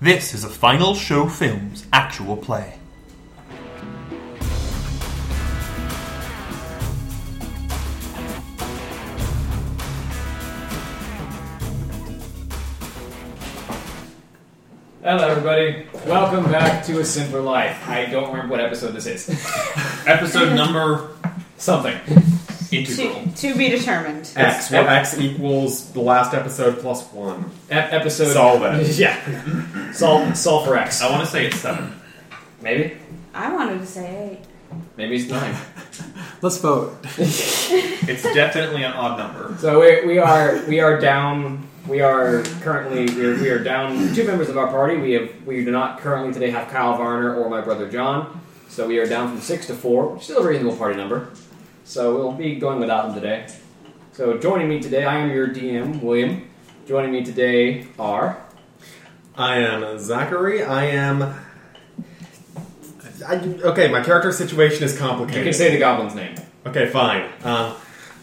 This is a Final Show Films actual play. Hello, everybody. Welcome back to A Simpler Life. I don't remember what episode this is. Episode number Something. integral. To, to be determined. X. Well, X equals the last episode plus one. E- episode. Solve it. Oh. Yeah. Solve, solve for X. I want to say it's seven. Maybe. I wanted to say eight. Maybe it's nine. Let's vote. It's definitely an odd number. So we, we are we are down. We are currently we are, we are down two members of our party. We have we do not currently today have Kyle Varner or my brother John. So we are down from six to four, which is still a reasonable party number. So we'll be going without them today. So joining me today, I am your DM, William. Joining me today are I am Zachary. I am. I, okay, my character situation is you can complicated. say the goblin's name. Okay, fine. Uh,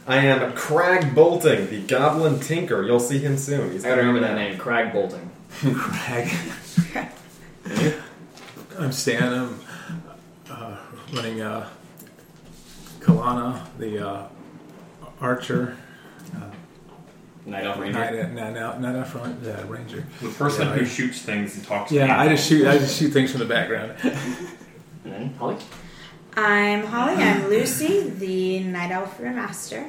I am Crag Bolting, the Goblin Tinker. You'll see him soon. He's I gotta remember that name, Crag Bolting. Craig. I'm Stan. I'm uh, running uh, Kalana, the uh, archer. Night Elf Not, Ranger. not, not, not out front, uh, ranger. The person Yeah, who I- shoots things and talks. to Yeah, I people. just shoot. I just shoot things from the background. And then Holly. I'm Holly. I'm Lucy, the Night Elf Master.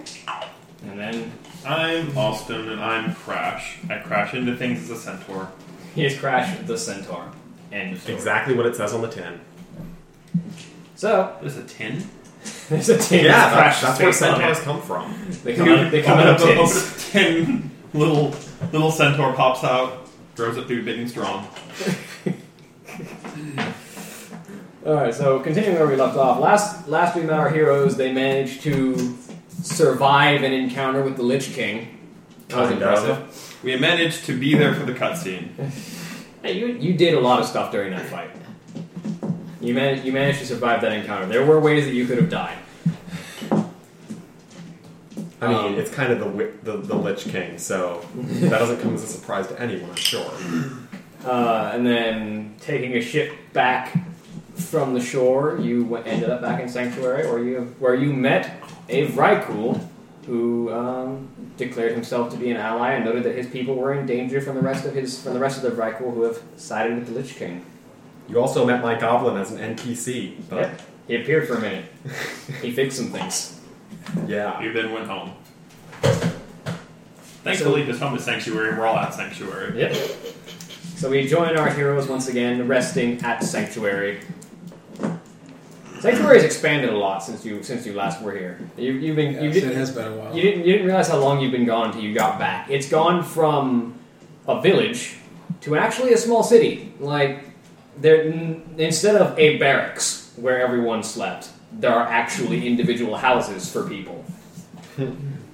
And then I'm Austin and I'm Crash. I crash into things as a centaur. here's Crash the Centaur. And Exactly what it says on the tin. So There's a tin. there's a team. Yeah, that's that's, Crash that's the where Space Centaur. centaurs come from. They come out, they come out of open, up- tins. open up tin. Little little centaur pops out, throws it through big and strong. Alright, so continuing where we left off. Last last we met our heroes, they managed to survive an encounter with the Lich King. That was Kind of. impressive. We managed to be there for the cutscene. Hey, you, you did a lot of stuff during that fight. You man, you managed to survive that encounter. There were ways that you could have died. I mean, Um, it's kind of the, wi- the the Lich King, so that doesn't come as a surprise to anyone, I'm sure. Uh, and then taking a ship back from the shore, you w- ended up back in Sanctuary, where you where you met a Vrykul, who um, declared himself to be an ally and noted that his people were in danger from the rest of his from the rest of the Vrykul who have sided with the Lich King. You also met my goblin as an NPC, but He appeared for a minute. he fixed some things. yeah. You then went home. Thankfully, this home is sanctuary. We're all at sanctuary. Yep. So we join our heroes once again, resting at Sanctuary. Sanctuary's expanded a lot since you since you last were here. You, you've been Yeah, you so did, it has been a while. You didn't, you didn't realize how long you've been gone until you got back. It's gone from a village to actually a small city. Like, there, n- instead of a barracks where everyone slept, there are actually individual houses for people.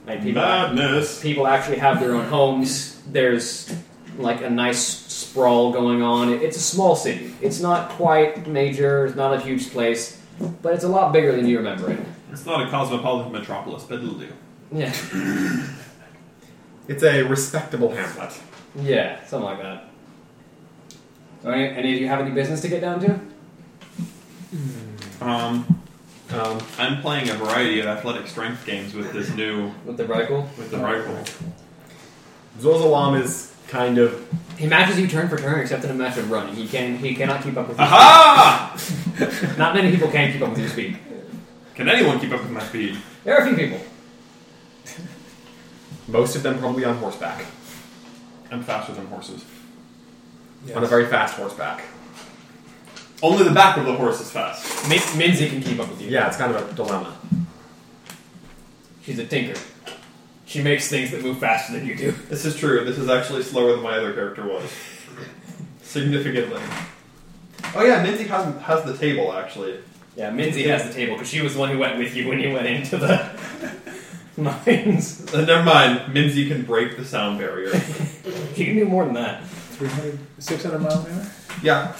like, people, Madness. people actually have their own homes. There's, like, a nice sprawl going on. It- It's a small city. It's not quite major, it's not a huge place, but it's a lot bigger than you remember it. It's not a cosmopolitan metropolis, but it'll do. Yeah. It's a respectable hamlet. Yeah, something like that. So any, any of you have any business to get down to? Um, Um, I'm playing a variety of athletic strength games with this new With the rifle? with the rifle. Zorzalam is kind of. He matches you turn for turn, except in a match of running. He can he cannot keep up with you. Aha! Not many people can keep up with your speed. Can anyone keep up with my speed? There are a few people. Most of them probably on horseback. I'm faster than horses. Yes. On a very fast horseback. Only the back of the horse is fast. Min- Minzy can keep up with you. Yeah, it's kind of a dilemma. She's a tinker. She makes things that move faster than you do. This is true. This is actually slower than my other character was. Significantly. Oh yeah, Minzy has, has the table actually. Yeah, Minzy has the table because she was the one who went with you when you went into the mines. Uh, never mind. Minzy can break the sound barrier. She can do more than that. 300, 600 mile an hour. yeah.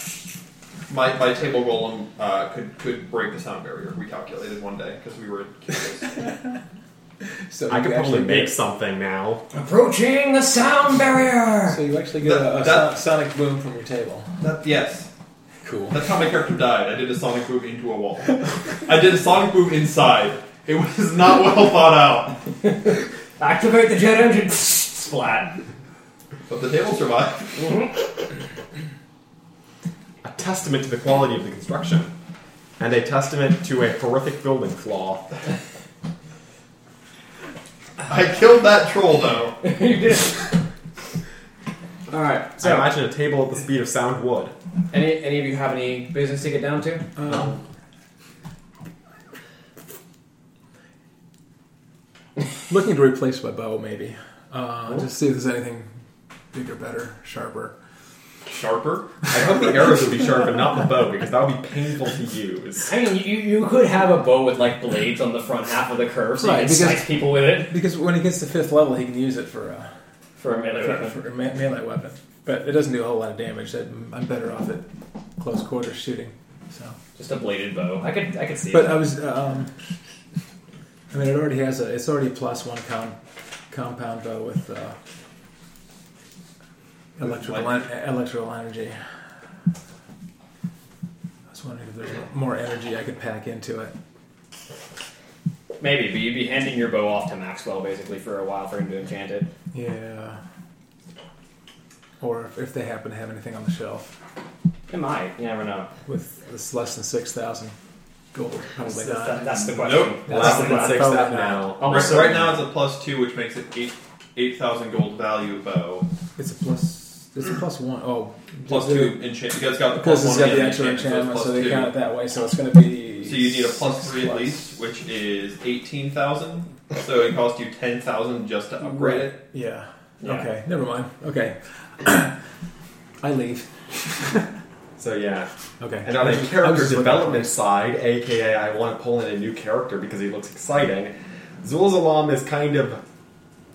My, my table golem uh, could could break the sound barrier. We calculated one day because we were. kids. So I you could actually probably make get- something now. Approaching the sound barrier. So you actually get a, a That- son- sonic boom from your table. That, yes. Cool. That's how my character died. I did a sonic move into a wall. I did a sonic move inside. It was not well thought out. Activate the jet engine. Splat. But the table survived. A testament to the quality of the construction, and a testament to a horrific building flaw. I killed that troll though. you did. it. All right. I So, imagine a table at the speed of sound would. any any of you have any business to get down to? Um, looking to replace my bow, maybe. Oh. Uh, just see if there's anything bigger, better, sharper. Sharper? I hope the arrows would be sharp and not the bow, because that would be painful to use. I mean, you, you could have a bow with like blades on the front half of the curve, so you Right, can because- slice people with it Because when he gets to fifth level, he can use it for a, for a melee for, weapon. for a me- melee weapon. But it doesn't do a whole lot of damage. That I'm better off at close quarters shooting. So, Just a bladed bow. I could I could see but it. I was. Um, I mean, it already has a. It's already a plus one com, compound bow with uh, electrical en- electrical energy. I was wondering if there's more energy I could pack into it. Maybe, but you'd be handing your bow off to Maxwell basically for a while for him to enchant it. Yeah. Or if, if they happen to have anything on the shelf It might. You never know. with this less than six thousand gold, That's, probably that's- not. that's the question. Nope. Less than That's six probably that not. now. Oh, Right, so- right now it's a plus two, which makes it eight eight thousand gold value bow. It's a plus. It's a plus one. Oh, Plus two enchant. You guys got the plus Because one it's got the and extra enchantment, enchantment, so so it's they count plus it that way. So it's going to be. two. So you need a plus six three at plus. least, which is eighteen thousand. So it costs you ten thousand just to upgrade it. Yeah. Yeah. Okay. Never mind. Okay. I leave. So yeah. Okay. And on I the was just- I was character just looking development for- side, aka I want to pull in a new character because he looks exciting, Zul's Alam is kind of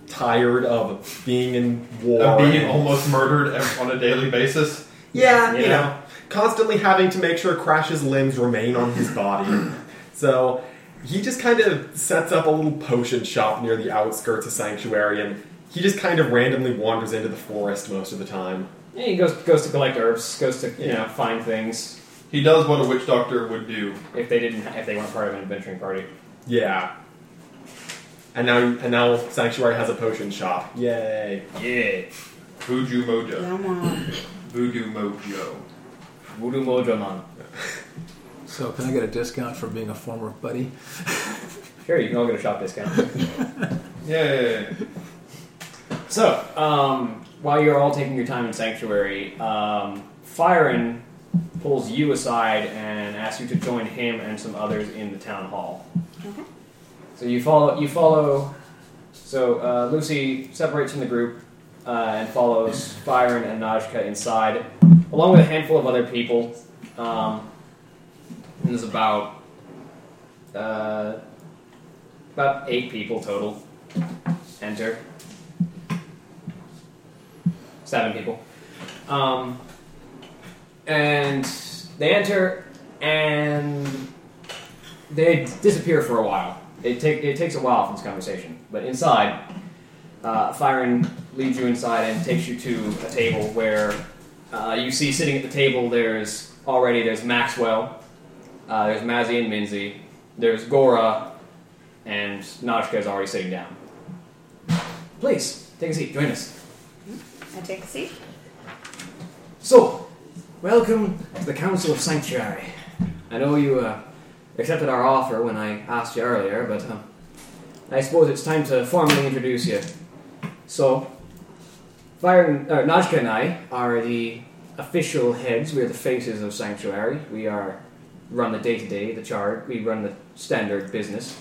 tired of being in war. Of being and- almost murdered ev- on a daily basis. yeah, you Yeah. know, constantly having to make sure Crash's limbs remain on his body. so he just kind of sets up a little potion shop near the outskirts of Sanctuary and he just kind of randomly wanders into the forest most of the time. Yeah, he goes goes to collect herbs, goes to you Yeah. know find things He does what a witch doctor would do. if they didn't if they weren't part of an adventuring party. Yeah. And now, and now Sanctuary has a potion shop. Yay. Yeah, Voodoo Mojo. Come on. Voodoo Mojo. voodoo mojo man. So can I get a discount for being a former buddy? Sure, you can all get a shop discount. Yay. so, um, while you're all taking your time in sanctuary, um, Firen pulls you aside and asks you to join him and some others in the town hall. Okay. So you follow. You follow. So uh, Lucy separates from the group uh, and follows Byron and Najka inside, along with a handful of other people. Um, and there's about uh, about eight people total. Enter. Seven people. Um, and they enter, and they disappear for a while. It, take, it takes a while from this conversation. But inside, uh, Firen leads you inside and takes you to a table where uh, you see sitting at the table there's already there's Maxwell, uh, there's Mazzy and Minzy, there's Gora, and Najka is already sitting down. Please, take a seat, join us. I take a seat. So, welcome to the Council of Sanctuary. I know you uh, accepted our offer when I asked you earlier, but um, I suppose it's time to formally introduce you. So, Byron, uh, Najka and I are the official heads. We are the faces of Sanctuary. We are run the day to day, the chart. We run the standard business.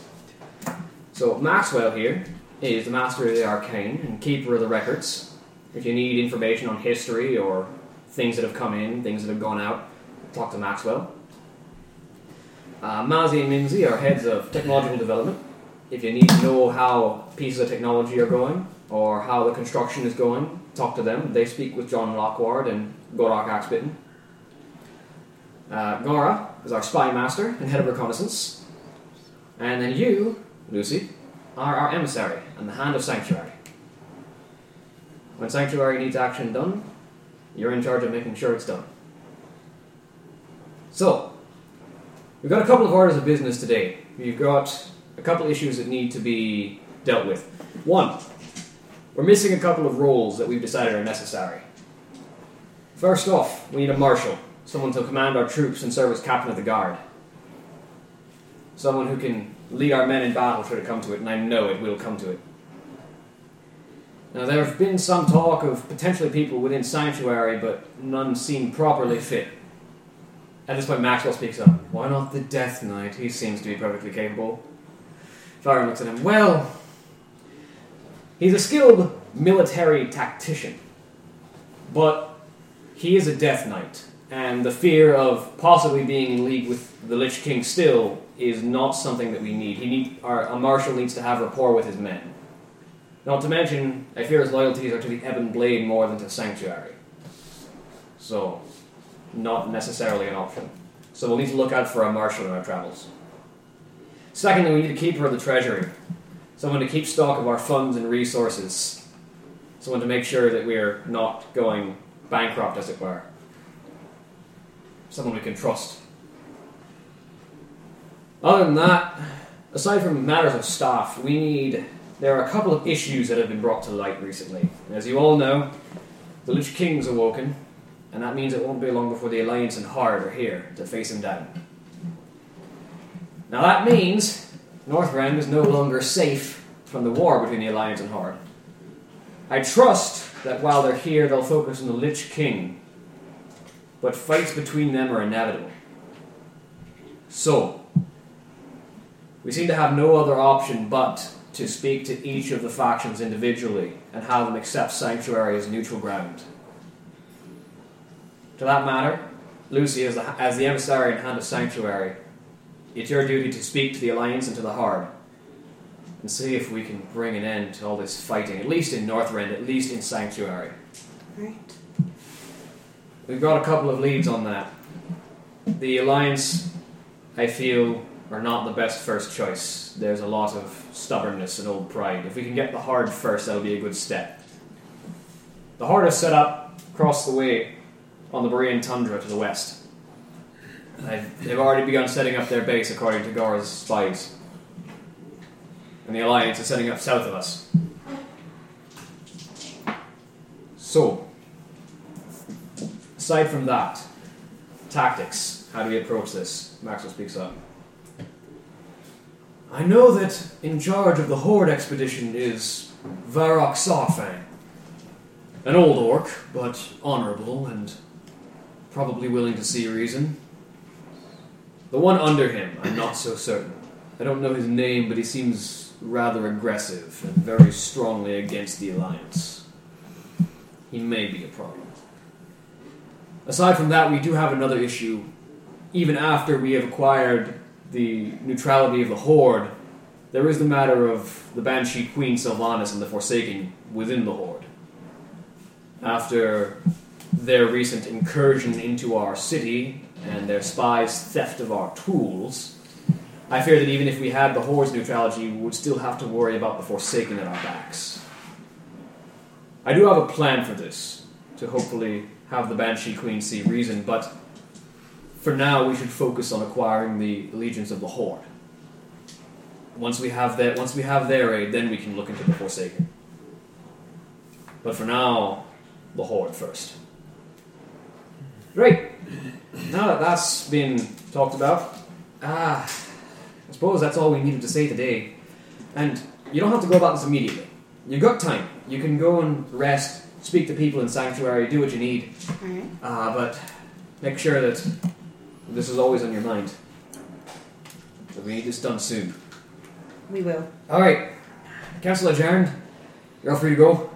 So Maxwell here is the master of the arcane and keeper of the records. If you need information on history or things that have come in, things that have gone out, talk to Maxwell. Uh, Mazzy and Minzy are heads of technological development. If you need to know how pieces of technology are going or how the construction is going, talk to them. They speak with John Lockward and Gorak Axbitten. Uh, Gora is our spy master and head of reconnaissance. And then you, Lucy, are our emissary and the hand of Sanctuary. When Sanctuary needs action done, you're in charge of making sure it's done. So, we've got a couple of orders of business today. We've got a couple of issues that need to be dealt with. One, we're missing a couple of roles that we've decided are necessary. First off, we need a marshal, someone to command our troops and serve as captain of the guard. Someone who can lead our men in battle should it come to it, and I know it will come to it. Now, there have been some talk of potentially people within Sanctuary, but none seem properly fit. At this point, Maxwell speaks up. Why not the Death Knight? He seems to be perfectly capable. Farron looks at him. Well, he's a skilled military tactician, but he is a Death Knight, and the fear of possibly being in league with the Lich King still is not something that we need. He need our, a marshal needs to have rapport with his men. Not to mention, I fear his loyalties are to the Ebon Blade more than to Sanctuary. So, not necessarily an option. So we'll need to look out for a marshal in our travels. Secondly, we need a keeper of the treasury, someone to keep stock of our funds and resources, someone to make sure that we are not going bankrupt, as it were. Someone we can trust. Other than that, aside from matters of staff, we need. There are a couple of issues that have been brought to light recently. As you all know, the Lich King's awoken, and that means it won't be long before the Alliance and Hard are here to face him down. Now that means Northrend is no longer safe from the war between the Alliance and Hard. I trust that while they're here, they'll focus on the Lich King, but fights between them are inevitable. So, we seem to have no other option but to speak to each of the factions individually and have them accept Sanctuary as neutral ground. To that matter, Lucy, as the, as the emissary and hand of Sanctuary, it's your duty to speak to the Alliance and to the Hard, and see if we can bring an end to all this fighting, at least in Northrend, at least in Sanctuary. Right. We've got a couple of leads on that. The Alliance, I feel, are not the best first choice. There's a lot of stubbornness and old pride. If we can get the Hard first, that'll be a good step. The Hard is set up across the way on the Borean tundra to the west. They've, they've already begun setting up their base according to Gara's spies. And the Alliance is setting up south of us. So, aside from that, tactics. How do we approach this? Maxwell speaks up. I know that in charge of the Horde expedition is Varok Sarfang. An old orc, but honorable and probably willing to see reason. The one under him, I'm not so certain. I don't know his name, but he seems rather aggressive and very strongly against the Alliance. He may be a problem. Aside from that, we do have another issue. Even after we have acquired the neutrality of the Horde, there is the matter of the Banshee Queen Sylvanas and the Forsaken within the Horde. After their recent incursion into our city and their spies' theft of our tools, I fear that even if we had the Horde's neutrality, we would still have to worry about the Forsaken at our backs. I do have a plan for this, to hopefully have the Banshee Queen see reason, but for now we should focus on acquiring the allegiance of the Horde. Once we have that, once we have their aid, then we can look into the Forsaken. But for now, the Horde first. Great. Now that that's been talked about, ah, I suppose that's all we needed to say today. And you don't have to go about this immediately. You've got time. You can go and rest, speak to people in Sanctuary, do what you need. Alright. Uh, but make sure that this is always on your mind. That we need this done soon. We will. All right, Council adjourned. You're all free to go.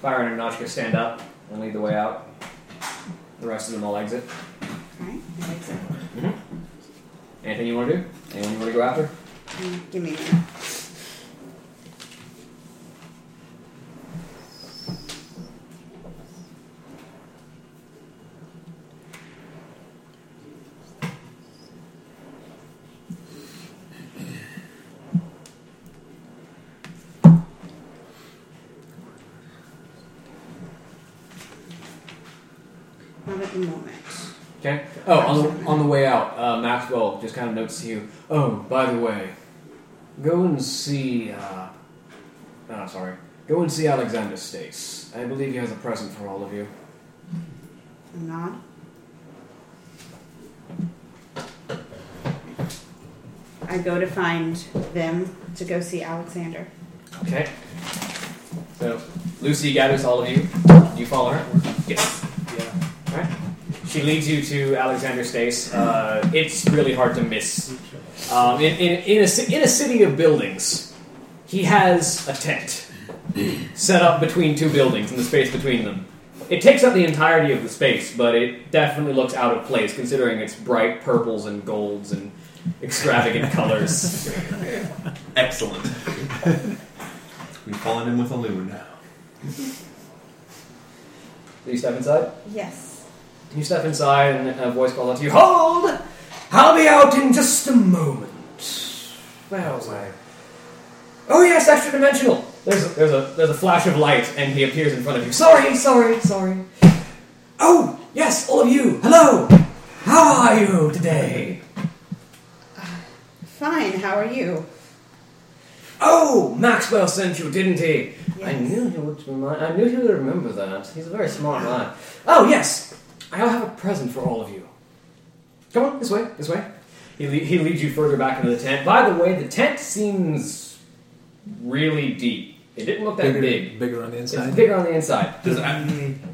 Byron and Notchka stand up and lead the way out. The rest of them all exit. Alright. I like that. Anything you want to do? Anyone you want to go after? Mm, Give me a minute. have at the moment. Okay. Oh, on the, on the way out, uh, Maxwell just kind of notes you. Oh, by the way, go and see. Uh, oh, sorry. Go and see Alexander Stace. I believe he has a present for all of you. Nod. I go to find them to go see Alexander. Okay. So Lucy gathers all of you. You follow her. Yes. Yeah. All right. She leads you to Alexander Stace. Uh, it's really hard to miss. Um, in, in, in, a, ci- in a city of buildings, he has a tent set up between two buildings in the space between them. It takes up the entirety of the space, but it definitely looks out of place considering its bright purples and golds and extravagant colors. Excellent. We've fallen in with a loon. Do you step inside? Yes. You step inside, and a voice calls out to you, Hold! I'll be out in just a moment. Where was I? Oh yes, extra dimensional. There's a, there's a there's a flash of light, and he appears in front of you. Sorry, sorry, sorry. Oh yes, all of you. Hello. How are you today? Fine, how are you? Oh, Maxwell sent you, didn't he? I Yes. knew he would. Remind, I knew he would remember that. He's a very smart lad. Oh yes, I have a present for all of you. Come on, this way, this way. He, le- he leads you further back into the tent. By the way, the tent seems really deep. It didn't look that Bigger, big. bigger on the It's inside. bigger on the inside. Does Al-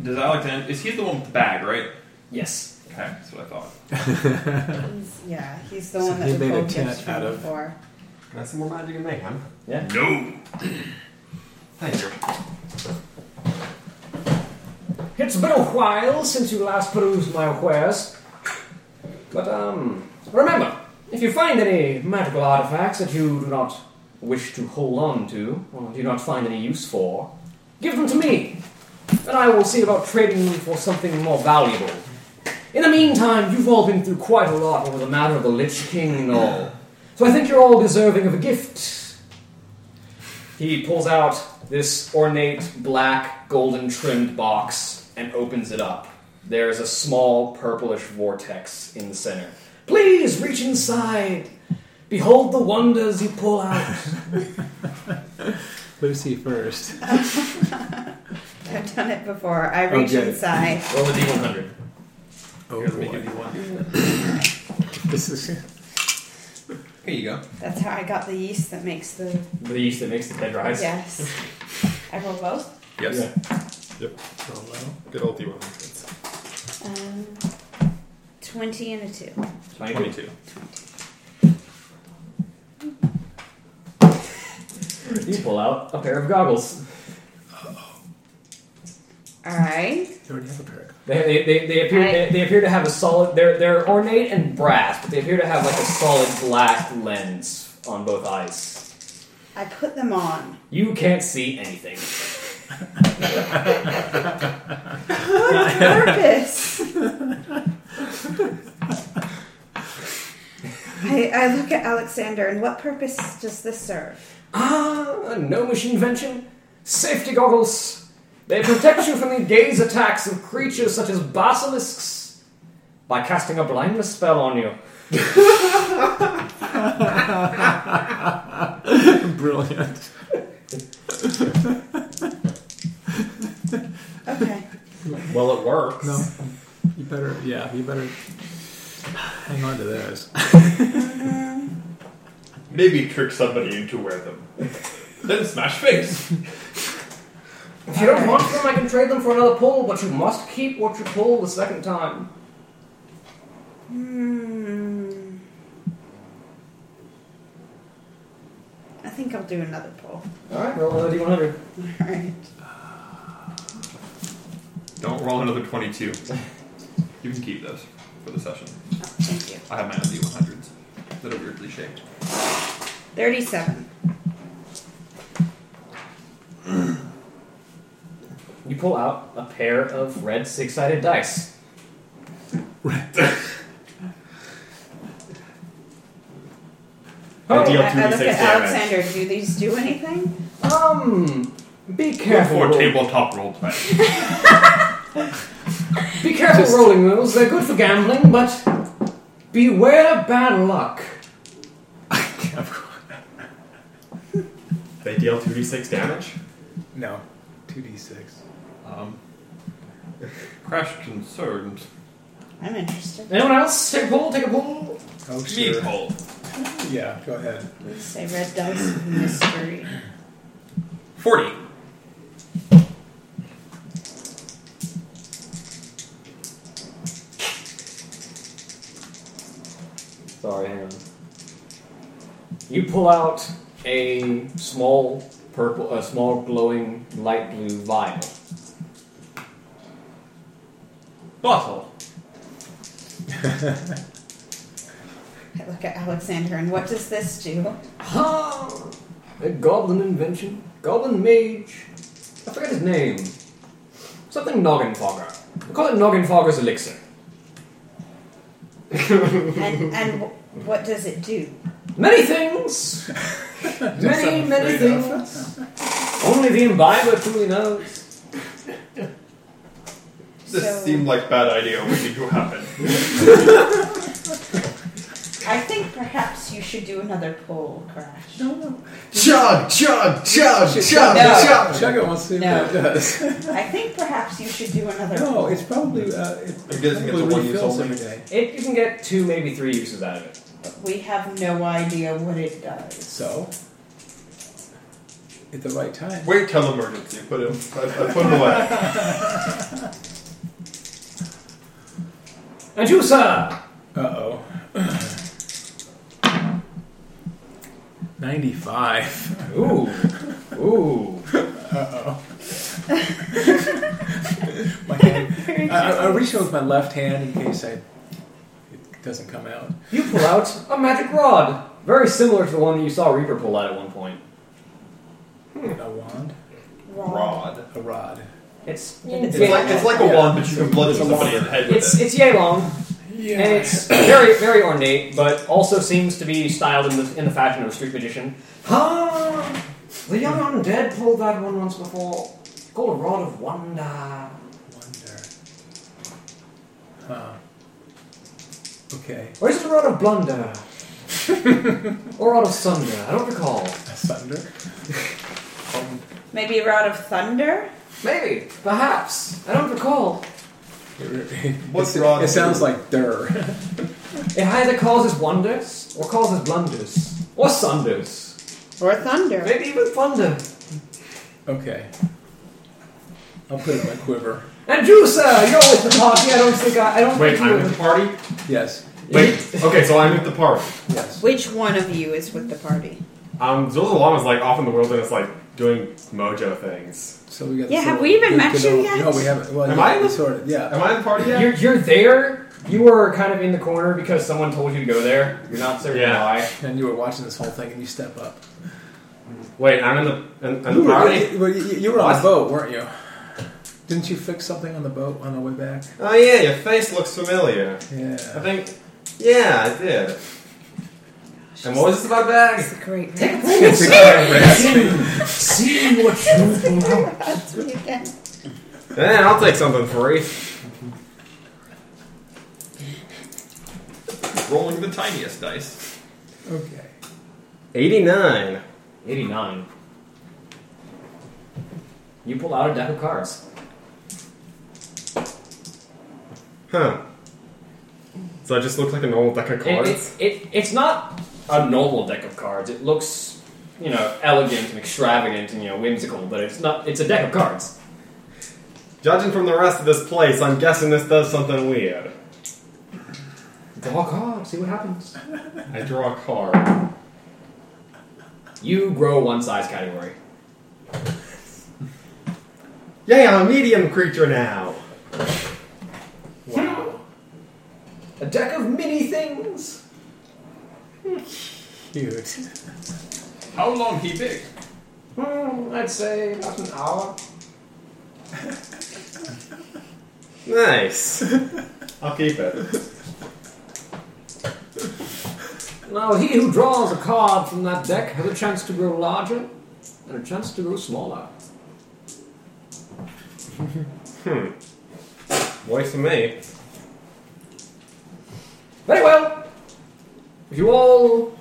does Alexander is he the one with the bag, right? Yes. Okay, that's what I thought. He's, yeah, he's the So one he that we made a pulled gifts tent from out of- before. Can I have some more magic and mayhem? Yeah. No. Thank you. It's been a while since you last perused my wares. But, um, remember, if you find any magical artifacts that you do not wish to hold on to, or do not find any use for, give them to me, and I will see about trading them for something more valuable. In the meantime, you've all been through quite a lot over the matter of the Lich King and all, so I think you're all deserving of a gift. He pulls out this ornate black golden trimmed box and opens it up. There is a small purplish vortex in the center. Please reach inside. Behold the wonders you pull out. Lucy first. I've done it before. I reach Okay. inside. Roll the d100. Oh Here, let me give boy, you one. this is Here you go. That's how I got the yeast that makes the The yeast that makes the head rise. yes. I roll both. Yes. Yeah. oh, well. Good old D100s. Um, Twenty and a two. 22. Twenty-two. You pull out a pair of goggles. All right. You already have a pair. They, they, they, they appear, I- they, they appear to have a solid. They're, they're ornate and brass, but they appear to have like a solid black lens on both eyes. I put them on. You can't see anything. On purpose. I, I look at Alexander, and what purpose does this serve? Ah, a gnomish invention. Safety goggles. They protect you from the gaze attacks of creatures such as basilisks by casting a blindness spell on you. Brilliant. Okay. Well, it works. No, you better. Yeah, you better hang on to those. Mm-hmm. Maybe trick somebody into wear them. then smash face. If you don't want them, I can trade them for another pull, but you must keep what you pull the second time. Hmm. I think I'll do another poll. Alright, roll another d100. All right. Don't roll another twenty-two. You can keep those for the session. Oh, thank you. I have my own D100s that are weirdly shaped. Thirty-seven. You pull out a pair of red six sided dice. I Red. Oh, deal I, I look 2d6 at damage. Alexander. Do these do anything? um, be Look careful. for Roll. tabletop roleplay. Be careful Just- rolling wheels. They're good for gambling, but beware bad luck. They deal 2d6 damage. no, two d six. Um, crash concerned. I'm interested. Anyone else? Take a pull. Take a pull. Oh Me sure. pull. Yeah, go ahead. We say red dice of mystery. 40. Sorry, hang on. You pull out a small purple, a small glowing light blue vial. Bottle. I look at Alexander and what does this do? Ha! A goblin invention. Goblin mage. I forget his name. Something Noggin Fogger. We call it Noggin Fogger's Elixir. And and wh- what does it do? Many things! many, I'm many afraid of. things. Only the imbiber truly knows. This So- seemed like bad idea waiting to happen. I think perhaps you should do another poll, Crash. Chug, chug, chug, chug, No. chug. Check it. Let's see No. what that does. I think perhaps you should do another No, poll. it's probably. Uh, it, I'm guessing it's a probably one use refills only. every day. It, you can get two, maybe three uses out of it. We have no idea what it does. So, at the right time. Wait till emergency. Put him. I, I put him away. And you, sir! Uh oh. 95. Ooh. Ooh. My hand, I, I- I reach out with my left hand in case I, it doesn't come out. You pull out a magic rod. Very similar to the one that you saw Reaper pull out at one point. A wand? Rod. A rod. It's It's yeah. like it's like a Yeah. wand, but you can bludgeon It's a somebody in the head with It's it. it's yay long, and it's very very ornate, but also seems to be styled in the in the fashion of a street magician. Ah, the young undead pulled that one once before. Called a rod of wonder. Wonder. Huh. Okay. Or is it a rod of blunder? or rod of sunder? I don't recall. Thunder? Maybe a rod of thunder? Maybe, perhaps. I don't recall. What's it, rod It sounds do? like dir. It either causes wonders or causes blunders or sunders. Or thunder. Maybe even thunder. Okay. I'll put it in my quiver. And you, sir, you're with the party. I don't think I, I don't Wait, think you I'm at the party? Yes. Wait, okay, so I'm at the party. Yes. Which one of you is with the party? Um, Zilzalama is like off in the wilderness, like doing mojo things. So we got Yeah, the have sword. we even Good- met good you old- yet? No, we haven't. Well, Am yeah, I in we the- sort of, yeah. Am I at the party yet? You're, you're there. You were kind of in the corner because someone told you to go there. You're not certain Yeah. why. And you were watching this whole thing and you step up. Wait, I'm in the in, in the You were, party. you, well, you, you were on the What? boat, weren't you? Didn't you fix something on the boat on the way back? Oh yeah, your face looks familiar. I Yeah. think. Yeah, I did. And what was this about bags? The great See what you want. again. Eh, I'll take something free. Rolling the tiniest dice. Okay. Eighty-nine. 89. You pull out a deck of cards. Huh. So I just look like a normal deck of It, cards. it, it, it's not a normal deck of cards. It looks, you know, elegant and extravagant and, you know, whimsical, but it's not. It's a deck of cards. Judging from the rest of this place, I'm guessing this does something weird. Draw a card, see what happens. I draw a card. You grow one size category. Yay, I'm a medium creature now. Wow. A deck of mini things. Cute. How long he big? Hmm, I'd say about an hour. Nice. I'll keep it. Now, he who draws a card from that deck has a chance to grow larger and a chance to grow smaller. Works for me. Very well. If you all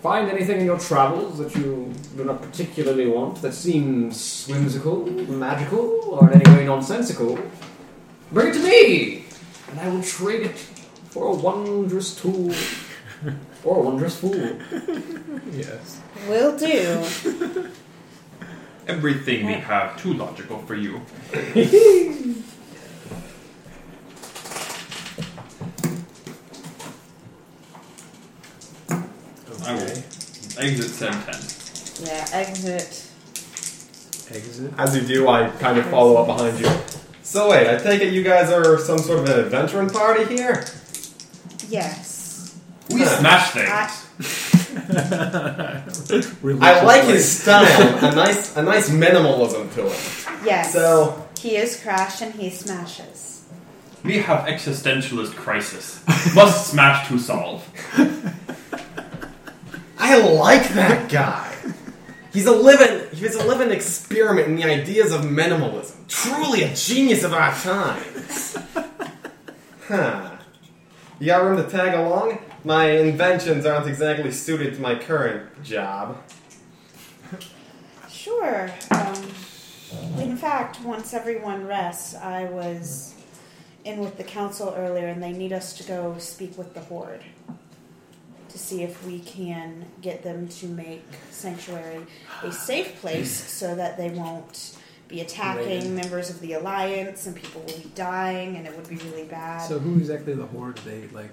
find anything in your travels that you do not particularly want, that seems whimsical, magical, or in any way nonsensical, bring it to me, and I will trade it for a wondrous tool or a wondrous fool. Yes. Will do. Everything we have too logical for you. I will. Exit Sem 10. Yeah, exit. Exit. As you do, I kind of follow up behind you. So wait, I take it you guys are some sort of an adventuring party here? Yes. We smash things. I- I like his style. a nice, a nice minimalism to it. Yes. So he is Crash and he smashes. We have existentialist crisis. Must smash to solve. I like that guy. He's a living, he's a living experiment in the ideas of minimalism. Truly a genius of our times. huh. You got room to tag along? My inventions aren't exactly suited to my current job. Sure. Um, in fact, once everyone rests, I was in with the council earlier and they need us to go speak with the Horde to see if we can get them to make Sanctuary a safe place so that they won't be attacking Raiding. members of the Alliance and people will be dying and it would be really bad. So who exactly the horde? Are they like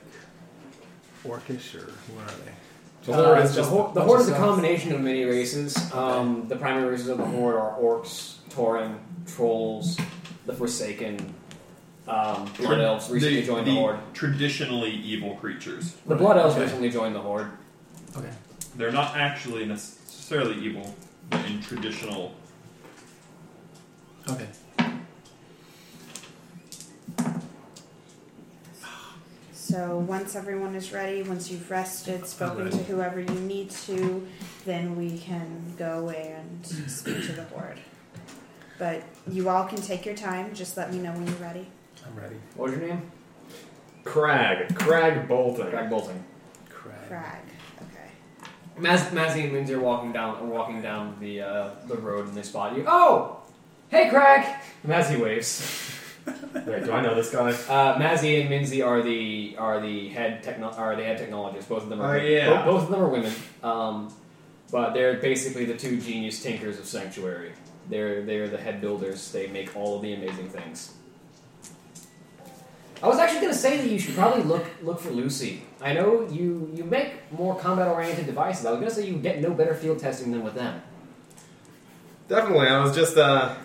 orcish or what are they? Uh, the, Hor- the Horde is a combination of many races. Um, the primary races of the Horde are orcs, Tauren, trolls, the Forsaken, um, Blood Elves recently The- joined the the Horde. Traditionally evil creatures. The Blood Elves Okay. recently joined the Horde. Okay. They're not actually necessarily evil, but in traditional. Okay. So once everyone is ready, once you've rested, spoken to whoever you need to, then we can go and speak to the horde. But you all can take your time. Just let me know when you're ready. I'm ready. What was your name? Crag, Crag Bolton. Greg Bolton. Crap. Crag. Okay. Maz- Mazzy and Lindsay are walking down are walking down the uh, the road and they spot you. Oh, hey, Craig! Mazzy waves. Wait, do I know this guy? Uh, Mazzy and Minzy are the are the head techno- are the head technologists. Both of them are Oh, both, yeah. both of them are women. Um, but they're basically the two genius tinkers of Sanctuary. They're they're the head builders. They make all of the amazing things. I was actually going to say that you should probably look look for Lucy. I know you you make more combat oriented devices. I was going to say you get no better field testing than with them. Definitely. I was just uh,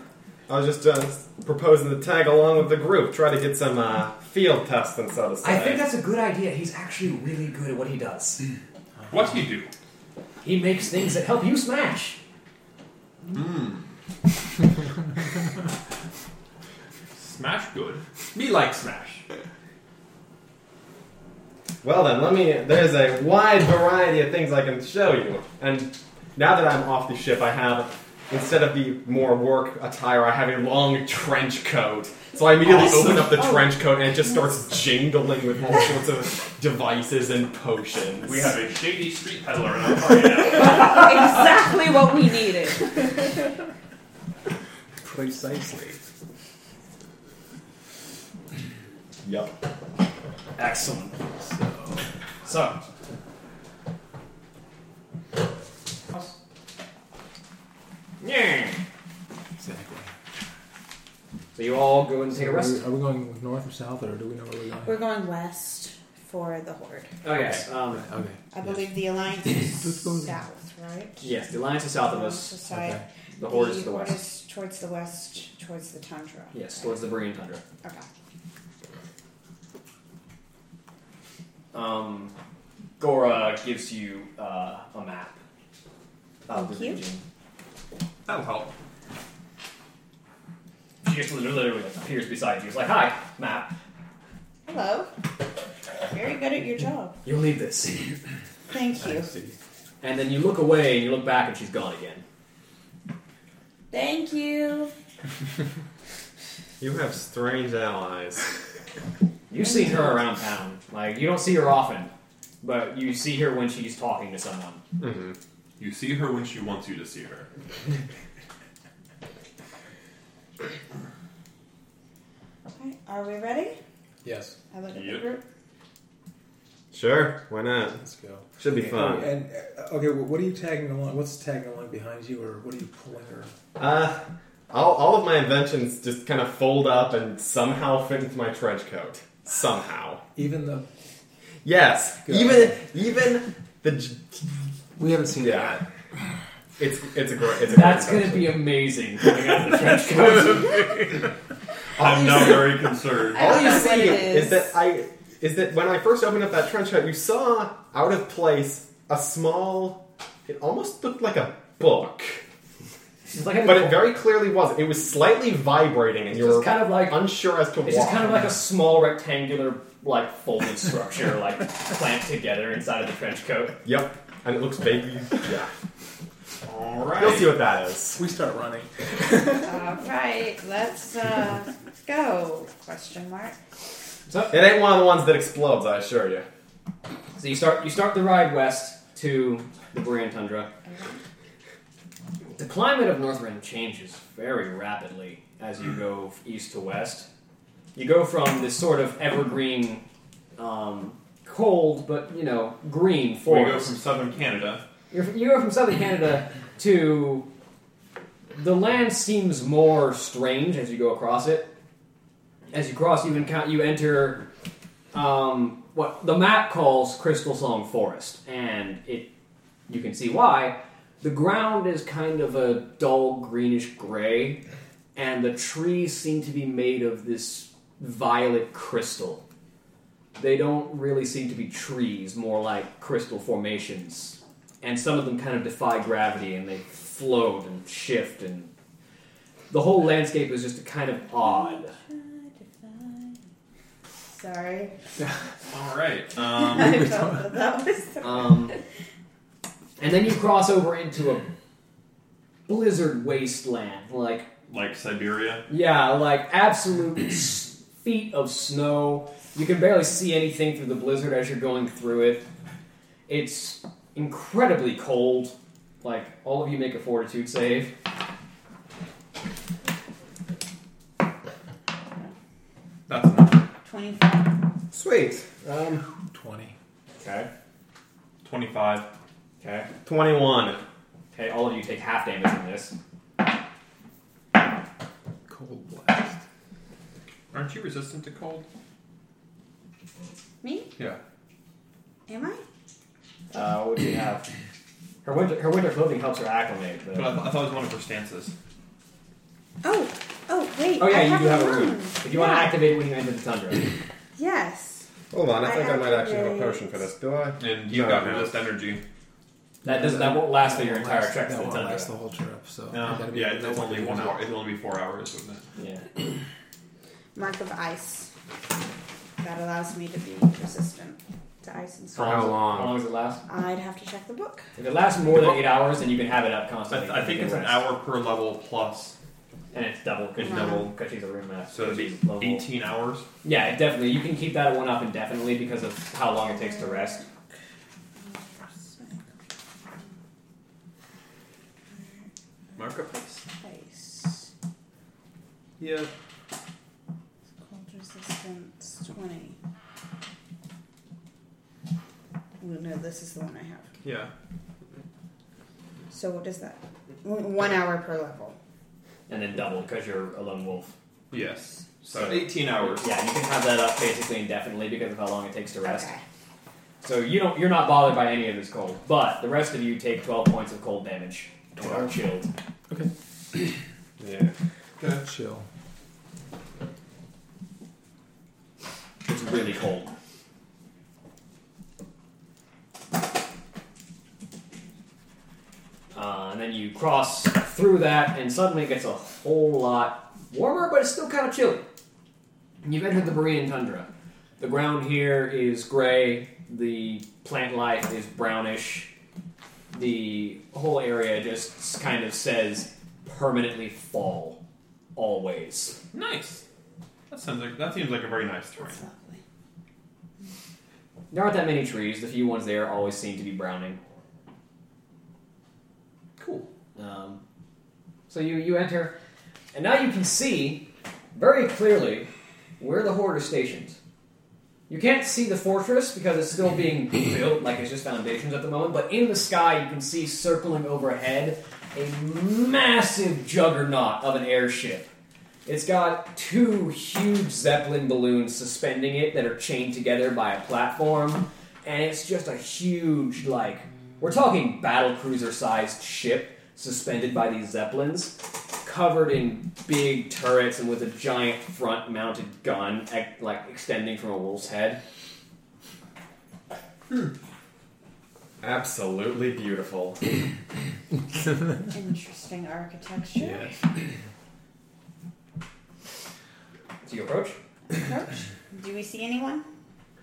I was just uh, proposing to tag along with the group, try to get some uh, field testing, so to say. I think that's a good idea. He's actually really good at what he does. What do you do? He makes things that help you smash. Smash good. Me like smash. well, then let me. There's a wide variety of things I can show you, and now that I'm off the ship, I have. Instead of the more work attire, I have a long trench coat. So I immediately Awesome. Oh. open up the trench coat and it just starts jingling with all sorts of devices and potions. We have a shady street peddler in our party now. exactly what we needed. Precisely. Yep. Excellent. So So, yeah. exactly. So you all go and take a Are we, rest. are we going north or south, or do we know where we're going? We're going west for the horde. Oh yes. Um, okay. I believe the alliance is Let's go. south, right? yes. The alliance is south of Alliance is us. south. Okay. The horde is to the west. is towards the west, towards the tundra. Yes, towards the Brian Tundra. Okay. Um, Gora gives you uh, a map of Thank the you. region. That'll help. She just literally appears beside you. It's like, hi, map. Hello. Very good at your job. You'll need this. Thank you. And then you look away and you look back and she's gone again. Thank you. You have strange allies. You've seen her around town. Like you don't see her often, but you see her when she's talking to someone. Mm-hmm. You see her when she wants you to see her. Okay, are we ready? Yes, I look at the Yep. group. Sure, why not? let's go. Should be Okay, fun. And uh, okay, wh- what are you tagging along? What's tagging along behind you, or what are you pulling? Or Uh, all, all of my inventions just kind of fold up and somehow fit into my trench coat. Somehow. even the Yes. Good. Even even the j- we haven't seen. it yeah. It's it's a great. It's a That's great gonna be amazing coming out of the trench coat. I'm now very concerned. I All don't you know what see it is. is. that I is that when I first opened up that trench coat, you saw out of place a small. It almost looked like a book, It's like a- but it very clearly wasn't. It was slightly vibrating, and it's you were just kind of like unsure as to why. it's just kind of like a small rectangular like folded structure like clamped together inside of the trench coat. Yep, and it looks vaguely. Yeah, All you'll see what that is. We start running. All right, let's uh, go. Question mark. So, It ain't one of the ones that explodes, I assure you. so you start you start the ride west to the Borean tundra. The climate of Northrend changes very rapidly as you go east to west. You go from this sort of evergreen, um, cold but you know green We forest. go from southern Canada. You're, you go from southern Canada to the land seems more strange as you go across it. As you cross, you encounter you enter um, what the map calls Crystal Song Forest, and it you can see why. The ground is kind of a dull greenish gray, and the trees seem to be made of this violet crystal. They don't really seem to be trees, more like crystal formations and some of them kind of defy gravity and they float and shift and the whole landscape is just kind of odd. Sorry, All right. Um, I thought that, that was the Um, and then you cross over into a blizzard wasteland, like like Siberia. yeah, like absolute s- feet of snow. You can barely see anything through the blizzard as you're going through it. It's incredibly cold. Like all of you make a fortitude save. That's enough. twenty-five. Sweet. Um, Twenty. Okay. Twenty-five. Okay. twenty-one. Okay. All of you take half damage from this. Cold blast. Aren't you resistant to cold? Me? Yeah. Am I? Uh, what do you have? Her winter, her winter clothing helps her acclimate. But But I, th- I thought it was one of her stances. Oh, oh, wait. oh I yeah, you do have a one. room. If you want to activate it when you enter the tundra, Yes. Hold on, I I think I, might actually have a activate- potion for this. Do I? And you've No, got no. resist energy. that doesn't that won't last for your That won't entire last- trek to That the won't tundra. last the whole trip. So No, that'd be- Um, yeah, it's that won't only be one usable. hour. It'll only be four hours, wouldn't it? Yeah. Mark of ice. That allows me to be resistant to ice and For snow. how How long? long does it last? I'd have to check the book. If it lasts more than eight hours, then you can have it up I, constantly. th- I think You it's can an rest. hour per level plus, and it's double. Because It's double. double. Because she's a room master. so it'd be she's level- eighteen hours. Yeah, it definitely. You can keep that one up indefinitely because of how long it takes to rest. Markup. Ice. Yeah. Cold resistance 20. Well, no, this is the one I have. Yeah. So what is that? W- One hour per level. And then double because you're a lone wolf. Yes. So eighteen hours. Yeah, you can have that up basically indefinitely because of how long it takes to rest. Okay. So you don't you're not bothered by any of this cold, but the rest of you take twelve points of cold damage and are chilled. Yeah. Chill. It's really cold. Uh, and then you cross through that, and suddenly it gets a whole lot warmer, but it's still kind of chilly. And You've entered the Berean tundra. The ground here is gray. The plant life is brownish. The whole area just kind of says permanently fall, always. Nice. That sounds like that seems like a very nice terrain. That's lovely. There aren't that many trees. The few ones there always seem to be browning. Cool. Um, so you, you enter, and now you can see very clearly where the horde is stationed. You can't see the fortress because it's still being built, like it's just foundations at the moment, but in the sky you can see circling overhead a massive juggernaut of an airship. It's got two huge Zeppelin balloons suspending it that are chained together by a platform, and it's just a huge, like, we're talking battle cruiser sized ship suspended by these Zeppelins, covered in big turrets and with a giant front mounted gun, ex- like, extending from a wolf's head. Absolutely beautiful. Interesting architecture. So you approach. Approach. Do we see anyone?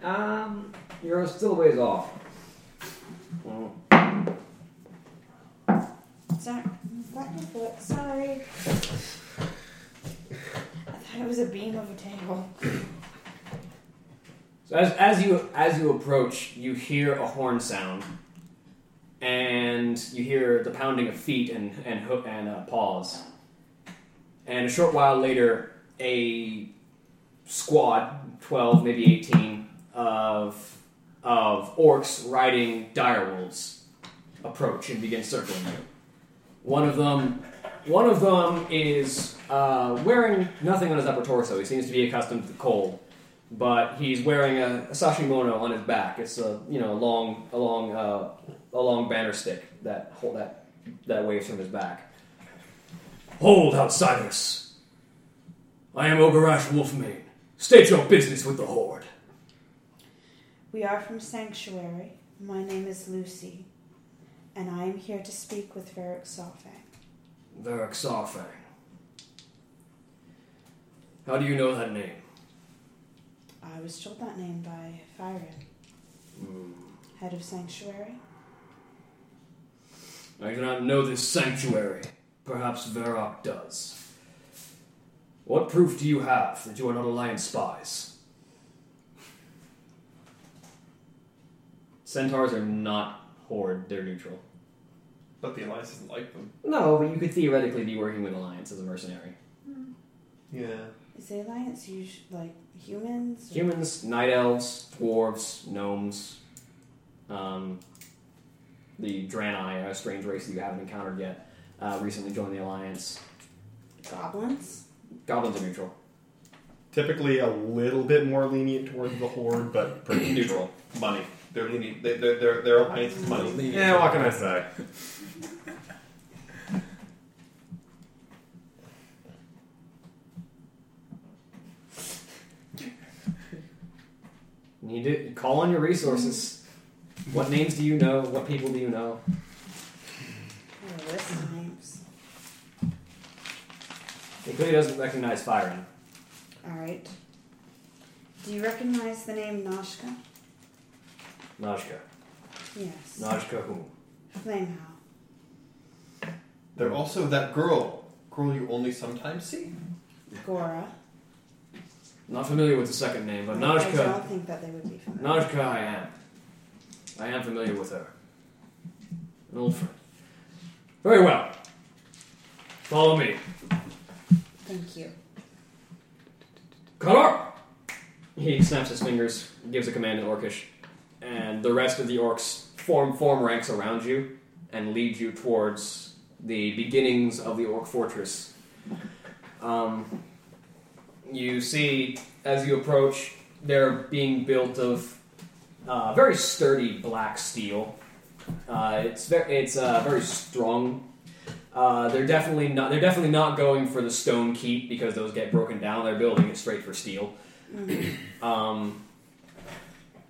Um, you're still a ways off. Zach, that your foot. Sorry. I thought it was a beam of a table. So as, as you as you approach, you hear a horn sound, and you hear the pounding of feet and and hook and uh, paws. And a short while later, a squad, twelve maybe eighteen, of of orcs riding direwolves approach and begin circling you. One of them, one of them is uh, wearing nothing on his upper torso. He seems to be accustomed to the cold but he's wearing a, a sashimono on his back. It's a you know a long a long uh, a long banner stick that hold that that waves from his back. Hold, outsiders! I am Ogarash Wolfmane. State your business with the Horde. We are from Sanctuary. My name is Lucy, and I am here to speak with Varric Sawfang. Varric Sarfang. How do you know that name? I was told that name by Fyron, head of Sanctuary. I do not know this sanctuary. Perhaps Varrock does. What proof do you have that you are not Alliance spies? Centaurs are not Horde, they're neutral. But the Alliance doesn't like them. No, but you could theoretically be working with Alliance as a mercenary. Yeah. Is the Alliance usually like humans? or- Humans, night elves, dwarves, gnomes, um, the Draenei, a strange race that you haven't encountered yet, uh, recently joined the Alliance. Uh, Goblins? goblins are neutral. Typically a little bit more lenient towards the horde, but pretty Neutral. Money. They're leaning. They, they're, they're, their alliance is money. Yeah, what can I say? You do call on your resources. What names do you know? What people do you know? Or list of names. He clearly doesn't recognize Fyron. Alright. Do you recognize the name Noshka? Najka. Yes. Najka whom? Flamehow. They're also that girl. Girl you only sometimes see. Gora. Not familiar with the second name, but I Najka. don't think that they would be familiar. Najka I am. I am familiar with her. An old friend. Very well. Follow me. Thank you. Cut up! He snaps his fingers, gives a command in Orcish, and the rest of the orcs form form ranks around you and lead you towards the beginnings of the orc fortress. Um, you see, as you approach, they're being built of uh, very sturdy black steel. Uh, it's very it's uh, very strong uh, they're definitely not. They're definitely not going for the stone keep because those get broken down. They're building it straight for steel. um,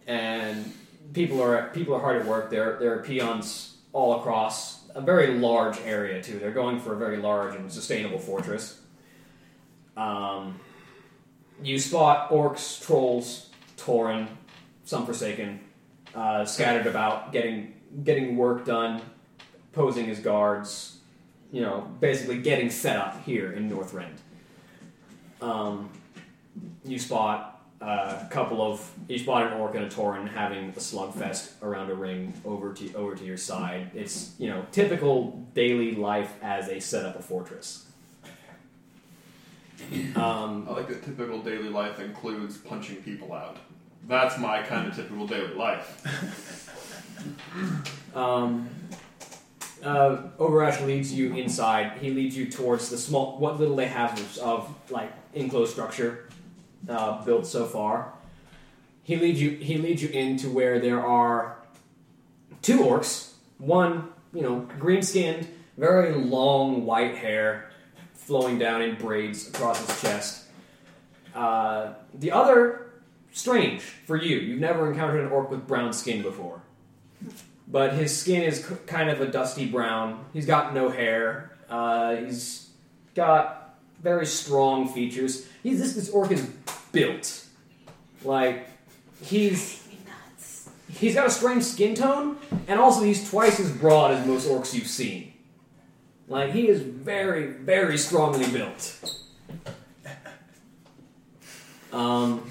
and people are people are hard at work. There there are peons all across a very large area too. They're going for a very large and sustainable fortress. Um, you spot orcs, trolls, Tauren, some Forsaken, uh, scattered about, getting getting work done, posing as guards you know, basically getting set up here in Northrend. Um, you spot uh, a couple of you spot an orc and a tauren having a slugfest around a ring over to over to your side. It's you know typical daily life as they set up a fortress. Um, I like that typical daily life includes punching people out. That's my kind of typical daily life. um, uh, Overash leads you inside. He leads you towards the small what little they have of, of like enclosed structure uh, built so far. He leads you. He leads you into where there are two orcs. One, you know, green skinned, very long white hair flowing down in braids across his chest. Uh, the other, strange for you. You've never encountered an orc with brown skin before. But his skin is c- kind of a dusty brown. He's got no hair. Uh, he's got very strong features. He's this, this orc is built. Like, he's Nuts. He's got a strange skin tone, and also he's twice as broad as most orcs you've seen. Like he is very, very strongly built. Um,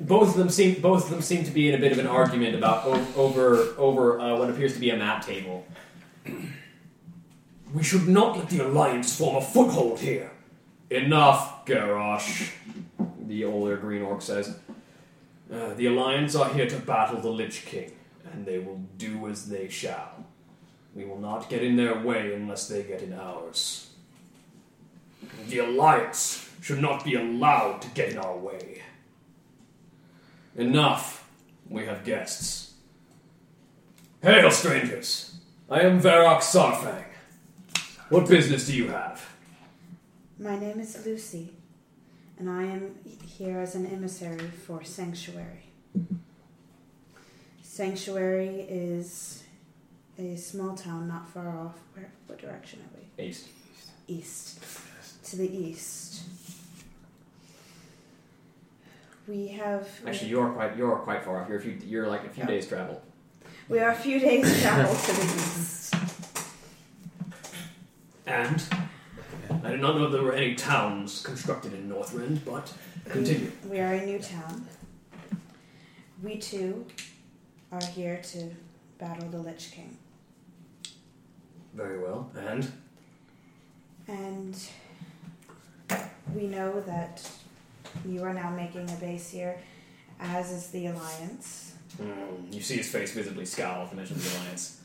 both of them seem both of them seem to be in a bit of an argument about o- over over uh, what appears to be a map table. We should not let the alliance form a foothold here. Enough, Garrosh. The older green orc says. Uh, the Alliance are here to battle the Lich King, and they will do as they shall. We will not get in their way unless they get in ours. The Alliance should not be allowed to get in our way. Enough. We have guests. Hail, strangers! I am Varrock Sarfang. What business do you have? My name is Lucy, and I am here as an emissary for Sanctuary. Sanctuary is a small town not far off. Where, what direction are we? East. east. To the east. We have. Actually, you are quite you are quite far off. You're a few, you're like a few days travel. we are a few days travel to the east. And I did not know there were any towns constructed in Northrend, but continue. We are a new town. We too are here to battle the Lich King. Very well. And And we know that you are now making a base here, as is the Alliance. mm, you see his face visibly scowl at the mention of the alliance.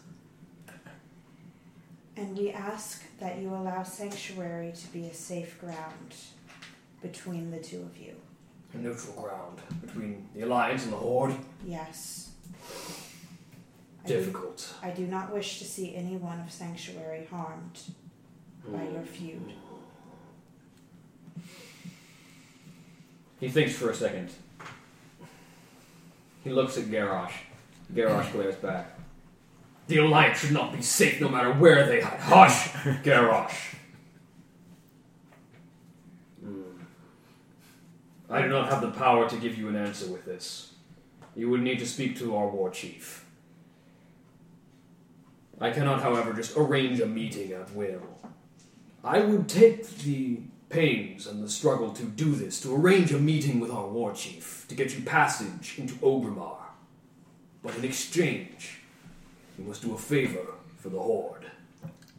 And we ask that you allow Sanctuary to be a safe ground between the two of you. A neutral ground between the alliance and the horde. Yes. I do- Difficult. I do not wish to see anyone of Sanctuary harmed by your feud. He thinks for a second. He looks at Garrosh. Garrosh glares back. The alliance should not be safe, no matter where they hide. Hush, Garrosh. Hmm. I do not have the power to give you an answer with this. You would need to speak to our war chief. I cannot, however, just arrange a meeting at will. I would take the pains and the struggle to do this, to arrange a meeting with our war chief, to get you passage into Ogrimmar. But in exchange, you must do a favor for the Horde.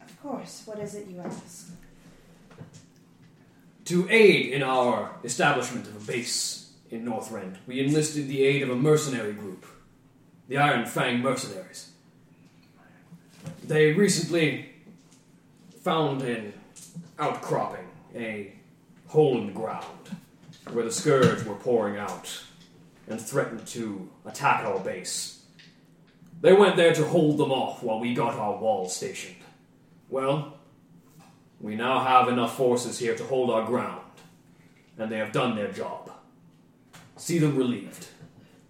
Of course, what is it you ask? To aid in our establishment of a base in Northrend, we enlisted the aid of a mercenary group, the Iron Fang Mercenaries. They recently found an outcropping, a hole in the ground, where the Scourge were pouring out and threatened to attack our base. They went there to hold them off while we got our wall stationed. Well, we now have enough forces here to hold our ground, and they have done their job. See them relieved.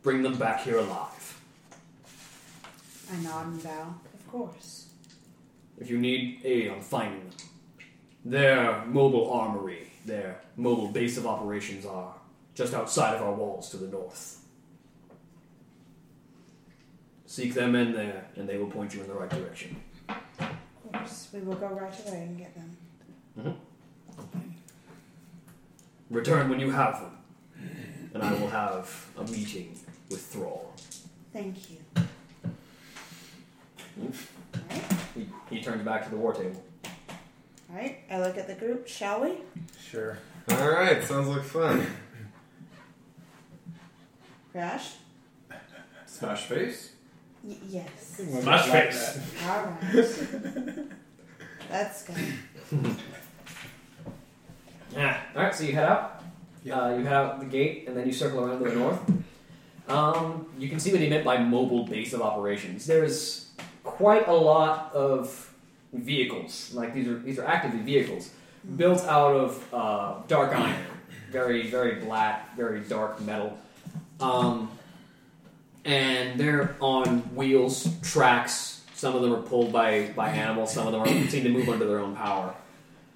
Bring them back here alive. I nod and bow. Of course. If you need aid on finding them, their mobile armory, their mobile base of operations are just outside of our walls to the north. Seek them in there, and they will point you in the right direction. Of course. We will go right away and get them. Return when you have them. and I will have a meeting with Thrall. Thank you. He, he turns back to the war table. All right, I look at the group. Shall we? Sure. All right, sounds like fun. Crash? Smash face. Y- yes. Smash face. All right. Let's go. Yeah. All right, so you head out. Yeah. Uh, you head out the gate, and then you circle around to the north. Um, you can see what he meant by mobile base of operations. There is quite a lot of vehicles. Like these are these are actively vehicles built out of uh, dark iron, very very black, very dark metal, um, and they're on wheels, tracks. Some of them are pulled by by animals. Some of them are, seem to move under their own power.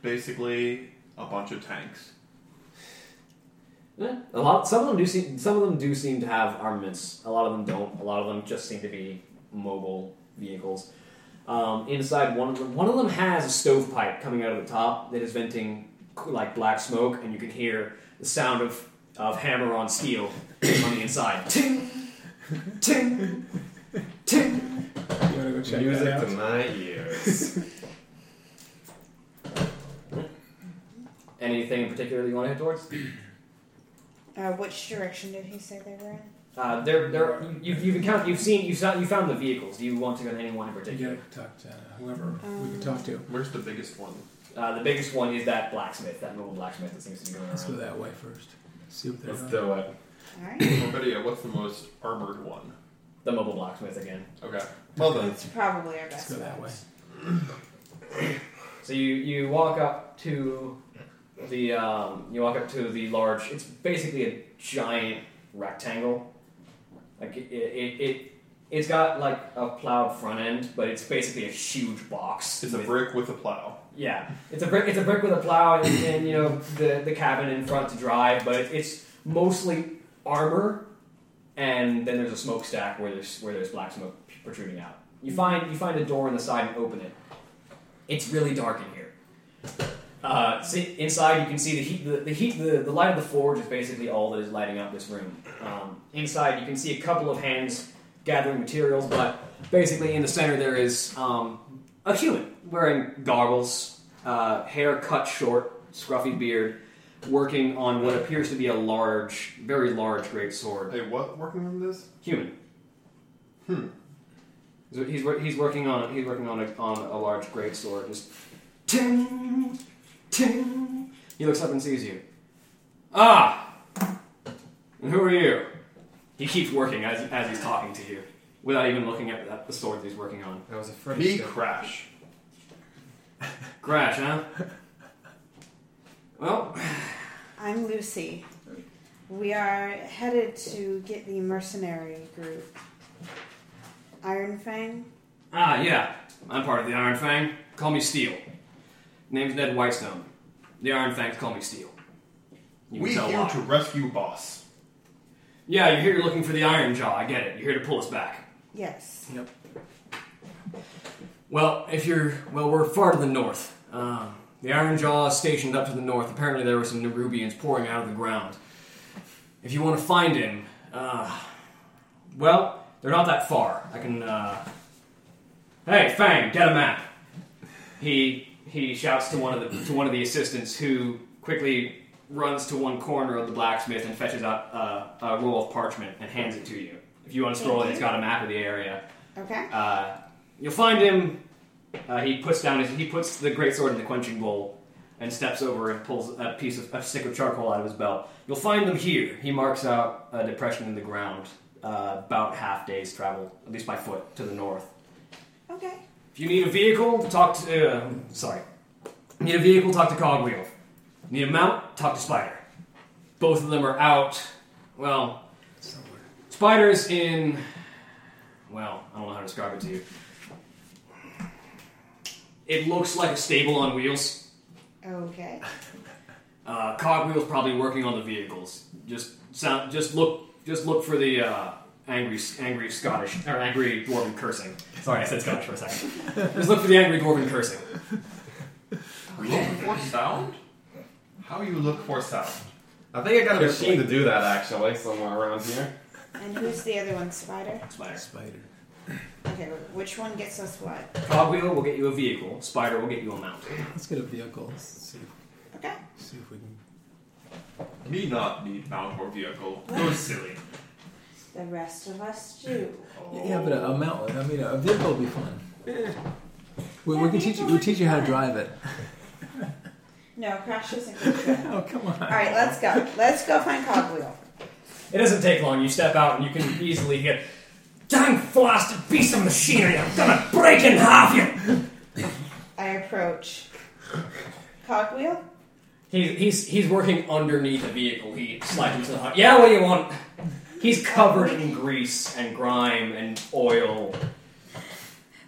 Basically, a bunch of tanks. Eh, a lot. Some of them do seem. Some of them do seem to have armaments. A lot of them don't. A lot of them just seem to be mobile vehicles. Um, inside one of them, one of them has a stovepipe coming out of the top that is venting like black smoke, and you can hear the sound of, of hammer on steel on the inside. Ting, ting, ting. You want to go check Music that to out? my ears. Anything in particular that you want to head towards? Uh, which direction did he say they were in? Uh, there, there. You, you've encountered. You've seen. You've saw- you found the vehicles. Do you want to go to any one in You particular? gotta talk to uh, whoever we can talk to. Where's the biggest one? Uh, the biggest one is that blacksmith, that mobile blacksmith that seems to be going Let's go around. that way first. See what they're Let's doing. do it. All right. Or better yet, Oh, uh, what's the most armored one? The mobile blacksmith again. Okay. Well then, It's probably our best Let's go that bet. way. So you, you walk up to the um, you walk up to the large. It's basically a giant rectangle. Like it, it, it it's got like a plowed front end, but it's basically a huge box. it's a with- brick with a plow. Yeah, it's a brick. It's a brick with a plow, and, and you know the the cabin in front to drive. But it, it's mostly armor, and then there's a smokestack where there's where there's black smoke protruding out. You find you find a door in the side and open it. It's really dark in here. Uh, see, inside you can see the heat. The, the heat. The, the light of the forge is basically all that is lighting up this room. Um, inside you can see a couple of hands gathering materials, but basically in the center there is um, a human wearing goggles, uh, hair cut short, scruffy beard, working on what appears to be a large, very large great sword. Hey, what working on this? Human. Hmm. He's, wor- he's working on he's working on a, on a large great sword. Just ting ting. He looks up and sees you. Ah. And who are you? He keeps working as, as he's talking to you, without even looking at that, the sword that he's working on. I was afraid. Me so- crash. Crash, huh? Well, I'm Lucy. We are headed to get the mercenary group. Iron Fang? ah, yeah. I'm part of the Iron Fang. Call me Steel. Name's Ned Whitestone. The Iron Fangs call me Steel. You can We tell here why. to rescue boss. Yeah, you're here looking for the Iron Jaw. I get it. You're here to pull us back. Yes. Yep. Well, if you're well, we're far to the north. Um, the Iron Jaw is stationed up to the north. Apparently, there were some Nerubians pouring out of the ground. If you want to find him, uh, well, they're not that far. I can. Uh... Hey, Fang, get a map. He he shouts to one of the to one of the assistants who quickly runs to one corner of the blacksmith and fetches out uh, a roll of parchment and hands it to you. If you unscroll it, it's got a map of the area. Okay. Uh, you'll find him. Uh, he puts down his. He puts the greatsword in the quenching bowl, and steps over and pulls a piece of a stick of charcoal out of his belt. You'll find them here. He marks out a depression in the ground, uh, about half day's travel, at least by foot, to the north. Okay. If you need a vehicle, talk to. Uh, sorry. Need a vehicle? Talk to Cogwheel. Need a mount? Talk to Spider. Both of them are out. Well, Somewhere. Spider's in. Well, I don't know how to describe it to you. It looks like a stable on wheels. Okay. Uh, Cogwheel's probably working on the vehicles. Just sound. Just look. Just look for the uh, angry, angry Scottish or angry dwarven cursing. Sorry, I said Scottish for a second. Just look for the angry dwarven cursing. Look for sound? How you look for sound? I think I got a Carefully. machine to do that actually somewhere around here. And who's the other one? Spider? Spider. Spider. Okay, which one gets us what? Cogwheel will get you a vehicle. Spider will get you a mountain. Let's get a vehicle. Let's see, Okay. see if we can. Me not need mount or vehicle. Go silly. The rest of us do. Yeah, but a, a mountain. I mean, a vehicle would be fun. Eh. We, we can teach you. We teach you how to drive it. No, Crash isn't good. oh come on! All right, let's go. Let's go find Cogwheel. It doesn't take long. You step out and you can easily hit. Dang flasted piece of machinery! I'm gonna break in half you! I approach. Cogwheel? He's, he's, he's working underneath a vehicle. He slides into the hut. Yeah, what do you want? He's covered in grease and grime and oil.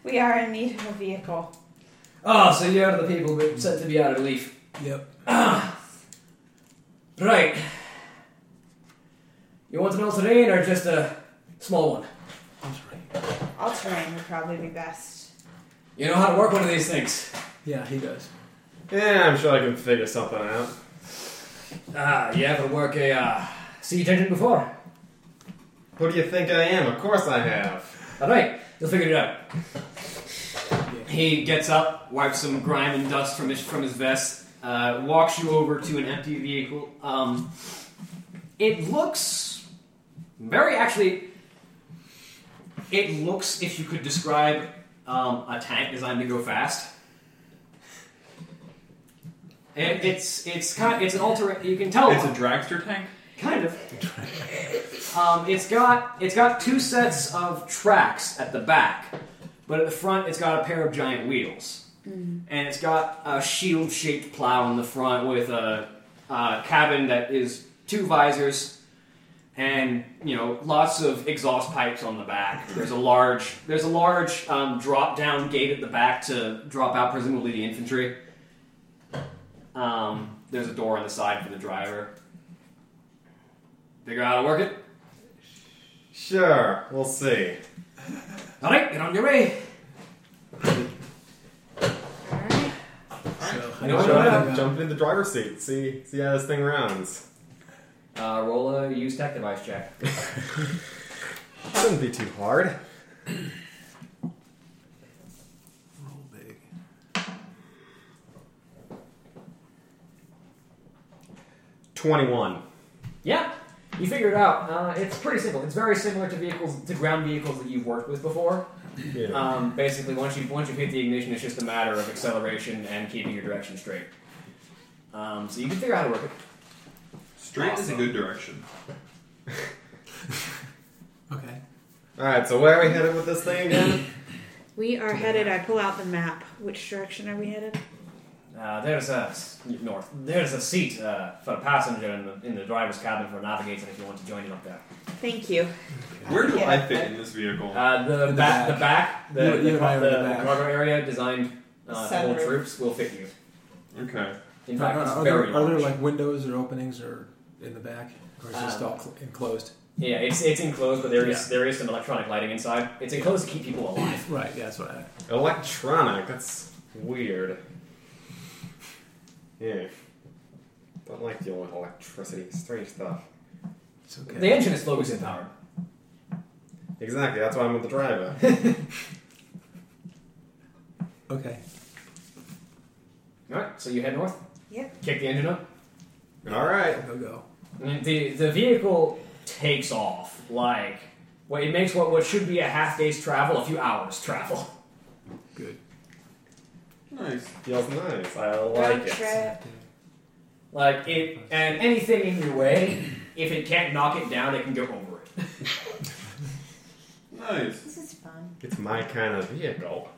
We are in need of a vehicle. Ah, so you're the people who are said to be out of leaf. Yep. Right. You want an all terrain or just a small one? All terrain would probably be best. You know how to work one of these things. Yeah, he does. Yeah, I'm sure I can figure something out. Ah, you ever work a uh, siege engine before? Who do you think I am? Of course I have. All right, you'll figure it out. He gets up, wipes some grime and dust from his from his vest, uh, walks you over to an empty vehicle. Um, it looks very actually. It looks, if you could describe um, a tank designed to go fast. It, it's it's kind of, it's an alter. You can tell It's a dragster tank. Kind of. um, it's got it's got two sets of tracks at the back, but at the front it's got a pair of giant wheels, and it's got a shield-shaped plow in the front with a, a cabin that is two visors, and you know lots of exhaust pipes on the back. There's a large there's a large um, drop-down gate at the back to drop out presumably the infantry. Um, there's a door on the side for the driver. Figure out how to work it. Sure, we'll see. All right, get on your way. All right. So You you know Sure, what? I'm Yeah. jumping in the driver's seat. See, see how this thing rounds. Uh, roll a use tech device check. Shouldn't be too hard. Roll big. Twenty-one. Yeah, you figure it out. Uh, it's pretty simple. It's very similar to vehicles, to ground vehicles that you've worked with before. Yeah. Um, basically, once you once you hit the ignition, it's just a matter of acceleration and keeping your direction straight. Um, so you can figure out how to work it. Straight is a Awesome. good direction. Okay. All right. So where are we headed with this thing again? We are headed, I pull out the map. Which direction are we headed? Uh, there's a s- north. There's a seat uh, for a passenger in the, in the driver's cabin for navigating if you want to join him up there. Thank you. Where do Yeah. I fit in this vehicle? Uh, the, The back, back. the back, the, You- the, you and I the, are the, in the back. cargo area designed uh, to hold Sunroof. troops will fit you. Okay. In fact, are, it's are very there, are there large. uh, like windows or openings or in the back, or Um, is it just all cl- enclosed? Yeah, it's it's enclosed, but there is there is some electronic lighting inside. It's enclosed to keep people alive. Right. Yeah, that's what I. Electronic. That's weird. Yeah. Don't like dealing with electricity. Strange stuff. It's okay. The engine is focus powered. Exactly. That's why I'm with the driver. okay. All right, so you head north. Yep. Kick the engine up. All right. Go go. And The the vehicle takes off like well, it makes what what should be a half day's travel a few hours travel. Good. Nice. Feels nice. I Road like it. trip. Like it and anything in your way, if it can't knock it down, it can go over it. Nice. This is fun. It's my kind of vehicle.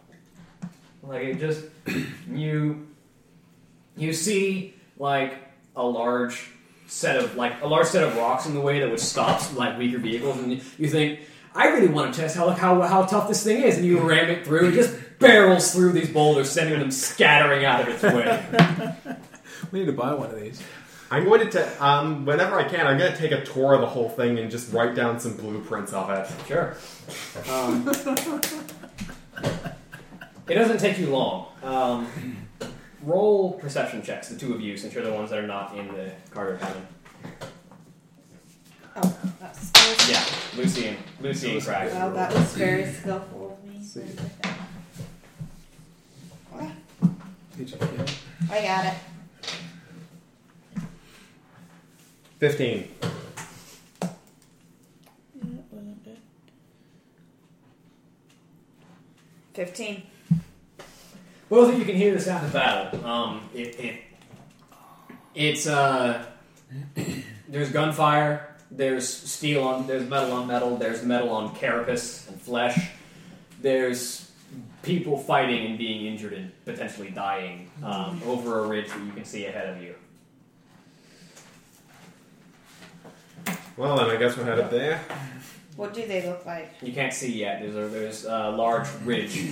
Like it just you you see like a large set of like a large set of rocks in the way that would stop like weaker vehicles, and you think I really want to test how how how tough this thing is, and you ram it through. It just barrels through these boulders, sending them scattering out of its way. We need to buy one of these. I'm going to, ta- um, whenever I can, I'm going to take a tour of the whole thing and just write down some blueprints of it. Sure. Um, it doesn't take you long. Um, roll perception checks, the two of you, since you're the ones that are not in the cargo cabin. was- Yeah, Lucy and Lucy and Craig. Well, that was very skillful of me. Okay, I got it. 15. Fifteen. Both of you can hear the sound of battle. Um, it, it, it's uh, there's gunfire. There's steel on. There's metal on metal. There's metal on carapace and flesh. There's people fighting and being injured and potentially dying um, over a ridge that you can see ahead of you. Well, then I guess we're headed there. What do they look like? You can't see yet. There's a there's a large ridge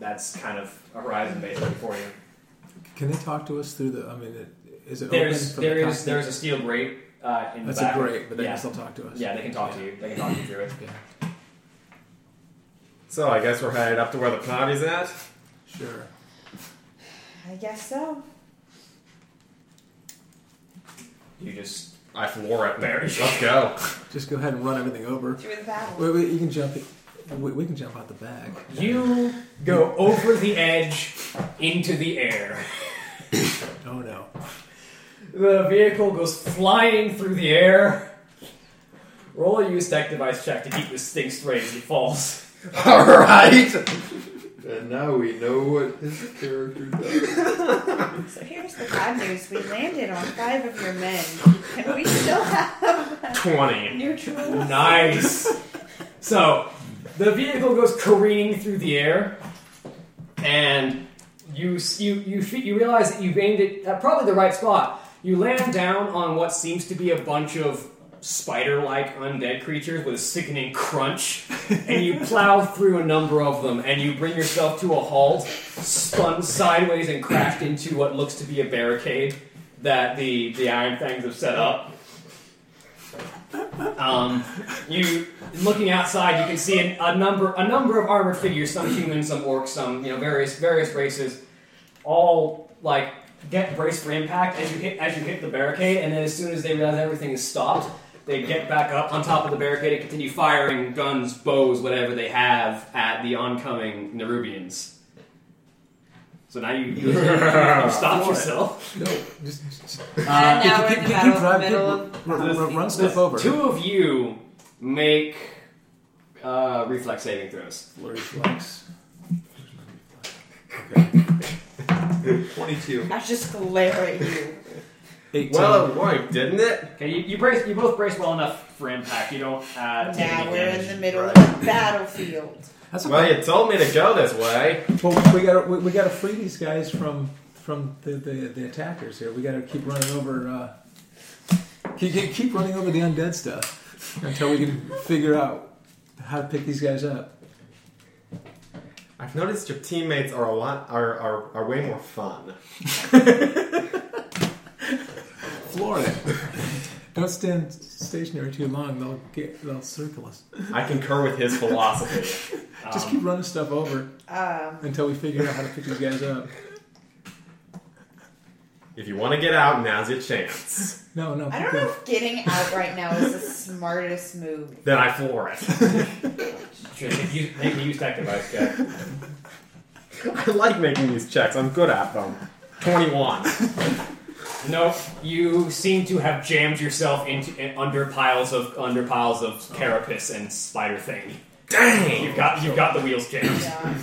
that's kind of a horizon basically for you. Can they talk to us through the? I mean, it, is it There's open? from there the is there's a steel grate uh, in That's the a back. great, but they yeah. can still talk to us. Yeah, they can talk to you. They can talk you through it. So I guess we're headed up to where the party's at. Sure. I guess so. You just I floor it. Very Let's go. Just go ahead and run everything over. Through the battle. Wait, wait. You can jump. It. We, we can jump out the back. you go over the edge into the air. Oh no. The vehicle goes flying through the air. Roll a use tech device check to keep this thing straight as it falls. All right. And now we know what his character does. So here's the bad news. We landed on five of your men, and we still have 20. neutrals. Nice. So the vehicle goes careening through the air, and you you you fe- you realize that you've aimed it at probably the right spot. You land down on what seems to be a bunch of spider-like undead creatures with a sickening crunch, and you plow through a number of them, and you bring yourself to a halt, spun sideways, and crashed into what looks to be a barricade that the the Iron Fangs have set up. Um, you looking outside, you can see a, a number a number of armored figures, some humans, some orcs, some you know various various races, all like get braced for impact as you hit as you hit the barricade, and then as soon as they realize everything is stopped, they get back up on top of the barricade and continue firing guns, bows, whatever they have at the oncoming Nerubians. So now you, you, you stopped yourself. No. Just. just Uh, keep- now we're in the keep- keep- battle in keep the driving, middle keep- of. run- run- run- run the stuff over. Two of you make uh, reflex saving throws. Flurry flex. 22. I just glare at you. 18. Well, it worked, didn't it? Okay, you, you brace. You both brace well enough for impact. You don't uh, take Now any we're in damage. the middle of the battlefield. that's Well, okay. you told me to go this way. Well, we got to we, we got to free these guys from from the, the, the attackers here. We got to keep running over. Uh, keep, keep- keep running over the undead stuff until we can figure out how to pick these guys up. I've noticed your teammates are a lot are, are, are way more fun. Florida. Don't stand stationary too long. They'll get they'll circle us. I concur with his philosophy. Just keep running stuff over Um, until we figure out how to pick these guys up. If you want to get out, now's your chance. No, no. I keep don't going. know if getting out right now is the smartest move. Then I floor it. Sure, if you make a use tech device check. I like making these checks. I'm good at them. 21. Nope. You seem to have jammed yourself into in, under piles of under piles of carapace and spider thing. Dang! You've got you've got the wheels jammed. Yeah.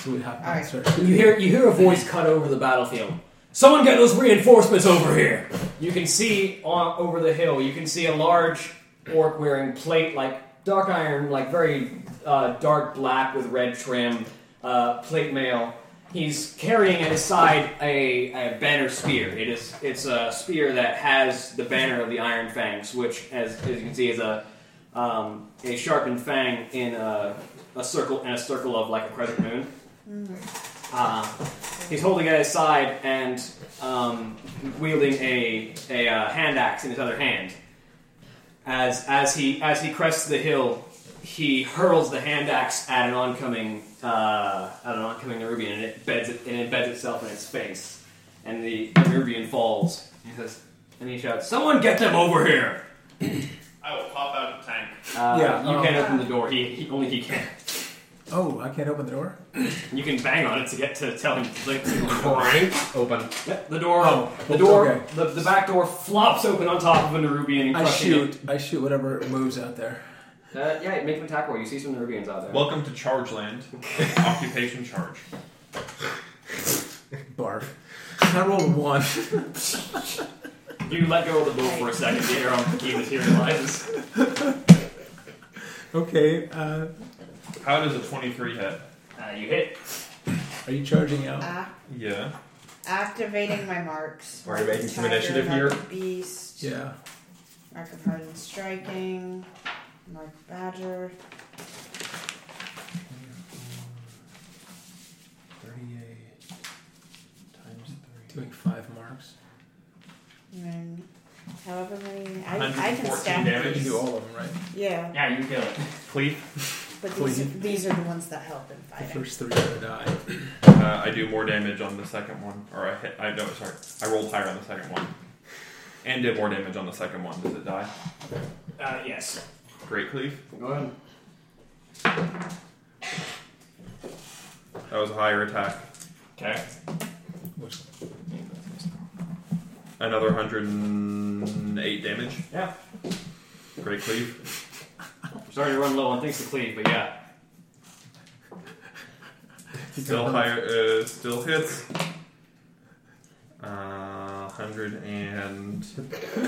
So we have All to right. start. You hear you hear a voice cut over the battlefield. Someone get those reinforcements over here. You can see on over the hill. You can see a large orc wearing plate like dark iron, like very uh, dark black with red trim, uh, plate mail. He's carrying at his side a, a banner spear. It is it's a spear that has the banner of the Iron Fangs, which, as, as you can see, is a um, a sharpened fang in a, a circle in a circle of like a crescent moon. Uh, he's holding it at his side and um, wielding a, a uh, hand axe in his other hand. As, as, he, as he crests the hill, he hurls the hand axe at an oncoming uh, at an oncoming Nerubian, and it beds it, and embeds itself in its face. And the Nerubian falls. He says, and he shouts, "Someone get them over here!" I I will pop out of the tank. Uh, Yeah, you um, can't open the door. He, he only he can. Oh, I can't open the door. You can bang on it to get to tell him. Like, Crank open. Yep, the door. Oh, the door. okay. The, the back door flops open on top of a Nerubian and I crushing shoot. I shoot whatever moves out there. it. Uh, yeah, make an attack roll. You see some Nerubians out there. Welcome to Charge Land. Occupation Charge. Barf. I rolled a one. You let go of the door for a second. The arrow key materializes. okay. Uh, How does a 23 hit? Uh, you hit. are you charging out? Ac- Yeah. activating my marks. Are you making some Tiger, initiative mark here? of Beast. Yeah. Mark of Hardened Striking. Mark of Badger. 38 times 3. Doing five marks. And then however many. I, I can 114 stack You damage. can these. do all of them, right? Yeah, Yeah, you kill it. Please. but these, Please. these are the ones that help in The fighting. first three are die. Uh, I do more damage on the second one, or I hit. I no, sorry, I rolled higher on the second one, and did more damage on the second one. Does it die? Uh, yes. Great cleave. Go ahead. That was a higher attack. Okay. Which Another hundred and eight damage. Yeah. Great cleave. I'm starting to run low on things to cleave, but yeah. Still higher. Uh, still hits. Uh, hundred and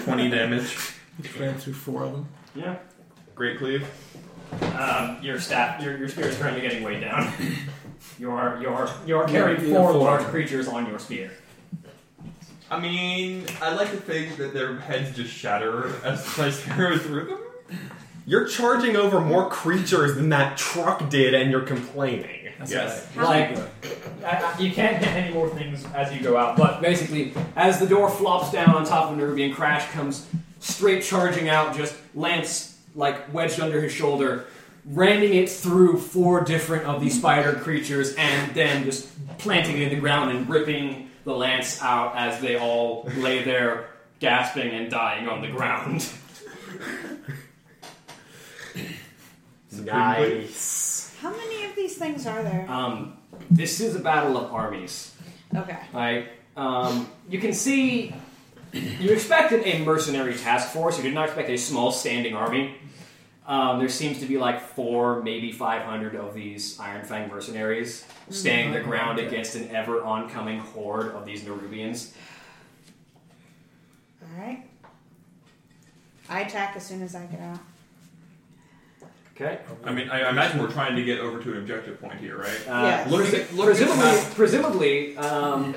twenty damage. you ran through four of them. Yeah. Great cleave. Um, your staff, your, your spear is currently getting weighed down. you are you are you are Yeah, carrying yeah, four four. large creatures on your spear. I mean, I like to think that their heads just shatter as I spear through them. You're charging over more creatures than that truck did, and you're complaining. That's Yes. all Like, I, I- you can't hit any more things as you go out. But basically, as the door flops down on top of Nerubian, Crash comes straight charging out, just lance like wedged under his shoulder, ramming it through four different of these spider creatures, and then just planting it in the ground and ripping the lance out as they all lay there gasping and dying on the ground. Nice. How many of these things are there? Um, this is a battle of armies. Okay. Like, um, you can see, you expected a mercenary task force. You did not expect a small standing army. Um, there seems to be like four, maybe 500 of these Iron Fang mercenaries standing Mm-hmm. their ground against an ever oncoming horde of these Nerubians. Alright. I attack as soon as I get out. Okay. I mean, I I imagine we're trying to get over to an objective point here, right? Yes. Look at- look at the uh, presumably, map. presumably um,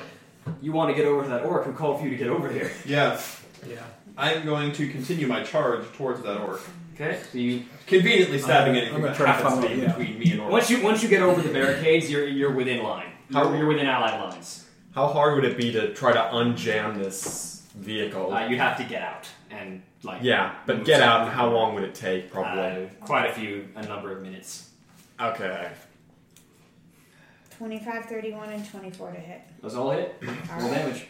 you want to get over to that orc who called for you to get over here. Yeah, I got. I'm going to continue my charge towards that orc, Okay. So you conveniently stabbing I'm anything gonna that try to happens to follow, be yeah. between me and orc. once you once you get over the barricades, you're you're within line. How- You're, you're within allied lines. How hard would it be to try to unjam this vehicle? Uh, you'd have to get out and like yeah, but get out, and how long would it take, uh, probably? quite a few, a number of minutes. okay. 25, 31, and 24 to hit. Those all hit. Roll Alright. damage.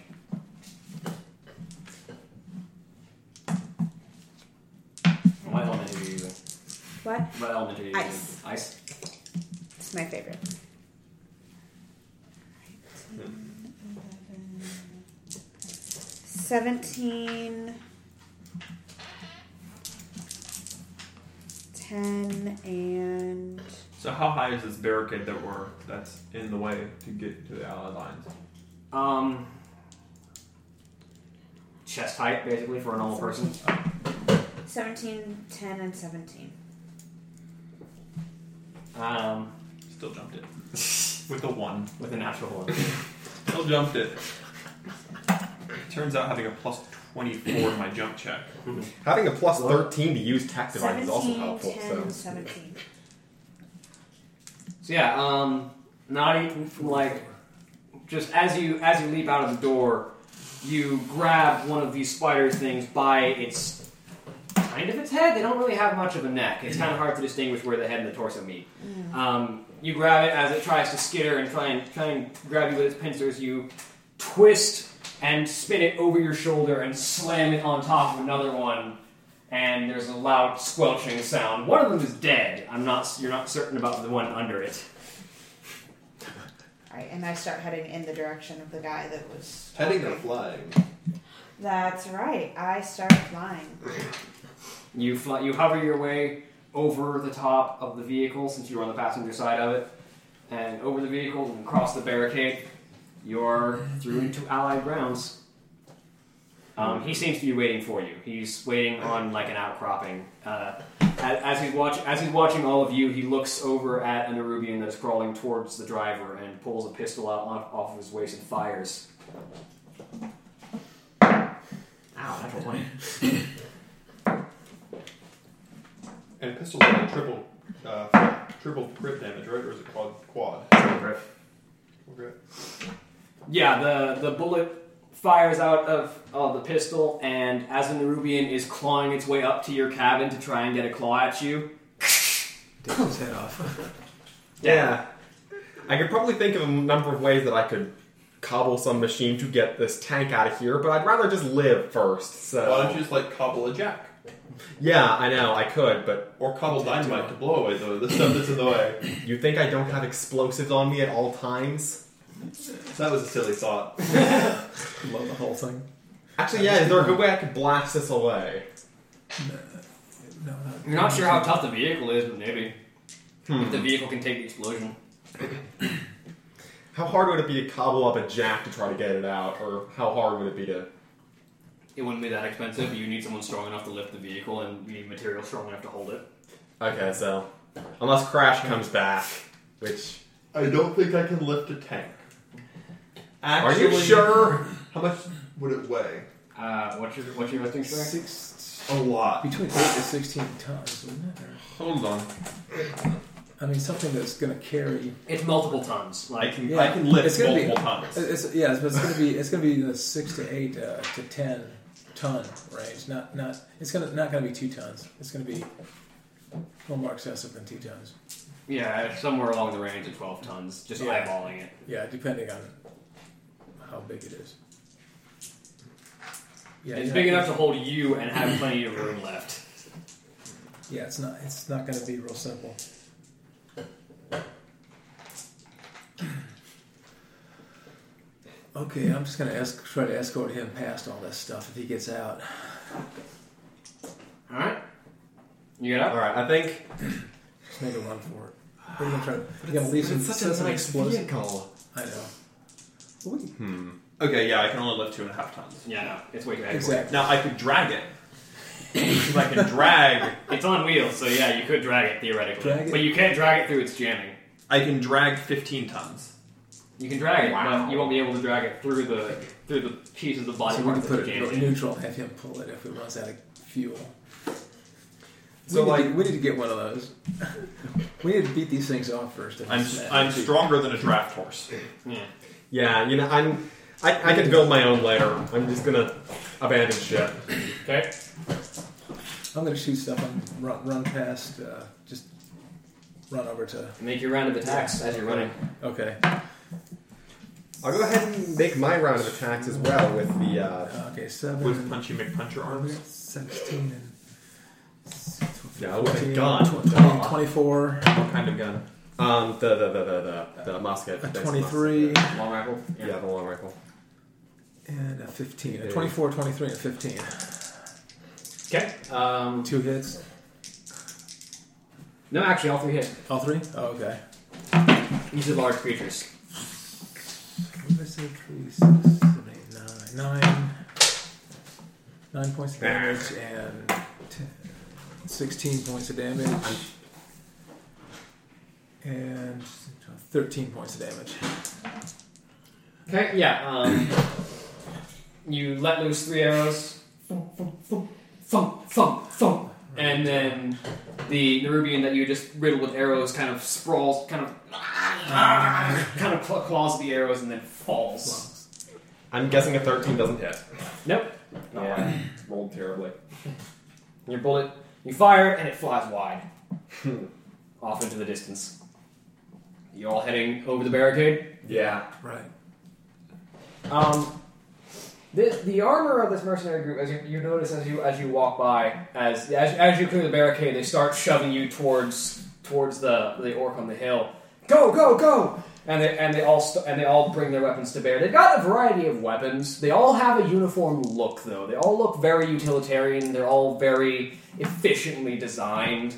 What element are you using? What? What element are you Ice. using? Ice. It's my favorite. Seventeen. Ten and So how high is this barricade that we're that's in the way to get to the allied lines? Um, chest height basically for a normal person. 17, 10, and seventeen. Um, Still jumped it with a one. with a natural one. Still jumped it. Turns out having a plus twenty-four in my jump check. Having a plus 13 to use tax divine is also 17, helpful, 10, so. and 17. So yeah, um, not even like just as you as you leap out of the door, you grab one of these spider things by its kind of its head. They don't really have much of a neck. It's kind of hard to distinguish where the head and the torso meet. Um, you grab it as it tries to skitter and try and try and grab you with its pincers. You twist and spin it over your shoulder and slam it on top of another one and there's a loud squelching sound. One of them is dead. I'm not. You're not certain about the one under it. Alright, and I start heading in the direction of the guy that was. Heading or flying? That's right. I start flying. You fly, you hover your way over the top of the vehicle since you were on the passenger side of it, and over the vehicle and across the barricade. You're through into allied grounds. Um, he seems to be waiting for you. He's waiting on like an outcropping. Uh, a- as he's watch as he's watching all of you, he looks over at an Arubian that is crawling towards the driver and pulls a pistol out off, off of his waist and fires. Ow, that's a one. And pistols are like triple, uh, triple grip damage, right? Or is it quad? Quad. Triple grip. Yeah, the, the bullet fires out of uh, the pistol, and as an Nerubian is clawing its way up to your cabin to try and get a claw at you. Take his head off. Yeah. I could probably think of a number of ways that I could cobble some machine to get this tank out of here, but I'd rather just live first. So Why don't you just like cobble a jack Yeah, I know, I could, but or cobble dynamite to blow away the, the stuff that's in the way? you think I don't have explosives on me at all times? That was a silly thought. Love the whole thing. Actually, yeah, is there a good way I could blast this away? No, no. You're not sure how tough the vehicle is, but maybe. Hmm. If the vehicle can take the explosion. How hard would it be to cobble up a jack to try to get it out, or how hard would it be to? It wouldn't be that expensive. You need someone strong enough to lift the vehicle, and you need material strong enough to hold it. Okay, so unless Crash comes back, which I don't think I can lift a tank. are you sure? How much would it weigh? Uh, what's your what's your resting strength? Six, A lot. between 8 to 16 tons, wouldn't it? Or- Hold on. I mean, something that's going to carry. It's multiple tons. I Like can Yeah. I can lift It's gonna be- multiple tons. It's, yeah, but it's going to be it's going to be the six to eight uh, to ten ton range. Not not it's going to not going to be two tons. It's going to be a little more excessive than two tons. yeah, somewhere along the range of twelve tons. Just Yeah. eyeballing it. Yeah, depending on how big it is. Yeah, it's yeah, big enough to hold you and have plenty of room left. Yeah, it's not it's not going to be real simple. Okay, I'm just going to esc- try to escort him past all this stuff if he gets out. All right. You get up. All right, I think. Just make a run for it. We're gonna try. We're gonna leave some It's such a some nice explosive. vehicle. I know. Well, we- Okay, yeah, I can only lift two and a half tons. Yeah, no, it's way too heavy. for you. Exactly. Now I could drag it. if I can drag, It's on wheels, so yeah, you could drag it theoretically, Drag it? but you can't drag it through its jamming. I can drag 15 tons. You can drag it, Wow. but you won't be able to drag it through the through the pieces of body So we part can put that's it jammed in in. neutral and have him pull it if it runs out of fuel. So, we need to, like- we need to get one of those. we need to beat these things off first. and I'm smash I'm them. stronger than a draft horse. Yeah. Yeah, you know, I'm. I, I can build my own later. I'm just gonna abandon ship. Okay. I'm gonna shoot stuff and run, run past. Uh, just run over to. Make your round of attacks as you're running. Okay. I'll go ahead and make my round of attacks as well with the. Uh, Okay. Seven. With punchy McPuncher arms. Sixteen and. Yeah, with Oh, a 14, gun. 20, Twenty-four. what kind of gun? Um, the the the the the, the musket. A That's twenty-three. musket. Long rifle. Yeah, the long rifle. And a 15. A Yeah. 24, 23, and a 15. Okay. Um, Two hits. no, actually, all three hit. All three? Oh, okay. These are large creatures. What did I say? Three, six, seven, eight, nine. Nine. Nine points of damage and ten, 16 points of damage. And 13 points of damage. Okay. Yeah. Um, you let loose three arrows. Thump, thump, thump, thump, thump, thump. And then the Nerubian that you just riddled with arrows kind of sprawls, kind of, kind of cl- claws the arrows and then falls. I'm guessing a 13 doesn't hit. Nope. Yeah, rolled terribly. Your bullet, you fire it, and it flies wide, off into the distance. You all heading over the barricade. Yeah. Right. Um, The, the armor of this mercenary group, as you, you notice as you as you walk by, as, as as you clear the barricade, they start shoving you towards towards the the orc on the hill. Go go go! And they and they all st- and they all bring their weapons to bear. They've got a variety of weapons. They all have a uniform look though. They all look very utilitarian. They're all very efficiently designed.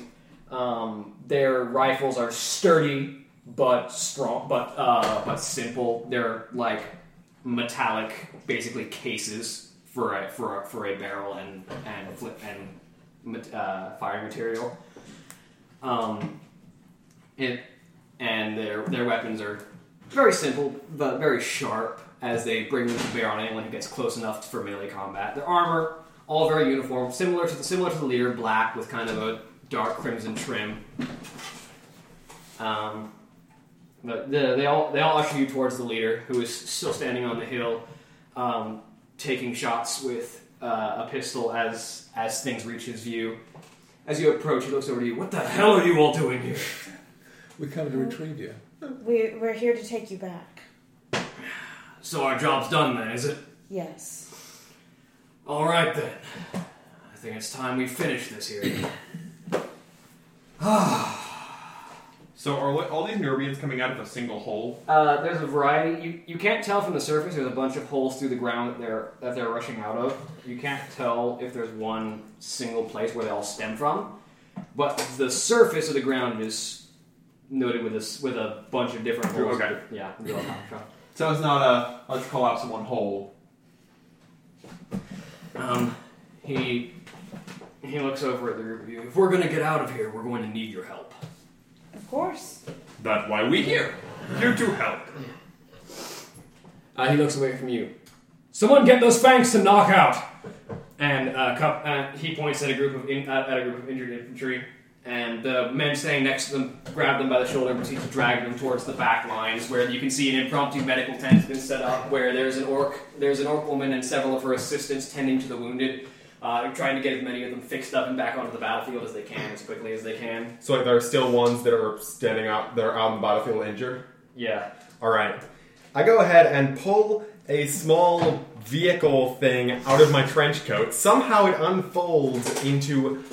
Um, their rifles are sturdy but strong, but uh, but simple. They're like metallic, basically cases for a for a, for a barrel and and flip and mat- uh, firing material. Um, it and their their weapons are very simple but very sharp as they bring them to bear on anyone who gets close enough for melee combat. Their armor all very uniform, similar to the similar to the leader, black with kind of a dark crimson trim. Um, but the, they all they all usher you towards the leader, who is still standing on the hill, um, taking shots with uh, a pistol as as things reach his view. As you approach, he looks over to you. What the hell are you all doing here? We come to retrieve you. We, we're here to take you back. So our job's done, then, is it? Yes. All right then. I think it's time we finish this here. So are li- all these Nerbians coming out of a single hole? Uh, there's a variety. You, you can't tell from the surface. There's a bunch of holes through the ground that they're that they're rushing out of. You can't tell if there's one single place where they all stem from. But the surface of the ground is noted with this with a bunch of different holes. Okay. Yeah. they're all coming from. So it's not a let's collapse in one hole. Um, he he looks over at the group of you. If we're gonna get out of here, we're going to need your help. Of course. That's why we here. Here to help. Uh, he looks away from you. Someone get those fangs to knock out. And uh, cup, uh, he points at a group of in, uh, at a group of injured infantry, and the men standing next to them grab them by the shoulder and proceed to drag them towards the back lines, where you can see an impromptu medical tent has been set up, where there's an orc, there's an orc woman and several of her assistants tending to the wounded, uh, trying to get as many of them fixed up and back onto the battlefield as they can, as quickly as they can. So like, there are still ones that are standing out, that are out on the battlefield injured. Yeah. All right. I go ahead and pull a small vehicle thing out of my trench coat. Somehow it unfolds into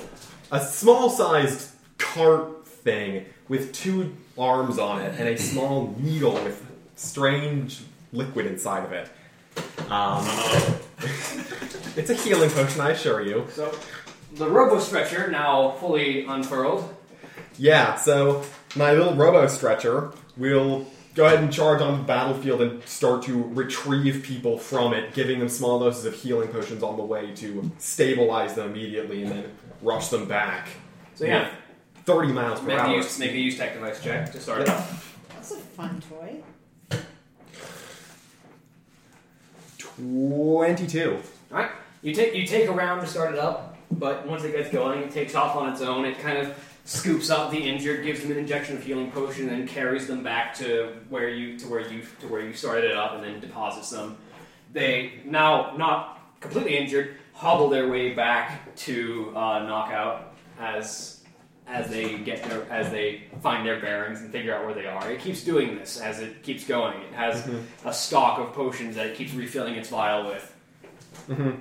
a small sized cart thing with two arms on it and a small needle with strange liquid inside of it. Um, it's a healing potion, I assure you. So the robo stretcher now fully unfurled. Yeah, so my little robo stretcher will go ahead and charge on the battlefield and start to retrieve people from it, giving them small doses of healing potions on the way to stabilize them immediately and then rush them back. So yeah. 30 miles per Make a hour. use, make a use tech device check to start. That's a fun toy. 22. All right, you take you take a round to start it up, but once it gets going, it takes off on its own. It kind of scoops up the injured, gives them an injection of healing potion, and carries them back to where you to where you to where you started it up, and then deposits them. They now not completely injured, hobble their way back to uh, knockout as as they get their as they find their bearings and figure out where they are. It keeps doing this as it keeps going. It has a stock of potions that it keeps refilling its vial with. Mm-hmm.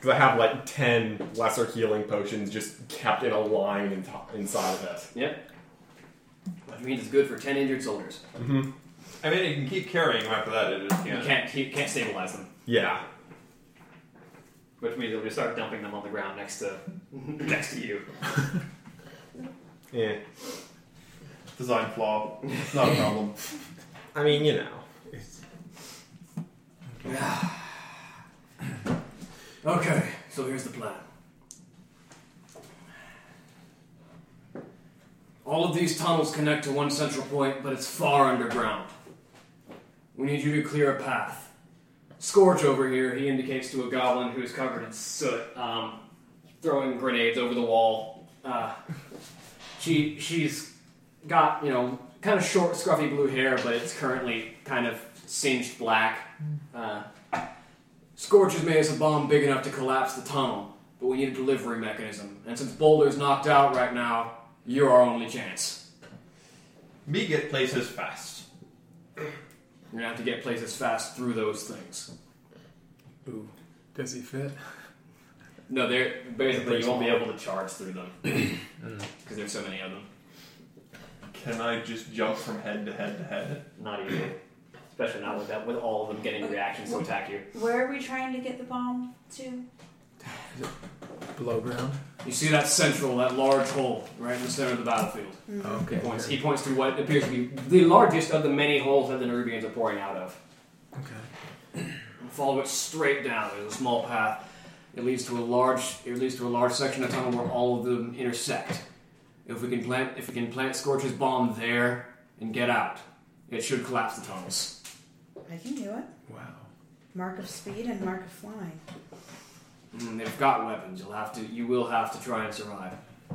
Because I have like 10 lesser healing potions just kept in a line in to- inside of it. Yep. Which means it's good for ten injured soldiers. I mean, you can keep carrying them after that. It just You can't. can't you can't stabilize them, Yeah. which means you'll just start dumping them on the ground next to next to you. Yeah. Design flaw. It's not a problem. I mean, you know. Okay, so here's the plan. All of these tunnels connect to one central point, but it's far underground. We need you to clear a path. Scorch over here, he indicates to a goblin who is covered in soot, um, throwing grenades over the wall. Uh, she she's got you know kind of short, scruffy blue hair, but it's currently kind of singed black. Uh, Scorch's made us a bomb big enough to collapse the tunnel, but we need a delivery mechanism. And since Boulder's knocked out right now, you're our only chance. Me get places fast. You're gonna have to get places fast through those things. Ooh, does he fit? No, they're basically Brings you won't be them all. able to charge through them because there's so many of them. Can I just jump from head to head to head? Not easy, especially not with that with all of them getting reactions to attack you. Where are we trying to get the bomb to? Below ground. You see that central, that large hole right in the center of the battlefield. Oh, Okay. Points. He points to what appears to be the largest of the many holes that the Nerubians are pouring out of. Okay. Follow it straight down. There's a small path. It leads to a large. It leads to a large section of tunnel where all of them intersect. If we can plant, if we can plant Scorch's bomb there and get out, it should collapse the tunnels. I can do it. Wow. Mark of speed and mark of flying. Mm, they've got weapons. You'll have to. You will have to try and survive.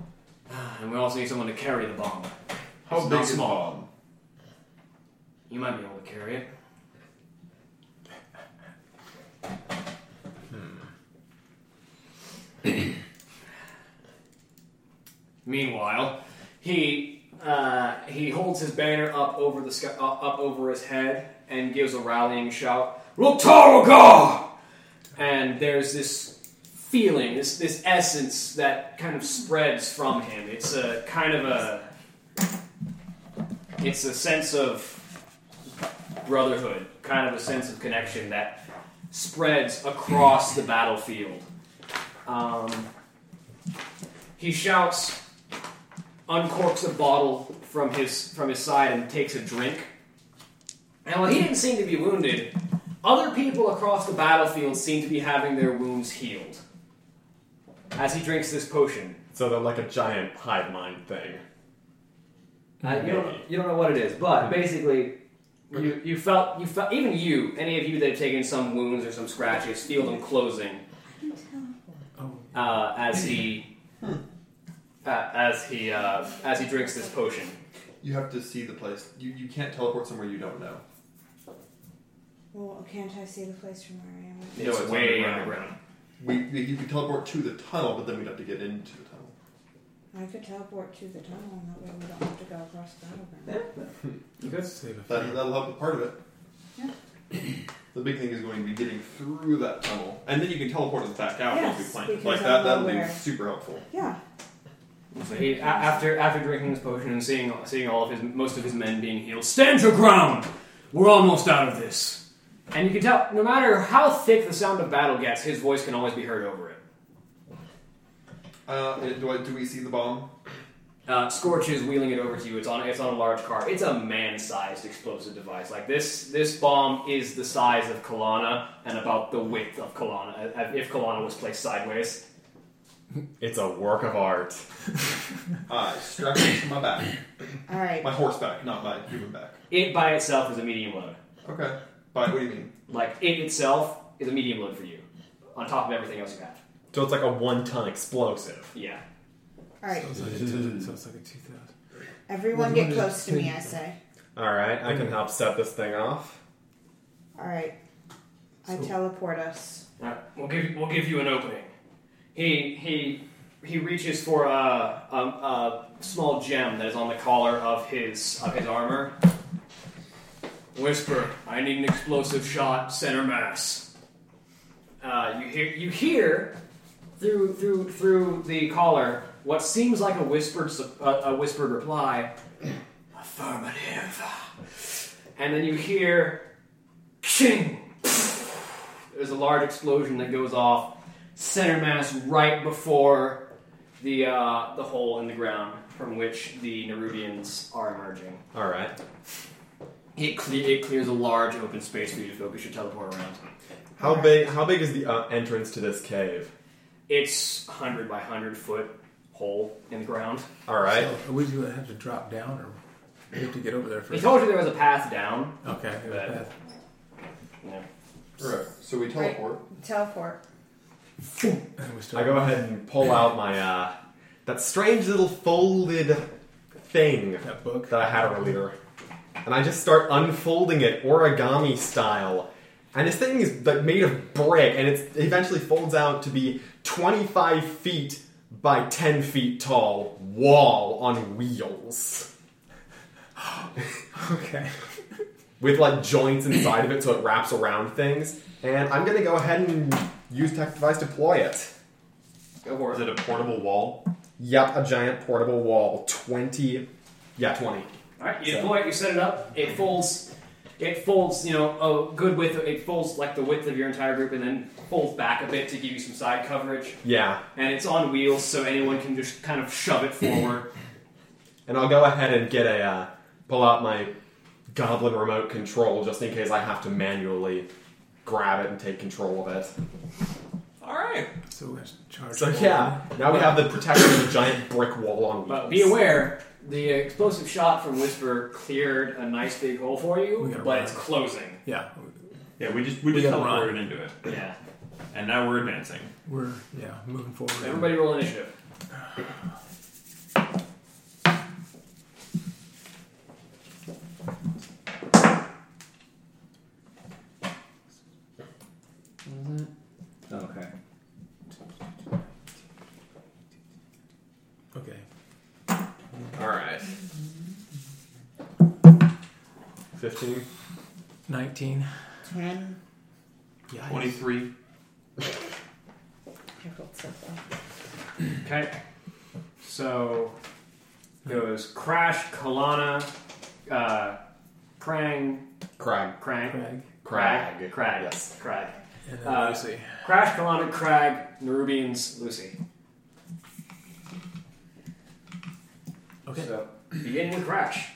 And we also need someone to carry the bomb. How It's big not is small. Bob? You might be able to carry it. Hmm. Meanwhile, he uh, he holds his banner up over the sky, uh, up over his head and gives a rallying shout, "Rotarga!" And there's this feeling, this this essence that kind of spreads from him. It's a kind of a it's a sense of brotherhood, kind of a sense of connection that spreads across the battlefield. Um, he shouts, uncorks a bottle from his from his side and takes a drink. And while he didn't seem to be wounded, other people across the battlefield seem to be having their wounds healed. As he drinks this potion, So they're like a giant hive mind thing. Uh, Mm-hmm. you, don't, you don't know what it is, but basically, you, you felt you felt even you any of you that have taken some wounds or some scratches feel them closing Oh. uh, as he Hmm. uh, as he uh, as he drinks this potion. You have to see the place. You, you can't teleport somewhere you don't know. Well, can't I see the place from where I am? No, it's way underground. underground. We, we you can teleport to the tunnel, but then we'd have to get into the tunnel. I could teleport to the tunnel, and that way we don't have to go across the battleground. Save a That, few. that'll help with part of it. Yeah. The big thing is going to be getting through that tunnel, and then you can teleport us back out once we Yes, plant we it. can Like that, that'll teleport be where- super helpful. Yeah, So he, a- after after drinking this potion and seeing seeing all of his most of his men being healed, stand your ground. We're almost out of this. And you can tell, no matter how thick the sound of battle gets, his voice can always be heard over it. Uh, do, I, do we see the bomb? Uh, Scorch is wheeling it over to you. It's on it's on a large car. It's a man-sized explosive device. Like this this bomb is the size of Kalana and about the width of Kalana uh, if Kalana was placed sideways. It's a work of art. I strap it to my back. all right. My horse back, not my human back. It by itself is a medium load. Okay. Bye. What do you mean? Like it itself is a medium load for you, on top of everything else you have. So it's like a one ton explosive. Yeah. All right, Sounds like a two- sounds like a 2000. everyone get close to me, I say. Alright, I can help set this thing off. All right. I teleport us. Alright, we'll give you, we'll give you an opening. He he he reaches for a, a, a small gem that is on the collar of his of his armor. Whisper, I need an explosive shot, center mass. Uh, you hear you hear through through through the collar what seems like a whispered su- a, a whispered reply. Affirmative. And then you hear, "Ching." there's a large explosion that goes off center mass right before the uh, the hole in the ground from which the Nerubians are emerging. Alright. It, cle- it clears a large open space for you to focus your teleport around. How big how big is the uh, entrance to this cave? It's 100 by 100 foot hole in the ground. Alright. So, would you have to drop down, or we have to get over there They first? told you there was a path down. Okay. But- Yeah. Alright, so we teleport. Teleport. And we still- I go ahead and pull out my uh that strange little folded thing That book. that I had earlier. And I just start unfolding it origami style. And this thing is like made of brick and it's, it eventually folds out to be 25 feet by 10 feet tall wall on wheels. Okay. with like joints inside of it so it wraps around things. And I'm gonna go ahead and use tech device deploy it. Go for Is it. it a portable wall? Yep, a giant portable wall. Twenty, yeah, twenty. All right, you deploy it. You set it up. It folds. It folds. You know, a good width. It folds like the width of your entire group, and then folds back a bit to give you some side coverage. Yeah, And it's on wheels, so anyone can just kind of shove it forward. and I'll go ahead and get a uh, pull out my goblin remote control just in case I have to manually grab it and take control of it. All right. So we're charged. So yeah, now we have the protection of a giant brick wall on wheels. But be aware, the explosive shot from Whisper cleared a nice big hole for We you, gotta but run. it's closing. Yeah, Yeah, we just we, We just gotta run. teleported into it, Yeah. and now we're advancing. we're yeah moving forward. Everybody roll initiative. Okay. Okay. All right. Fifteen. 19. Ten. Yeah. Twenty three. I rolled so low. Okay. So goes Crash, Kalana, uh, Krang, Crag. Krang, Craig. Crag, Crag, Yes. Crag. And then Uh, Lucy. Crash, Kalana, Crag, Nerubians, Lucy. Okay. So beginning with Crash.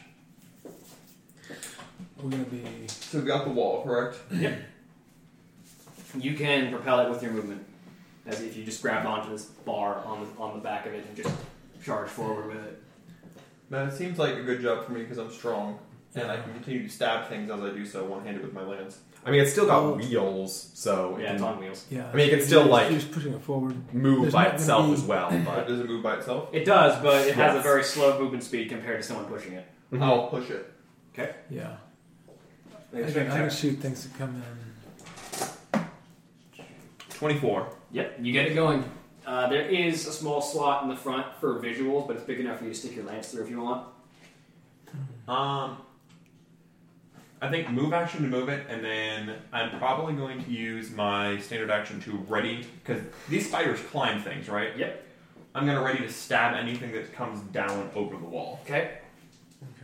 We're going to be. So we've got the wall, correct? You can propel it with your movement, as if you just grab onto this bar on the, on the back of it and just charge forward with it. Man, it seems like a good job for me because I'm strong and I can continue to stab things as I do so, one-handed with my lance. I mean, it's still got wheels, so Oh. it Yeah, can it's on wheels. Yeah. I mean, it can still, He's- like- He's pushing it forward. move There's by not gonna itself be- as well. But But does it move by itself? It does, but it has a Yes. very slow movement speed compared to someone pushing it. Mm-hmm. I'll push it. Yeah. I Make a can, I can check. shoot things that come in. Twenty four. Yep, you get it going. Uh, there is a small slot in the front for visuals, but it's big enough for you to stick your lance through if you want. Um, I think move action to move it, and then I'm probably going to use my standard action to ready because these spiders climb things, right? Yep. I'm gonna ready to stab anything that comes down over the wall. Okay.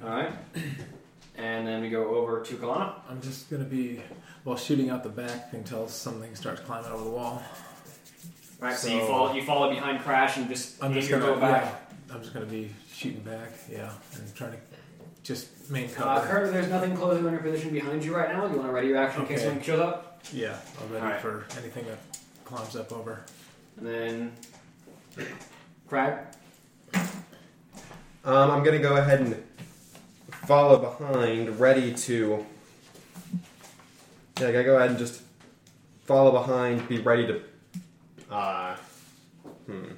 All right. And then we go over to Kalana. I'm just going to be, while shooting out the back until something starts climbing over the wall. All right. So, you So- follow you follow behind Crash and just I'm aim just your going to bow back. I'm just going to be shooting back. Yeah. And trying to just main cover. Uh, currently, there's nothing closing on your position behind you right now. You want to ready your action in case Okay. someone shows up, yeah. I'm ready Alright. for anything that climbs up over. and then Crag. um, I'm gonna go ahead and follow behind, ready to. Yeah, I gotta go ahead and just follow behind, be ready to. Uh, hmm.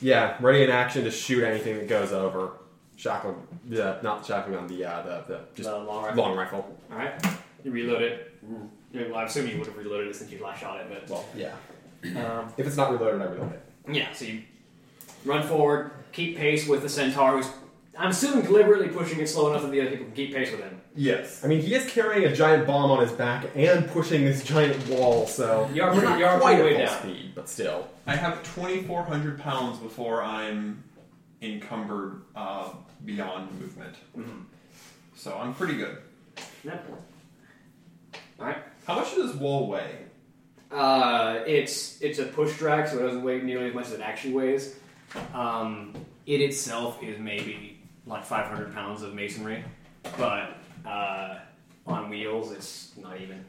Yeah, ready in action to shoot anything that goes over. Shackle, yeah, not shotgun, the uh, the, the just the long rifle. long Mm-hmm. rifle. All right. You reload it. Well, I assume you would have reloaded it since you last shot it, Well, yeah. but um, If it's not reloaded, I reload it. Yeah, so you run forward, keep pace with the centaur who's, I'm assuming, deliberately pushing it slow enough that the other people can keep pace with him. Yes. I mean, he is carrying a giant bomb on his back and pushing this giant wall, so You are, He's pretty, not you are quite pretty at way full down. speed, but still. I have 2,400 pounds before I'm encumbered uh, beyond movement, Mm-hmm. Mhm. so I'm pretty good. Yep. How much does this wall weigh? Uh, it's it's a push drag, so it doesn't weigh nearly as much as it actually weighs. Um, it itself is maybe like 500 pounds of masonry, but uh, on wheels, it's not even.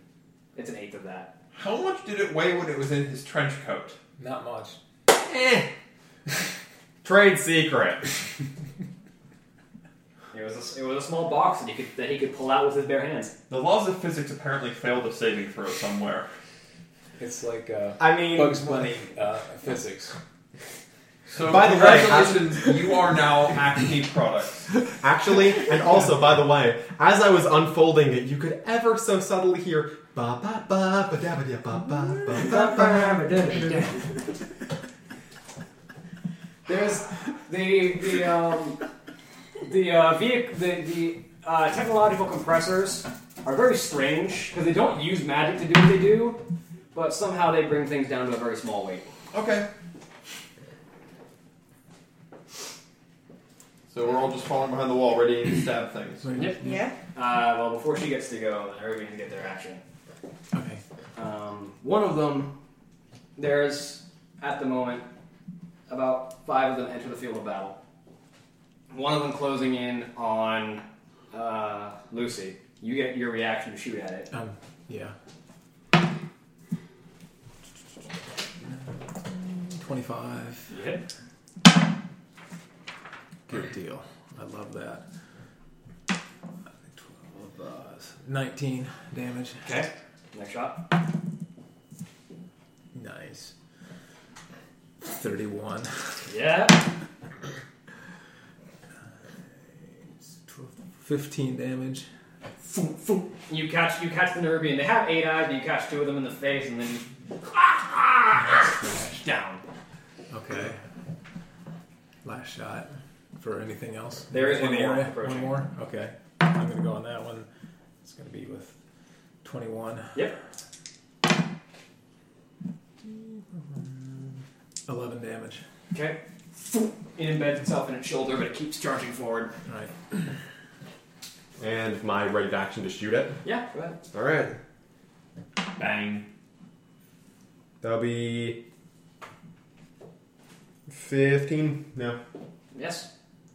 It's an eighth of that. How much did it weigh when it was in his trench coat? Not much. Eh. Trade secret. It was a, it was a small box that he could that he could pull out with his bare hands. The laws of physics apparently failed a saving throw somewhere. It's like uh, I mean, Bugs Bunny uh, physics. So, By the way, I- congratulations, you are now acne products. actually, and also, by the way, as I was unfolding it, you could ever so subtly hear ba ba ba ba da ba da ba ba ba ba ba. There's the the um the uh, vehicle the the uh, technological compressors are very strange because they don't use magic to do what they do, but somehow they bring things down to a very small weight. Okay. So we're all just falling behind the wall, ready to stab things. Right. Yep. Yeah. Uh, well, before she gets to go, everybody can get their action. Okay. Um, one of them, there's at the moment about five of them enter the field of battle. One of them closing in on uh, Lucy. You get your reaction to shoot at it. Um, yeah. 25. You hit. Good deal. I love that. 12, uh, 19 damage. Okay. Next shot. Nice. 31. Yeah. 12, 15 damage. You catch you catch the Nerubian. They have eight eyes, but you catch two of them in the face, and then you smash down. Okay. Last shot. For anything else? There is In one the more area? approaching. One more? Okay. I'm going to go on that one. It's going to be with 21. Yep. 11 damage. Okay. It embeds itself in its shoulder, but it keeps charging forward. All right. And my ready to action to shoot it. Yeah. Go ahead. All right. Bang. That'll be 15. No. Yes.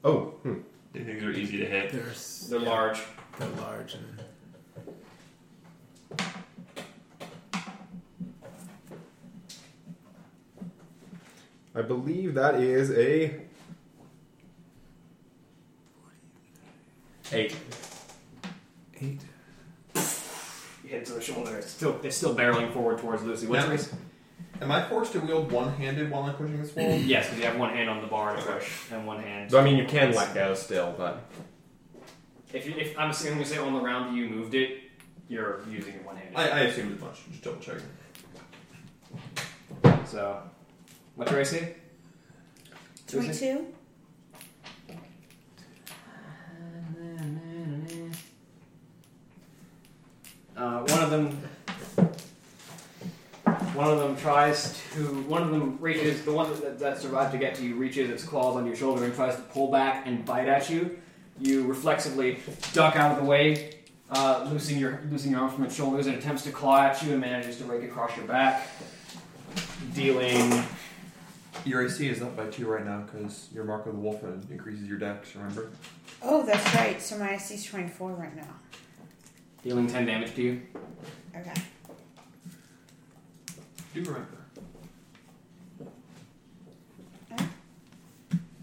Oh, hmm. These things are easy to hit. There's, They're large. They're large and I believe that is a eight. eight. You hit it to the shoulder. It's still it's still barreling forward towards Lucy. What's Yeah. yours? Am I forced to wield one-handed while I'm pushing this wall? Yes, because you have one hand on the bar to push and one hand. So I mean, you can let go still, but If, you, if I'm assuming you say on the round that you moved it, you're using it one handed. I, I assumed as much. Just double checking. So, what's your AC? Lucy? Twenty-two. Uh, one of them. One of them tries to. One of them reaches. The one that, that survived to get to you reaches its claws on your shoulder and tries to pull back and bite at you. You reflexively duck out of the way, uh, loosing your loosing your arms from its shoulders, and attempts to claw at you and manages to rake across your back, dealing. Your AC is up by two right now because your mark of the wolf increases your dex. Remember? Oh, that's right. So my IC's 24 right now. dealing ten damage to you. Okay. Do remember.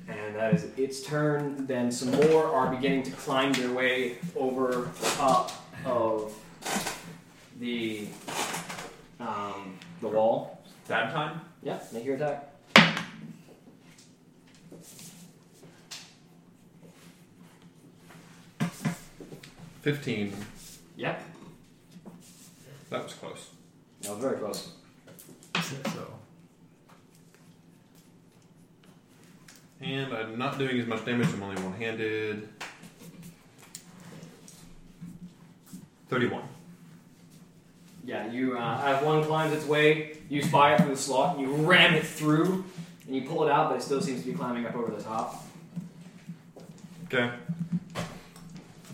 And that is its turn. Then some more are beginning to climb their way over top of the um, the wall. Stab time? Yeah, make your attack. Fifteen. Yep, That was close. that was very close. So And I'm not doing as much damage. I'm only one-handed. Thirty-one. Yeah, you uh, as one climbs its way, you fire through the slot, and you ram it through, and you pull it out, but it still seems to be climbing up over the top. Okay.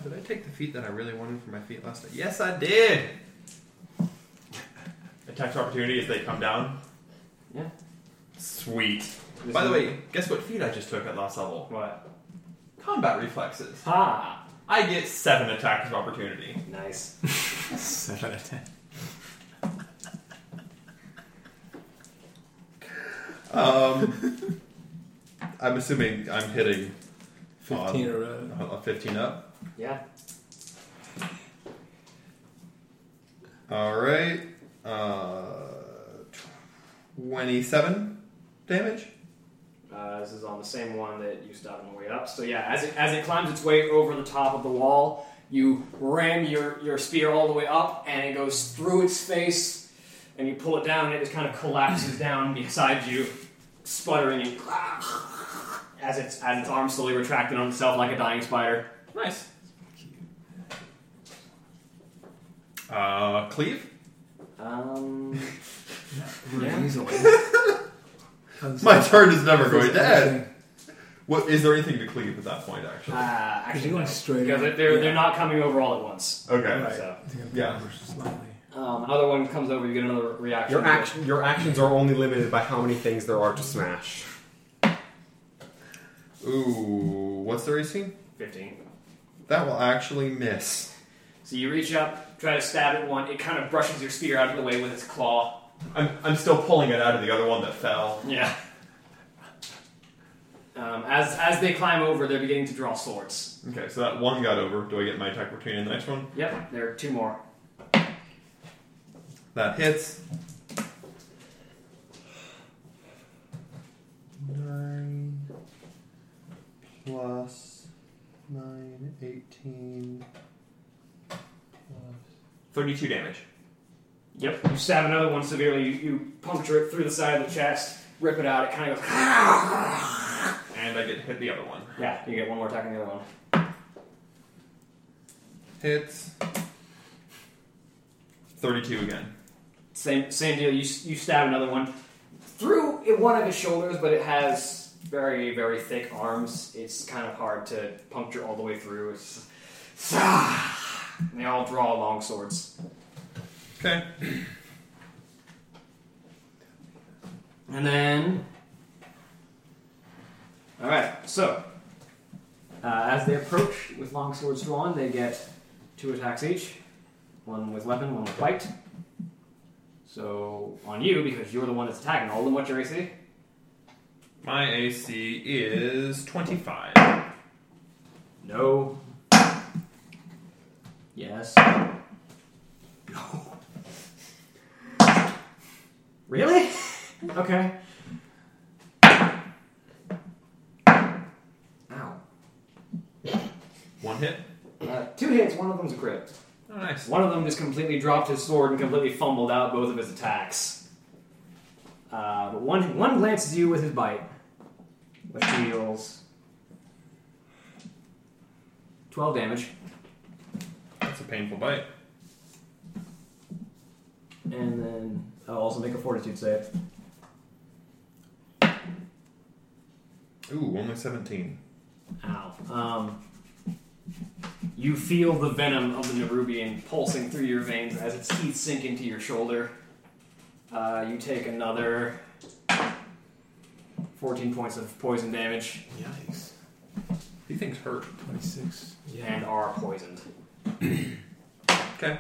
Did I take the feat that I really wanted for my feet last night? Yes, I did. Attacks opportunity as they come down? Yeah. Sweet. This By the is- way, guess what feat I just took at last level? what? Combat reflexes. Ha! I get seven attacks of opportunity. Nice. seven out of ten. Um, I'm assuming I'm hitting Fifteen or uh, a 15 up. Yeah. All right. Uh, 27 damage. Uh, this is on the same one that you stopped on the way up. So yeah, as it, as it climbs its way over the top of the wall, you ram your, your spear all the way up, and it goes through its face, and you pull it down, and it just kind of collapses down beside you, sputtering and as its as its arms slowly retracting on itself like a dying spider. Nice. Uh, cleave. Um, We're easily. My turn is never going to end. What is there anything to cleave at that point? uh, Actually, Because you actually, no. went straight because in. they're they're Yeah. not coming over all at once. okay. Right. So, Yeah. Slightly. um, another one comes over, you get another reaction. Your action, your actions are only limited by how many things there are to smash. Ooh, what's the AC? fifteen. That will actually miss. So you reach up, try to stab at one. It kind of brushes your spear out of the way with its claw. I'm, I'm still pulling it out of the other one that fell. Yeah. Um, as as they climb over, they're beginning to draw swords. Okay, so that one got over. Do I get my attack routine in the next one? Yep, there are two more. That hits. Nine plus nine, eighteen. 32 damage. Yep, you stab another one severely. You, you puncture it through the side of the chest, rip it out. It kind of goes. And I get to hit the other one. Yeah, you get one more attack on the other one. Hits. 32 again. Same same deal. You you stab another one through it- one of his shoulders, but it has very very thick arms. It's kind of hard to puncture all the way through. It's, and they all draw long swords. Okay. And then, all right. So uh, as they approach with long swords drawn, they get two attacks each. One with weapon, one with bite. So on you because you're the one that's attacking. All of them. What's your AC? My AC is 25. No. Yes. No. Really? okay. Ow. One hit. Uh, two hits, one of them's a crit. Oh, nice. One of them just completely dropped his sword and completely fumbled out both of his attacks. Uh, but one, one glances you with his bite, which deals 12 damage. That's a painful bite. And then I'll also make a fortitude save. Ooh, only 17. Ow. Um, you feel the venom of the Nerubian pulsing through your veins as its teeth sink into your shoulder. Uh, you take another 14 points of poison damage Yikes. These things hurt. 26. and are poisoned. Okay.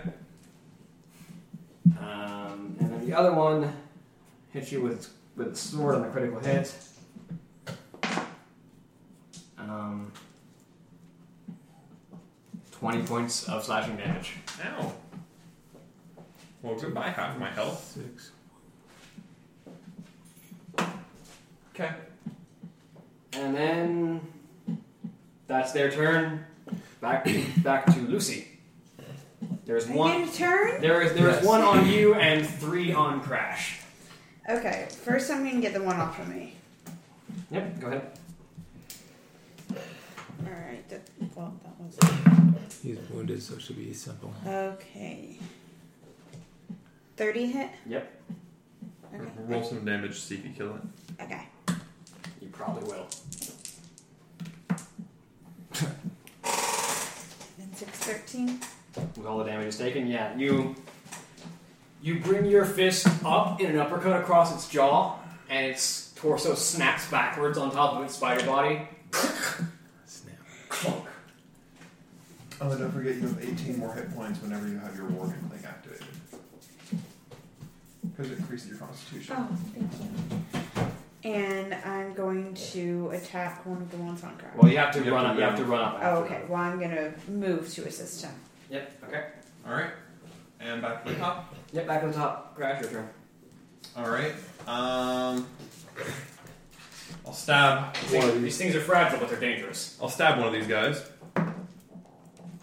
Um, and then the other one hits you with with its sword on a critical hit. Um, 20 points of slashing damage. Ow. Well, goodbye, half my health. Six. Okay. And then that's their turn. Back back to Lucy. There's I one get a turn? there is there is Yes. one on you and three on Crash. Okay, first I'm going to get the one off of me. Yep, go ahead. Alright, that, well, that was He's wounded, so it should be simple. Okay. 30 hit? Yep. Okay. Roll some damage, see if you kill it. Okay. You probably will. Then 613. With all the damage it's taken, yeah. You you bring your fist up in an uppercut across its jaw, and its torso snaps backwards on top of its spider body. Snap. Clunk. Oh, and don't forget you have 18 more hit points whenever you have your warden thing activated. Because it increases your constitution. Oh, thank you. And I'm going to attack one of the ones on guard. Well you have to You have run to up you have to move. run up. Oh, after okay. Well, I'm going to move to assist him. that. Yep, okay. Alright. And back to the top. Yep, back on top. Crash your turn. Alright. Um. I'll stab one of These things are fragile, but they're dangerous. I'll stab one of these guys.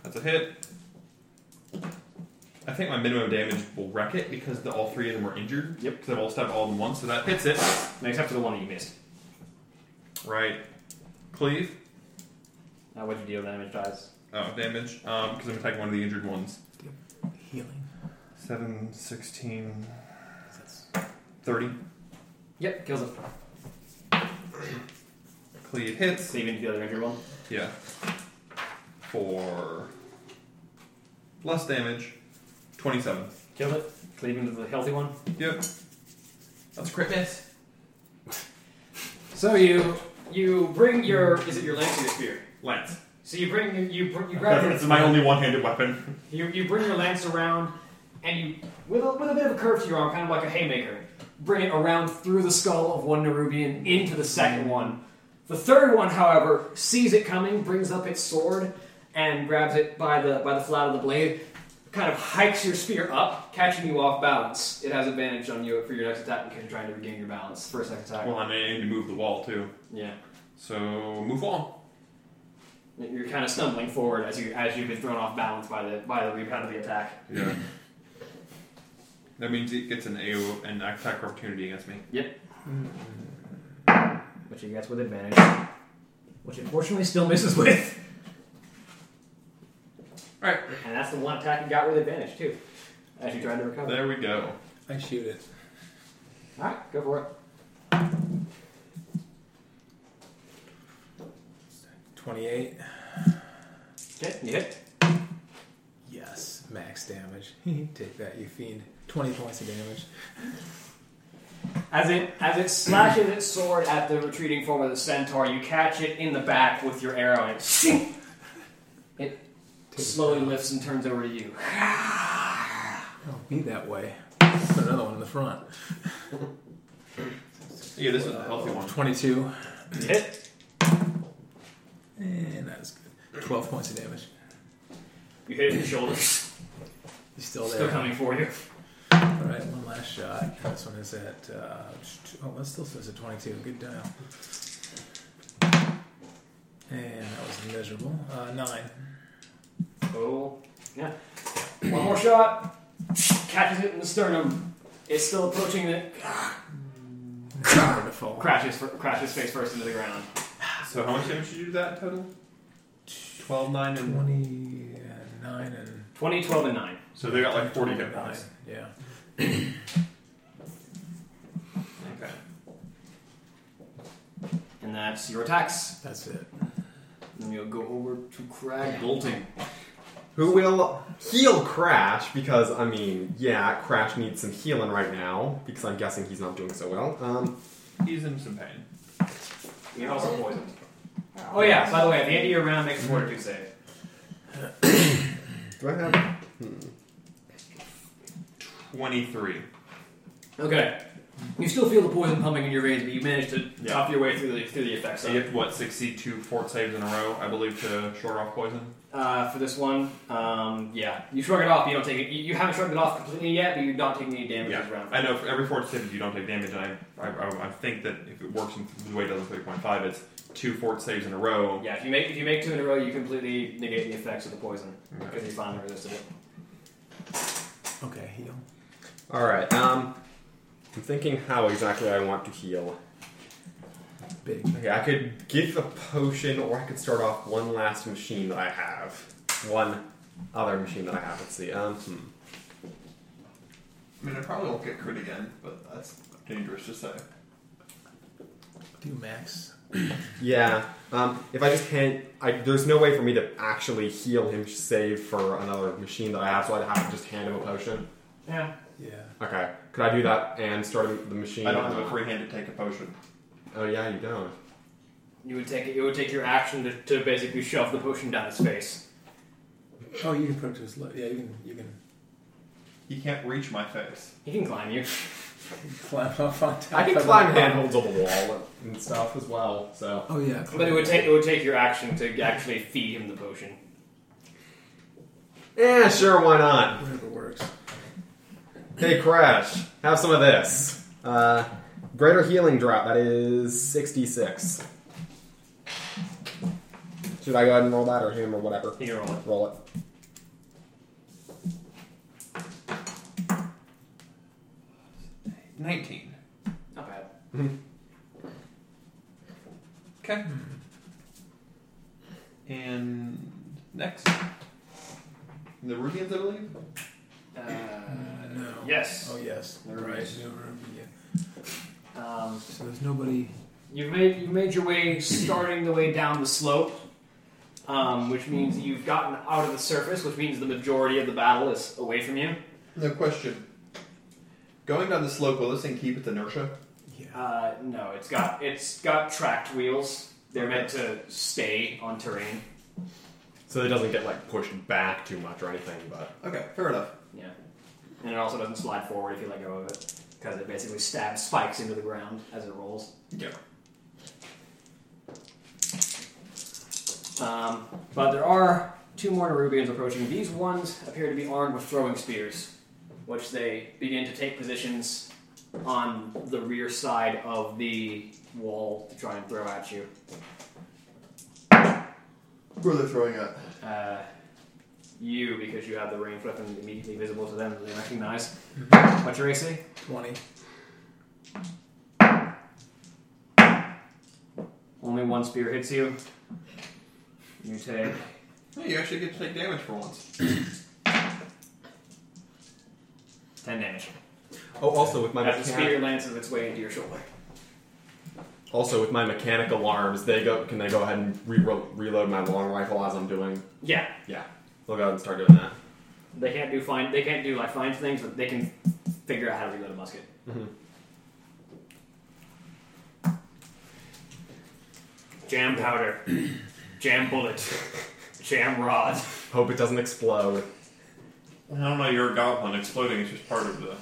That's a hit. I think my minimum damage will wreck it because the, all three of them were injured. Yep. Because I've all stabbed all of them once, so that hits it. Except for the one that you missed. Right. Cleave. Now, what'd you deal damage dies? Oh, damage. Um, because I'm attacking one of the injured ones. Healing. 7, 16, 30. Yep, kills it. Cleave hits. Save into the other injured one. Yeah. For less damage. 27. Kill it. Cleave into the healthy one. Yep. That's a crit miss. So you you bring your is it your lance or your spear? Lance. So you bring you br- you grab It's your, my only one-handed weapon. you you bring your lance around and you with a, with a bit of a curve to your arm, kind of like a haymaker, bring it around through the skull of one Nerubian into the second one. The third one, however, sees it coming, brings up its sword and grabs it by the by the flat of the blade. Kind of hikes your spear up, catching you off balance. It has advantage on you for your next attack because you're trying to regain your balance. First next attack. Well, I'm aiming to move the wall too. Yeah. So move wall. You're kind of stumbling forward as you as you've been thrown off balance by the by the rebound of the attack. Yeah. That means it gets an AO, an attack opportunity against me. Which he gets with advantage. Which unfortunately still misses with. Alright. And that's the one attack you got with advantage too. As you tried to recover. There we go. I shoot it. Alright, go for it. 28. Okay, you hit. Yes, max damage. Take that, you fiend. 20 points of damage. As it as it slashes its sword at the retreating form of the centaur, you catch it in the back with your arrow and it, it slowly lifts and turns over to you. Don't be that way. Put another one in the front. Yeah, this is a healthy one. 22. You hit. And that is good. 12 points of damage. You hit it in the shoulders. He's still there. Still coming for you. All right, one last shot. This one is at, uh, oh, that still says at 22. Good dial. And that was miserable. Uh, nine. Oh, yeah. One more shot. Catches it in the sternum. It's still approaching it. Wonderful. Crashes, fir- crashes face first into the ground. So how much damage did you do that total? 12, 9, and 1. 29 and 20, 12, and 9. So they got like 40 hit nine. points. Yeah. Okay. And that's your attacks. That's it. Then you'll go over to Crag Bolting. Who will heal Crash? Because, I mean, yeah, Crash needs some healing right now, because I'm guessing he's not doing so well. Um, He's in some pain. You're also poisoned. Oh, yeah, by the way, at the end of your round, make a fortitude save. do I have. 23. Okay. You still feel the poison pumping in your veins, but you manage to Yeah. top your way through the, through the effects So of you it. have to, what, succeed two fort saves in a row, I believe, to short off poison? Uh, for this one, um, yeah. You shrug it off, you don't take it. You, you haven't shrugged it off completely yet, but you're not taking any damage this round. I know for every fort save you don't take damage, and I, I, I, I think that if it works in the way it does in 3.5, it's two fort saves in a row. Yeah, if you make if you make two in a row, you completely negate the effects of the poison because you finally resisted it. Okay, heal. Alright, um, I'm thinking how exactly I want to heal. Big. Okay, I could give a potion, or I could start off one last machine that I have. One other machine that I have. Let's see. Um, hmm. I mean, I probably won't get crit again, but that's dangerous to say. Do max. Yeah. Um, if I just can't, I, there's no way for me to actually heal him, save for another machine that I have, so I'd have to just hand him a potion. Yeah. Yeah. Okay. Could I do that and start the machine? I don't have a free hand to take a potion. Oh yeah, you don't. You would take it. It would take your action to, to basically shove the potion down his face. Oh, you can put it to his left. Yeah, you can. You can He can't reach my face. He can climb you. climb up on top. I can of climb the- handholds of the wall and stuff as well. So Oh yeah. But it would take it would take your action to actually feed him the potion. yeah, sure, why not? Whatever works. Hey, Crash, have some of this. Uh, greater healing drop. That is sixty-six. Should I go ahead and roll that, or him, or whatever? He can roll it. Roll it. Nineteen. Not bad. Okay. And next, the Rubians, I believe. Uh, No. Yes. Oh yes. There right. is. no room, yeah. Um, So there's nobody. You've made you've made your way, starting the way down the slope, um, which means you've gotten out of the surface, which means the majority of the battle is away from you. No question. Going down the slope, will this thing keep its inertia? Yeah. Uh, no, it's got it's got tracked wheels. They're meant to stay on terrain. So it doesn't get like pushed back too much or anything, but Okay, fair enough. Yeah, and it also doesn't slide forward if you let go of it, because it basically stabs spikes into the ground as it rolls. Yeah. Um, but there are two more Nerubians approaching. These ones appear to be armed with throwing spears, which they begin to take positions on the rear side of the wall to try and throw at you. Who are they throwing at? Uh, you, because you have the range weapon immediately visible to them, they recognize. What's your AC? Twenty. Only one spear hits you. You take Hey, you actually get to take damage for once. 10 damage. oh, also with my As the mechani- spear lances its way into your shoulder. also with my mechanical arms, they go. Can they go ahead and re- reload my long rifle as I'm doing? Yeah, Yeah, they'll go ahead and start doing that. They can't do fine. They can't do like fine things, but they can figure out how to reload a musket. Mhm. Jam powder, jam bullet, jam rod. Hope it doesn't explode. I don't know. You're a goblin. Exploding is just part of the.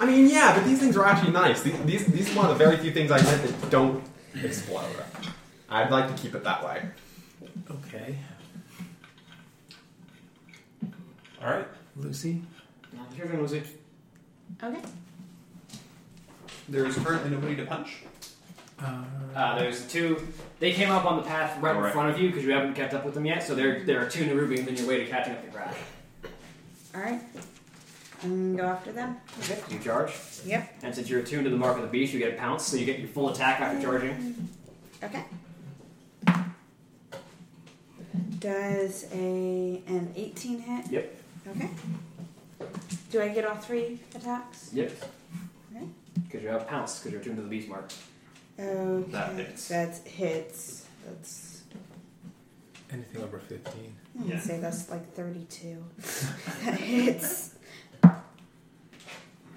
I mean, yeah, but these things are actually nice. These these, these are one of the very few things I meant that don't explode. I'd like to keep it that way. Okay. All right. Lucy. You're gonna lose it. Okay. There is currently nobody to punch. Uh, Uh, there's two. They came up on the path right, in Alright. front of you because you haven't kept up with them yet. So there, there are two Nerubians in your way to catching up the crowd. All right. I'm gonna go after them. Okay. You charge, Yep. and since you're attuned to the mark of the beast, you get a pounce, so you get your full attack after charging. Okay. Does a an 18 hit? Yep. Okay. Do I get all three attacks? Yep. Okay. Because you have pounce because you're attuned to the beast mark. Okay. That hits. That's hits. That's. anything over fifteen. I'm gonna Yeah. say that's like 32. that hits.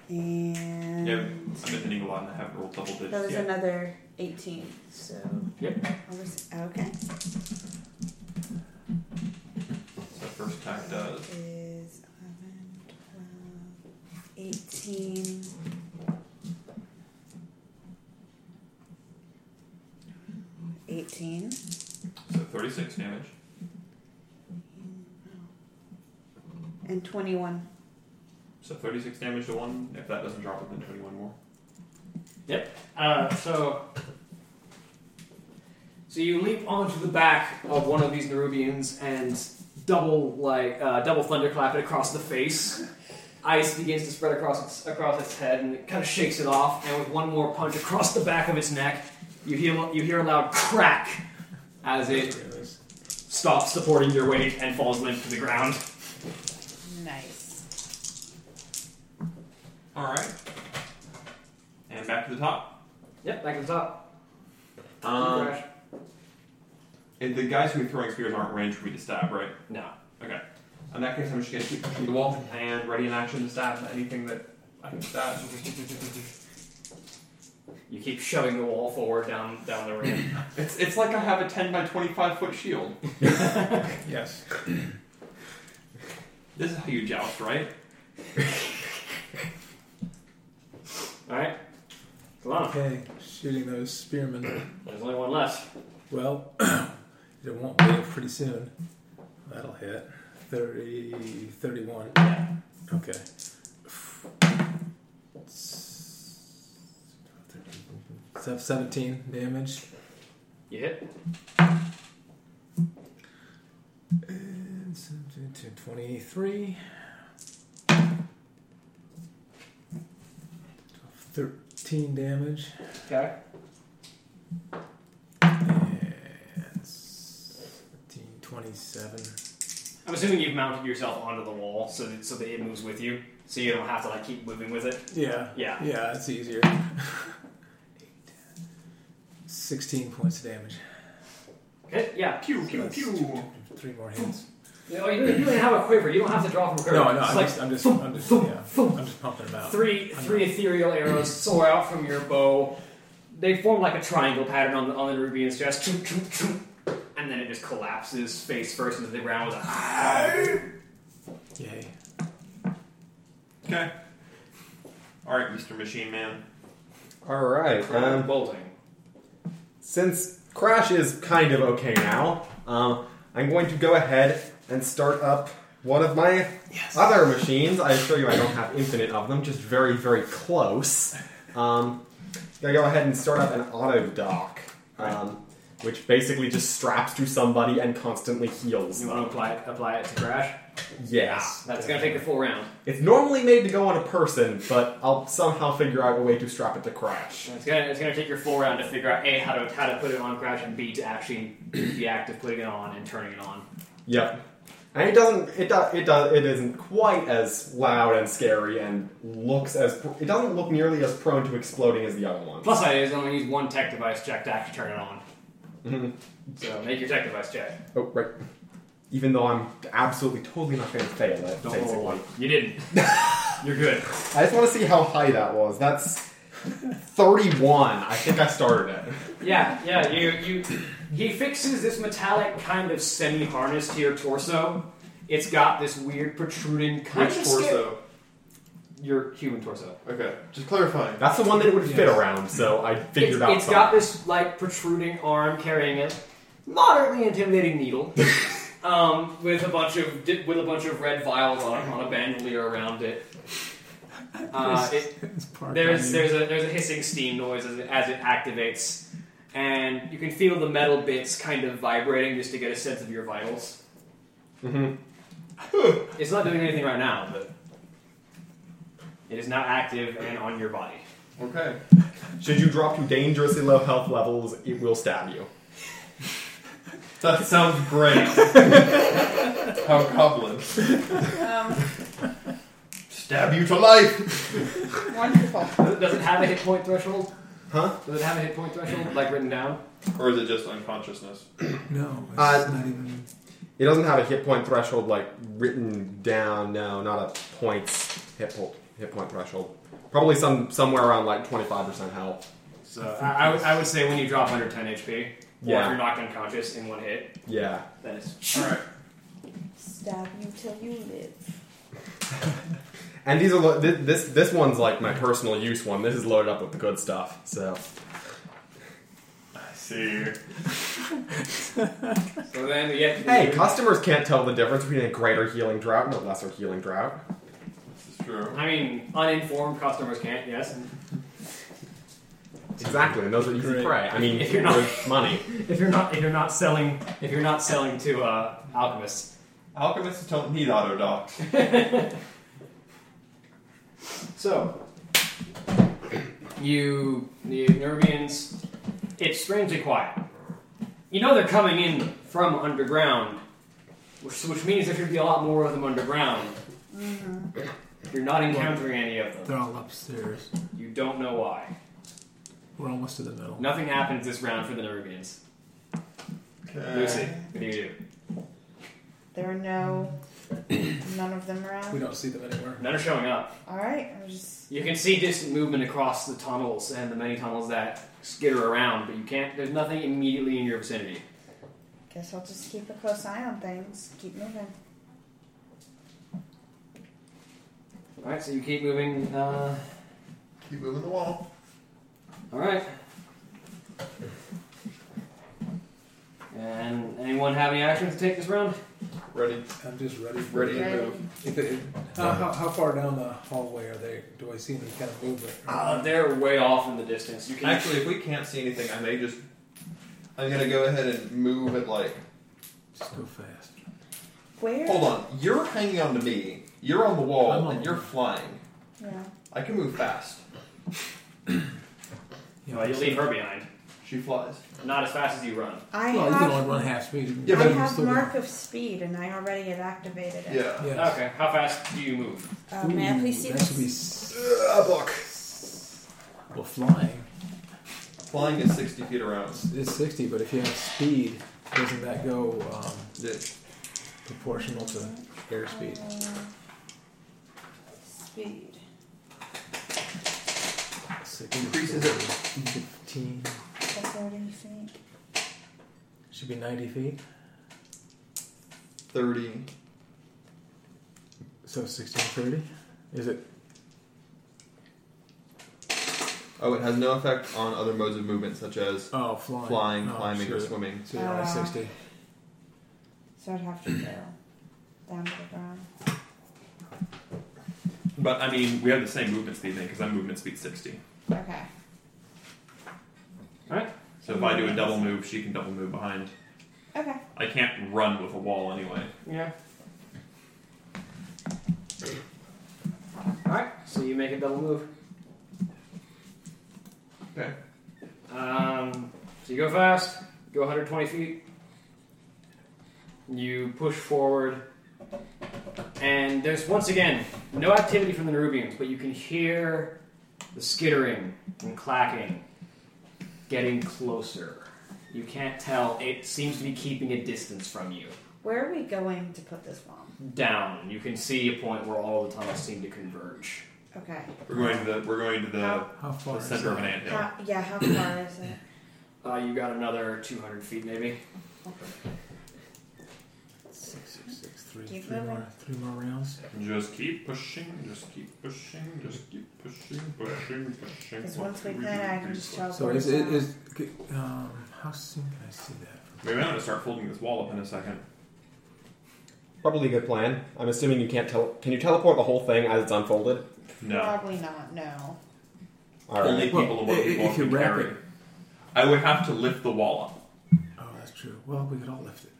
And Yeah, I've been hitting a lot and I haven't rolled double that digits was yet. another 18. So. Yep. I was, okay. So first attack does. Is 11, 12, 18. Eighteen. So 36 damage. And twenty-one. So 36 damage to one. If that doesn't drop it, then 21 more. Uh, so, so you leap onto the back of one of these Nerubians and double like uh, double thunderclap it across the face. Ice begins to spread across its, across its head and it kind of shakes it off. And with one more punch across the back of its neck, you hear you hear a loud crack as it stops supporting your weight and falls limp to the ground. Nice. All right. And back to the top. Yep, back to the top. Um, and the guys who are throwing spears aren't ranged for me to stab, right? no. Okay. In that case, I'm just going to keep pushing the wall and ready in action to stab anything that I can stab. You keep shoving the wall forward down down the ramp. It's, it's like I have a 10 by 25 foot shield. Yes. This is how you joust, right? All right, Solana. Okay. Shooting those spearmen. There's only one left. Well, it won't be pretty soon. That'll hit. 30, 31. Yeah. Okay. Se- 17 damage. You hit. And 17 to 23. 13 damage. Okay. And 17, 27. I'm assuming you've mounted yourself onto the wall so that, so that it moves with you, so you don't have to like keep moving with it. Yeah. Yeah. Yeah, it's easier. 16 points of damage. Okay, yeah. Pew So that's Three more hands. No, you, don't- you don't have a quiver. You don't have to draw from a quiver. No, no, It's I'm like just, I'm just, I'm just, yeah, I'm just pumping them out. three I three know. ethereal arrows soar out from your bow. They form like a triangle pattern on the, on the Rubian's chest, Choom, choom, choom. and then it just collapses face first into the ground with a. Yay. Okay. All right, Mr. Machine Man. All right. Um, bolting. since Crash is kind of okay now, um, I'm going to go ahead and start up one of my other machines. I assure you, I don't have infinite of them, just very, very close. Um, gonna go ahead and start up an auto dock, um, which basically just straps to somebody and constantly heals. You want to apply it, apply it to Crash? Yes, That's going to take the full round. It's normally made to go on a person, but I'll somehow figure out a way to strap it to Crash. It's going to it's gonna take your full round to figure out A, how to, how to put it on Crash, and B, to actually be active putting it on and turning it on. Yep. And it doesn't. It does. It does. It isn't quite as loud and scary, and looks as. Pr- it doesn't look nearly as prone to exploding as the other one. Plus, I is only use one tech device check to actually turn it on. Mhm. So make your tech device check. Oh right. Even though I'm absolutely totally not going to fail it. Don't roll a basically. one. You didn't. You're good. I just want to see how high that was. That's thirty-one. I think I started it. Yeah, yeah. You, you. He fixes this metallic kind of semi harness to your torso. It's got this weird protruding kind Which of scary- torso? Your human torso. Okay, just clarifying. That's the one that it would fit Yes. around. So I figured it's, out. it's got this like protruding arm carrying it, moderately intimidating needle, um, with a bunch of di- with a bunch of red vials on, on a bandolier around it. Uh, it It's parked There's on there's a there's a hissing steam noise as it, as it activates, and you can feel the metal bits kind of vibrating just to get a sense of your vitals. Mhm. Mm-hmm. It's not doing anything right now, but it is now active and on your body. Okay. Should you drop to dangerously low health levels, it will stab you. That sounds great. How goblin. Um, Stab you to life! wonderful. Does it, does it have a hit point threshold? Huh? Does it have a hit point threshold like written down? Or is it just unconsciousness? you. No, it's Uh, not even. It doesn't have a hit point threshold like written down. No, not a points hit po- hit point threshold. Probably some somewhere around like twenty five percent health. So I, I, would, I would say when you drop under 10 HP, or if Yeah. you're knocked unconscious in one hit, Yeah. then it's Alright. Stab you till you live. And these are lo- thi- this this one's like my personal use one. This is loaded up with the good stuff. So I see. so then yeah. hey, customers can't tell the difference between a greater healing drought and a lesser healing drought. This is true. I mean, uninformed customers can't. Yes. Exactly, and those are easy Great. prey. I mean, If you're not- with money. If you're not, if you're not selling, if you're not selling to uh, alchemists. Alchemists don't need auto docs. So, you, the Nervians, it's strangely quiet. You know they're coming in from underground, which, which means there should be a lot more of them underground. You're not encountering any of them. They're all upstairs. You don't know why. We're almost to the middle. Nothing happens this round for the Nervians. Uh. Okay. Lucy, what do you do? There are no, none of them around. We don't see them anywhere. None are showing up. All right, I'm just You can see distant movement across the tunnels and the many tunnels that skitter around, but you can't. There's nothing immediately in your vicinity. guess I'll just keep a close eye on things. Keep moving. All right, so you keep moving. Uh, Keep moving the wall. all right. And anyone have any actions to take this round? Ready. I'm just ready. For Ready to Ready. move. If it, how, how, how far down the hallway are they? Do I see any kind of movement? Uh, they're way off in the distance. You can Actually, if we can't see anything, I may just. I'm gonna go ahead and move it like. Just go fast. Where? Hold on, you're hanging on to me, you're on the wall, I'm on and the you're wall. flying. Yeah. I can move fast. Well, you leave her behind. She flies. Not as fast as you run. I well, you can only have, run half speed. Yeah, I but have Still- mark of speed, and I already have activated it. Yeah. Yes. Okay, how fast do you move? Uh, may I please see Hmm, That should be. this? s- Uh, book. Well, flying Flying is 60 feet around. is 60, but if you have speed, doesn't that go um, It- proportional to airspeed? uh, Speed. Increases it. 15. Thirty feet. Should be 90 feet. 30. So 1630. Is it? Oh, it has no effect on other modes of movement such as Oh, flying. flying, Oh, climbing, or shoot. swimming. So you're only 60. So I'd have to go down to the ground. But I mean, we have the same movement speed thing because I'm movement speed 60. Okay. Alright. So if I Mm-hmm. do a double move, she can double move behind. Okay. I can't run with a wall anyway. Yeah. Alright, so you make a double move. Okay. Um, so you go fast, go 120 feet. You push forward, and there's once again no activity from the Nerubians, but you can hear the skittering and clacking getting closer. You can't tell; it seems to be keeping a distance from you. Where are we going to put this bomb? Down, you can see a point where all the tunnels seem to converge. Okay. We're going to the we're going to the, How- How far? the is center of an that? anthill. How, yeah, how far is it? Uh, you got another 200 feet, maybe. Six, six, six, three, Keep three moving. more, three more rounds. Just keep pushing, just keep pushing, just keep pushing, pushing, pushing. Because One, once two, we three, can, I four. can just tell. So is it is um, how soon can I see that? Maybe I'm gonna start folding this wall up in a second. Probably a good plan. I'm assuming you can't tell. Can you teleport the whole thing as it's unfolded? No. Probably not. No. All Only right. people Well, and what i- i- people if you can wrap carry. it- I would have to lift the wall up. Oh, that's true. Well, we could all lift it.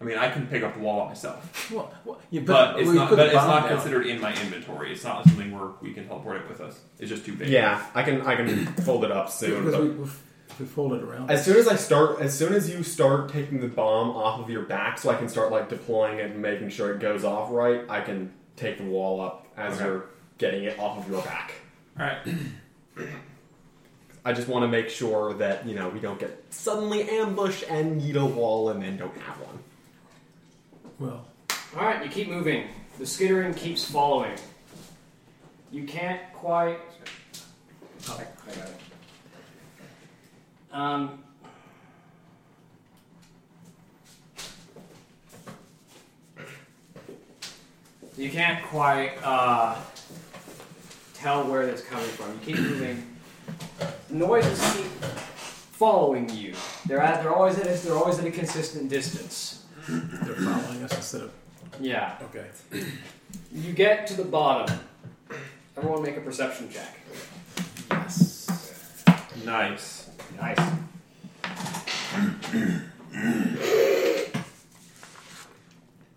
I mean, I can pick up the wall up myself, Well, well yeah, but, but, it's we not. put But the it's bomb not down. considered in my inventory. It's not something where we can teleport it with us. It's just too big. Yeah, I can. I can fold it up soon. because but- we, we, we fold it around. As soon as I start, as soon as you start taking the bomb off of your back, so I can start like deploying it and making sure it goes off right, I can take the wall up as Okay. you're getting it off of your back. All right. I just want to make sure that you know we don't get suddenly ambushed and need a wall and then don't have one. well, All right, you keep moving. The skittering keeps following. You can't quite. I, I got it. Um. You can't quite uh, tell where it's coming from. You keep moving. Noises keep following you. They're at. They're always at. A, they're always at a consistent distance. they're following us instead of Yeah. okay. You get to the bottom. Everyone make a perception check. Yes. Nice. Nice.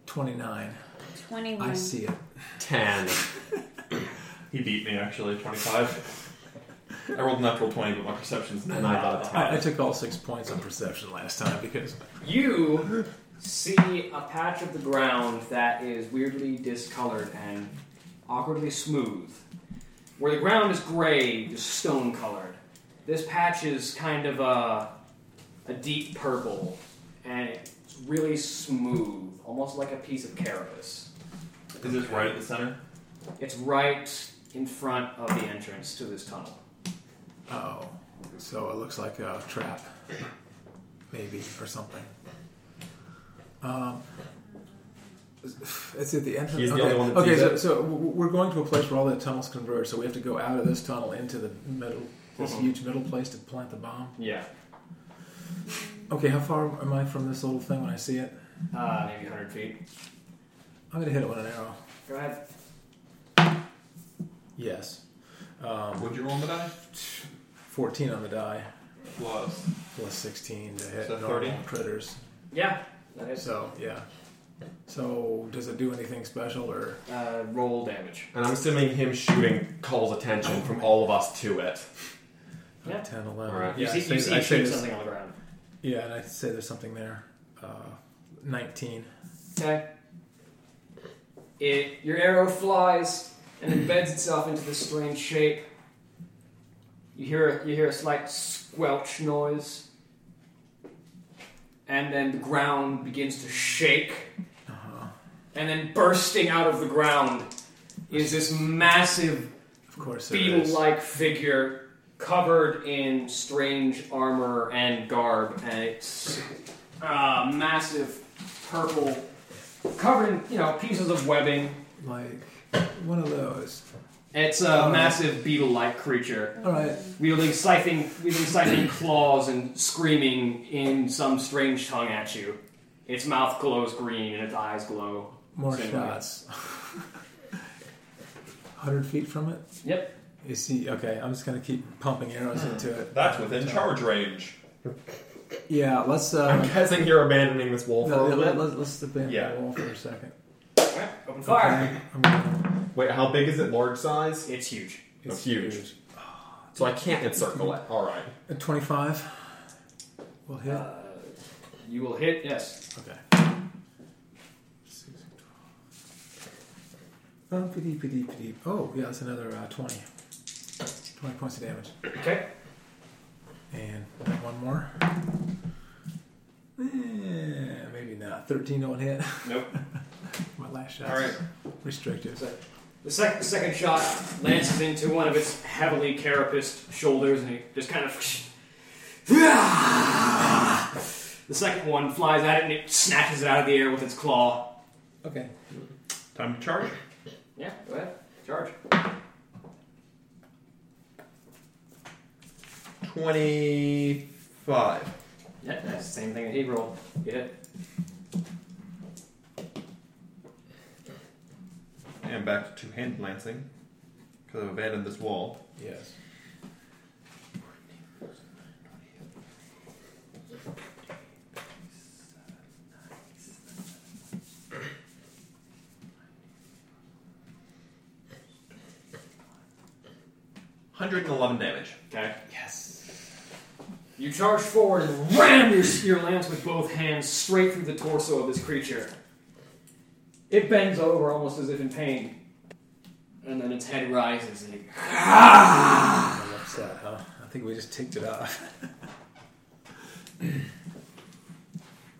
Twenty nine. Twenty-one. I see it. Ten. He beat me actually. Twenty-five. I rolled a natural twenty, but my perception's not. And I got a I, I took all six points on perception last time because You see a patch of the ground that is weirdly discolored and awkwardly smooth. Where the ground is gray, just stone colored. This patch is kind of a, a deep purple and it's really smooth, almost like a piece of canvas. Is this right at the center? It's right in front of the entrance to this tunnel. oh, so it looks like a trap, maybe or something. Um, it's at the entrance. He's the okay. only one that okay, sees so, it. so w- w- we're going to a place where all the tunnels converge. So we have to go out of this tunnel into the middle, this Mm-hmm. Mhm. huge middle place to plant the bomb. Yeah. Okay, how far am I from this little thing when I see it? Uh, maybe 100 feet. I'm gonna hit it with an arrow. Go ahead. Yes. Um, Would you roll the die? 14 on the die, Plus. plus 16 to hit So normal 30? critters. Yeah, that is. So, yeah. So, does it do anything special or. Uh, roll damage. And I'm assuming him shooting calls attention from all of us to it. Yeah. 10, 11. Alright. You Yeah, see, I'd say- you see I'd him say shooting there's- something on the ground. Yeah, and I'd say there's something there. Uh, 19. Okay. It, your arrow flies and embeds itself into this strange shape. You hear you hear a slight squelch noise, and then the ground begins to shake. And then bursting out of the ground is this massive Of course there is. beetle-like figure covered in strange armor and garb, and it's uh, massive purple, covered in you know pieces of webbing. Like, one of those. It's a Oh. massive beetle-like creature, Alright. wielding scything, wielding scything claws and screaming in some strange tongue at you. Its mouth glows green and its eyes glow. More Same way. shots. 100 feet from it? Yep. You see, okay, I'm just going to keep pumping arrows into it. That's within charge range. Yeah, let's. I'm Uh, guessing you're abandoning this wolf. no, for a yeah, little let, bit. let's, let's step in Yeah. the wall for a second. Okay, Open fire. Okay, I'm gonna, Wait, how big is it? Large size? It's huge. It's huge. So I can't encircle it. All right. A 25. Will hit. Uh, you will hit. Yes. Okay. Six, twelve. Um, pity, pity, pity. Oh, yeah, that's another uh, 20. 20 points of damage. Okay. And one more. Eh, maybe not. 13 don't hit. Nope. My last shot. Alright. Restricted. The, sec- the second shot lances into one of its heavily carapaced shoulders, and it just kind of. The second one flies at it, and it snatches it out of the air with its claw. Okay. Time to charge. Yeah, go ahead, charge. 25. Yeah, that's the same thing that he rolled. You hit. And back to hand lancing. Because I've abandoned this wall. Yes. Hundred and eleven damage. Okay. Yes. You charge forward and ram your, your lance with both hands straight through the torso of this creature. It bends over almost as if in pain, and then its head rises and it I'm upset, huh? I think we just ticked it off.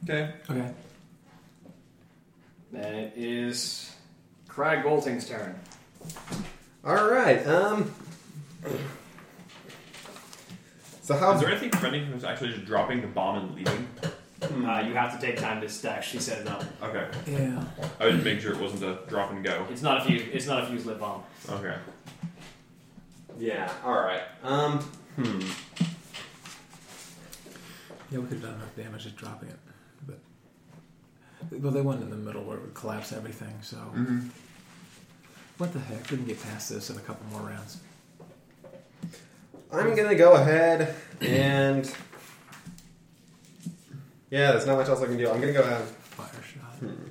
Okay. Okay. Then it is Crag Bolting's turn. All right. Um. So how? Is there anything friendly who's actually just dropping the bomb and leaving? Uh, you have to take time to stack. She said no. Okay. Yeah. I was making sure it wasn't a drop and go. It's not a fuse. It's not a fuse lit bomb. Okay. Yeah. All right. Um. Hmm. Yeah, we could have done enough damage just dropping it. But. Well, they went in the middle where it would collapse everything, so. Mm-hmm. What the heck? We can get past this in a couple more rounds. I'm gonna go ahead and. Yeah, there's not much else I can do. I'm gonna go ahead. Fire shot. Hmm.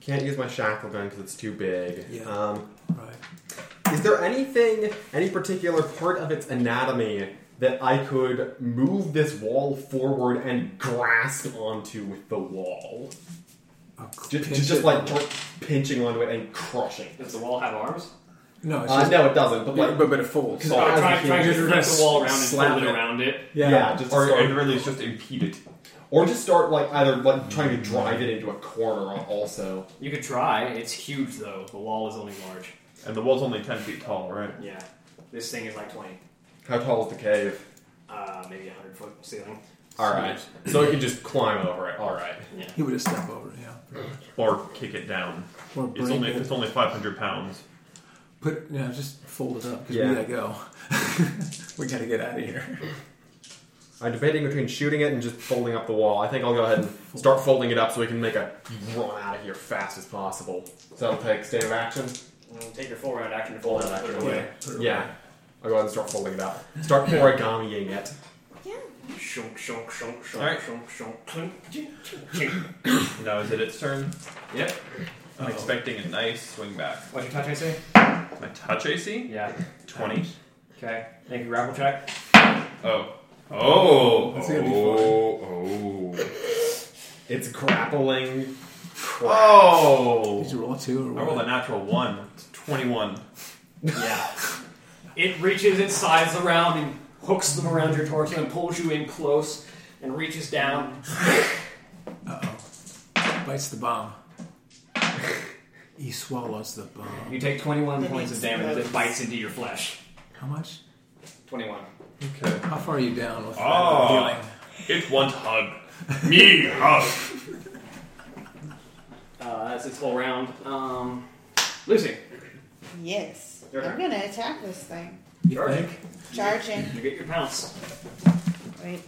Can't use my shackle gun because it's too big. Yeah. Um, Right. is there anything, any particular part of its anatomy that I could move this wall forward and grasp onto with the wall? I'll Just, pinch just, it. just like dr- pinching onto it and crushing. Does the wall have arms? No, it's Uh, just. no, it doesn't. But But, like, but, but it folds. Just- Oh, Try- as try, a try to fuse. flip the wall around and Slap fold it it. around it. yeah, Yeah. just Or start- at the very least, just impede it. or just start like either like trying to drive it into a corner. Also, You could try. It's huge though. The wall is only large. And the wall's only ten feet tall, right? Yeah. This thing is like 20, how tall is the cave? uh, maybe 100 foot ceiling. All right, so it can just climb over it. All right. He would have stepped over it, yeah. Or kick it down. Or It's break only it. it's only five hundred pounds. Put it, yeah, just fold it up because Yeah. we gotta go. we gotta get out of here. I'm debating between shooting it and just folding up the wall. I think I'll go ahead and start folding it up so we can make a run out of here fast as possible. So that'll take state of action. Mm, Take your full round action to fold it and put it away. Put it Yeah. I'll go ahead and start folding it up. Start origamiing it. Yeah. Shunk, shunk, shunk, shunk, Alright. shunk, shunk, clink, chink, chink, chink. Now is it its turn? Yep. I'm Uh-oh. expecting a nice swing back. What's your touch AC? My touch AC Yeah. twenty. Okay, make a grapple check. Oh. Oh. That's oh, gonna be oh. It's grappling. Oh. Oh. Did you roll a two or I what? rolled a natural one. It's 21. Yeah. it reaches its sides around and hooks them around your torso and pulls you in close and reaches down. Bites the bomb. he swallows the bomb. You take 21 That points of means damage as those- it bites into your flesh. How much? 21. Okay. How far are you down with Ah. Oh. that healing? It wants hug. Me hug. Uh, that's its whole round. Um, Lucy, Yes. Your I'm gonna attack this thing. You Charge. think? Charging. you get your pounce. Wait.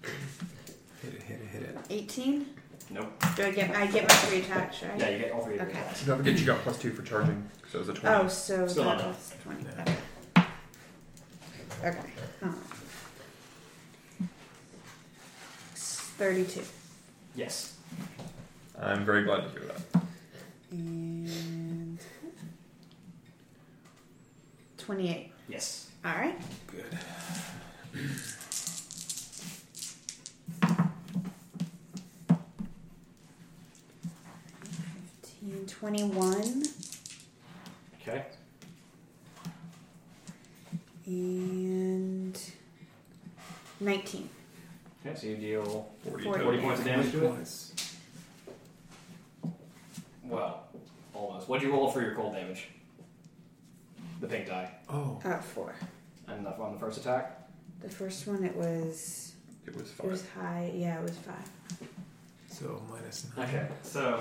Hit it, hit it, hit it. 18? Nope. Do I get I get my three attacks, right? Yeah, you get all three of your Okay. attacks. Don't forget you got plus two for charging, so it's a 20. Oh, so Still not that enough. was 20. Okay. Okay. Huh. It's 32. Yes. I'm very glad to hear that. And 28. Yes. All right. Good. 21 Okay. and 19. Okay, so you deal 40. Forty. 40 points of damage to it. Points. Well, almost. What'd you roll for your cold damage? The pink die. Oh. Uh, 4. And the, on the first attack? The first one, it was It was it was five. high. Yeah, it was 5. So minus nine. Okay, so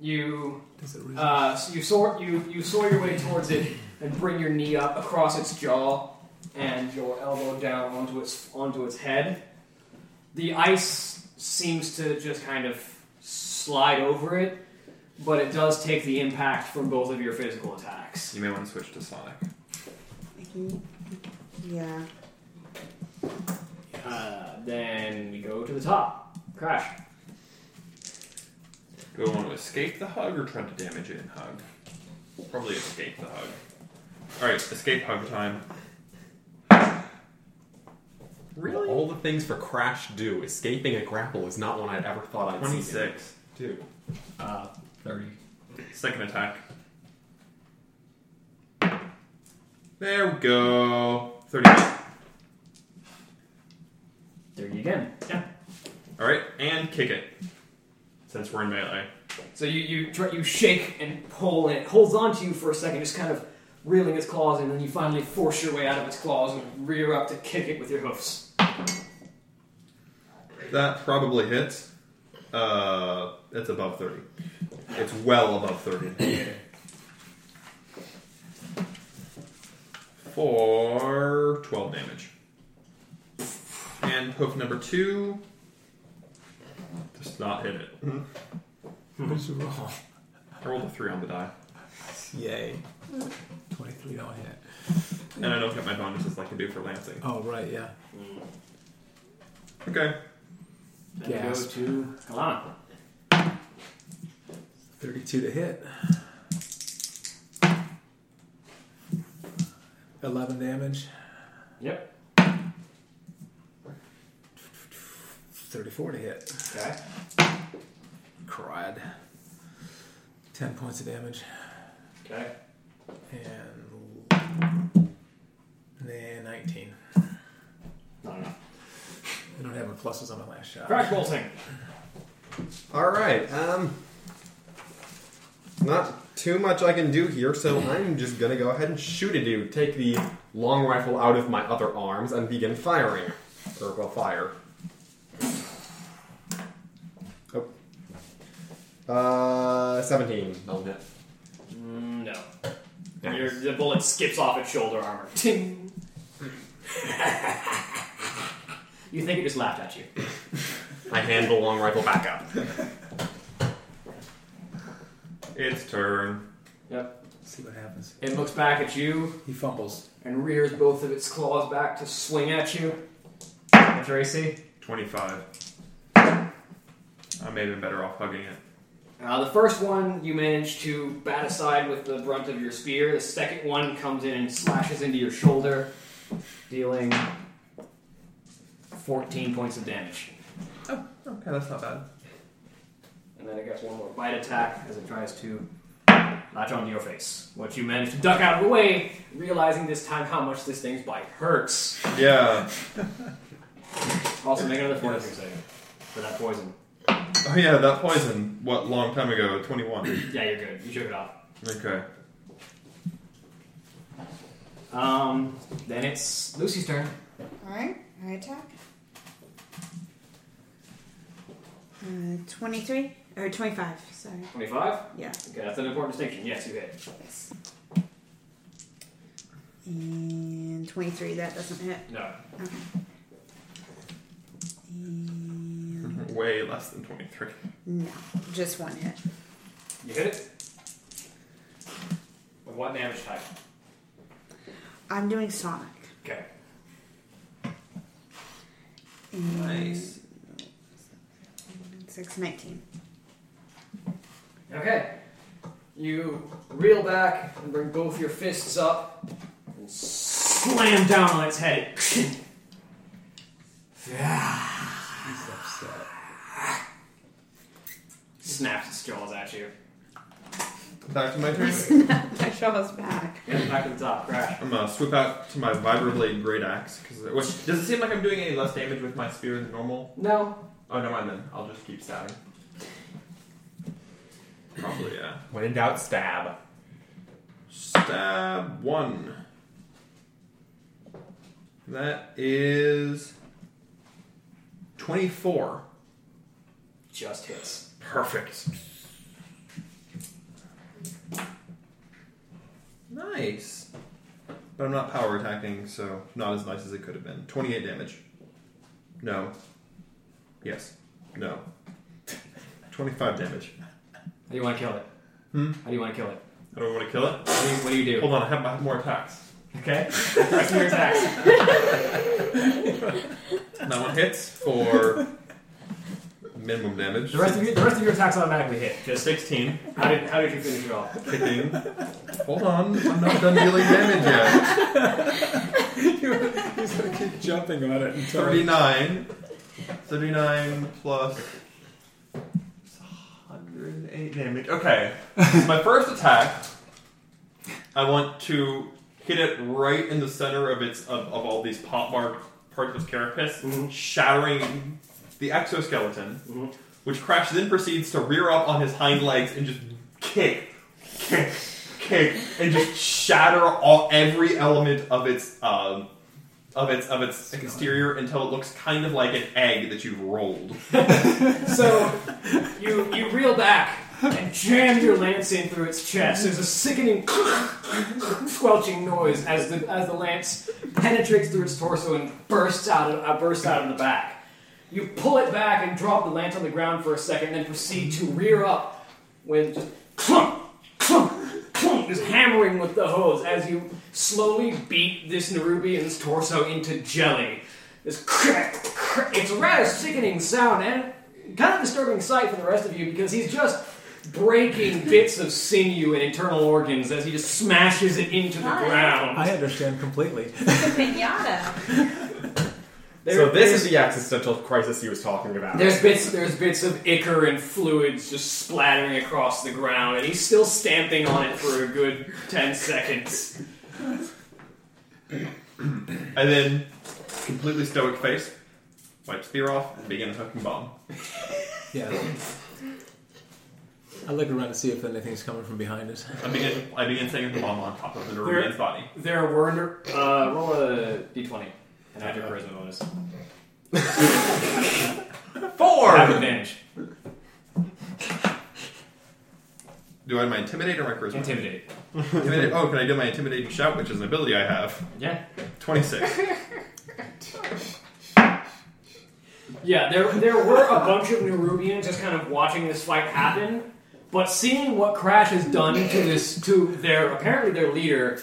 you Does it really? Uh, so you soar, you you soar your way towards it and bring your knee up across its jaw and your elbow down onto its onto its head. The ice seems to just kind of slide over it, but it does take the impact from both of your physical attacks. You may want to switch to Sonic. Mhm. Yeah. Uh, then we go to the top. Crash. Do we want to escape the hug or try to damage it and hug? Probably escape the hug. Alright, escape hug time. Really? all the things for Crash do, escaping a grapple is not one I'd ever thought I'd see. 26. Dude. Uh, 30. Second attack. There we go. 30. there you again. Yeah. Alright, and kick it. Since we're in melee. So you you try, you shake and pull, and it holds on to you for a second, just kind of reeling its claws, and then you finally force your way out of its claws and rear up to kick it with your hoofs. That probably hits. Uh, it's above 30. It's well above 30. For 12 damage. And hoof number two. Just not hit it. hmm. What'd you roll? I rolled a 3 on the die. Yay. 23 don't hit. And I don't get my bonuses like I do for Lancing. Oh, right, yeah. Okay. Then you Gasp. go to Kalana. 32 to hit. 11 damage. Yep. 34 to hit. Okay. Cried. 10 points of damage. Okay. And. Nah, 19. No, no. I don't have any pluses on my last shot. Crash bolting. Alright, um. Not too much I can do here, so I'm just gonna go ahead and shoot a dude. Take the long rifle out of my other arms and begin firing. Or, well, fire. Oh. Uh, 17. I'll hit. Mm, no. Nice. Your, the bullet skips off its shoulder armor. Ting. you think it just laughed at you? I hand the long rifle back up. Its turn. Yep. See what happens. It looks back at you He fumbles. and rears both of its claws back to swing at you. What's your AC? 25. I may have been better off hugging it. Uh, the first one you manage to bat aside with the brunt of your spear. The second one comes in and slashes into your shoulder, dealing 14 points of damage. Okay, that's not bad. And then it gets one more bite attack as it tries to latch onto your face. Which you manage to duck out of the way, realizing this time how much this thing's bite hurts. Yeah. Also, make another fortitude save for that poison. Oh yeah, that poison. What long time ago? Twenty one. Yeah, you're good. You shook it off. Okay. Um, then it's Lucy's turn. Alright, I attack. Uh, 23? Or 25, sorry. 25? Yeah. Okay, that's an important distinction. Yes, you hit. Yes. And 23, that doesn't hit. No. Okay. And Way less than twenty three. no, just one hit. You hit it? With what damage type? I'm doing Sonic. Okay. And Nice. 6, 19. Okay. You reel back and bring both your fists up and slam down on its head. He's upset. Snaps its jaws at you. Back to my turn. I show us back. Yeah, back to the top. Crash. I'm gonna swoop out to my vibroblade great axe. Cause it- wait, does it seem like I'm doing any less damage with my spear than normal? No. Oh, never mind then. I'll just keep stabbing. Probably yeah. When in doubt, stab. Stab one. That is twenty four. Just hits. Perfect. Nice. But I'm not power attacking, so not as nice as it could have been. 28 damage. No. Yes. No. 25 damage. How do you want to kill it? Hmm? How do you want to kill it? I don't want to kill it. What do you, what do, you do? Hold on, I have, I have more attacks. Okay. Press your attacks. That one hits for minimum damage. The rest of your the rest of your attacks automatically hit. Just 16. how did how did you finish it off? Kicking. Hold on, I'm not done dealing damage yet. He's gonna keep jumping on it until 39. 39 plus 108 damage. Okay. My first attack, I want to hit it right in the center of its of, of all these pot marked parts of its carapace, shattering the exoskeleton, Mhm. which Crash then proceeds to rear up on his hind legs and just kick, kick, kick, and just shatter all every element of its um, of its of its exterior until it looks kind of like an egg that you've rolled. So you you reel back and jam your lance in through its chest. There's a sickening squelching noise as the as the lance penetrates through its torso and bursts out of, uh, bursts out of the back. You pull it back and drop the lance on the ground for a second, then proceed to rear up when just clunk, clunk, clunk, just hammering with the hose as you slowly beat this Nerubian's torso into jelly. This crack, crack. It's a rather sickening sound and kind of disturbing sight for the rest of you because he's just breaking bits of sinew and internal organs as he just smashes it into the Hi. ground. I understand completely. Pinata. so There- this is the existential crisis he was talking about. There's bits, there's bits of ichor and fluids just splattering across the ground, and he's still stamping on it for a good ten seconds. And then, completely stoic face, wipe spear off, and begin hooking bomb. Yeah. I look around to see if anything's coming from behind us. I begin, I begin setting the bomb on top of the Nerubian's body. There were uh, roll a d20 and add your charisma bonus. Have Four! advantage. Do I have my intimidate or my charisma? Intimidate. Intimidate- Oh, can I do my intimidating shout, which is an ability I have? Yeah. 26. Yeah, there, there were a bunch of Nerubians just kind of watching this fight happen, but seeing what Crash has done to this to their apparently their leader,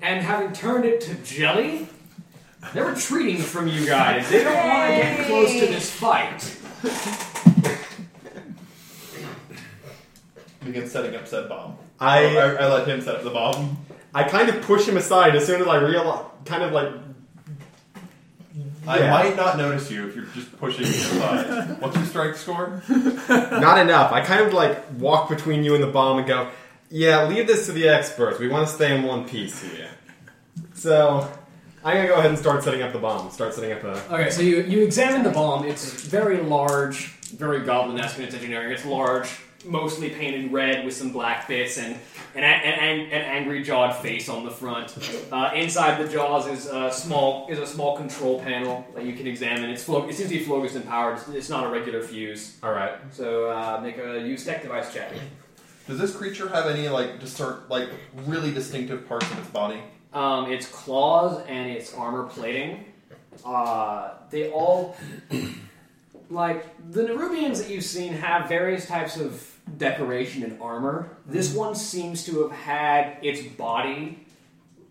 and having turned it to jelly, they're retreating from you guys. They don't want to get close to this fight. begins setting up said bomb. I- I, I let him set up the bomb. I kind of push him aside as soon as I realize, kind of like, I Yeah. might not notice you if you're just pushing me aside. What's your strike score? not enough. I kind of like walk between you and the bomb and go, yeah, leave this to the experts. We want to stay in one piece here. So, I'm gonna go ahead and start setting up the bomb. Start setting up a. Okay, so you, you examine the bomb. It's very large, very goblin-esque in its engineering. It's large, mostly painted red with some black bits and an, an, an, an angry jawed face on the front. Uh, inside the jaws is a small is a small control panel that you can examine. It's flo- it seems to be fluorescent powered. It's, it's not a regular fuse. All right. So uh, make a use tech device check. Does this creature have any like discern like really distinctive parts of its body? um, its claws and its armor plating. Uh, they all, like the Nerubians that you've seen, have various types of decoration and armor. This one seems to have had its body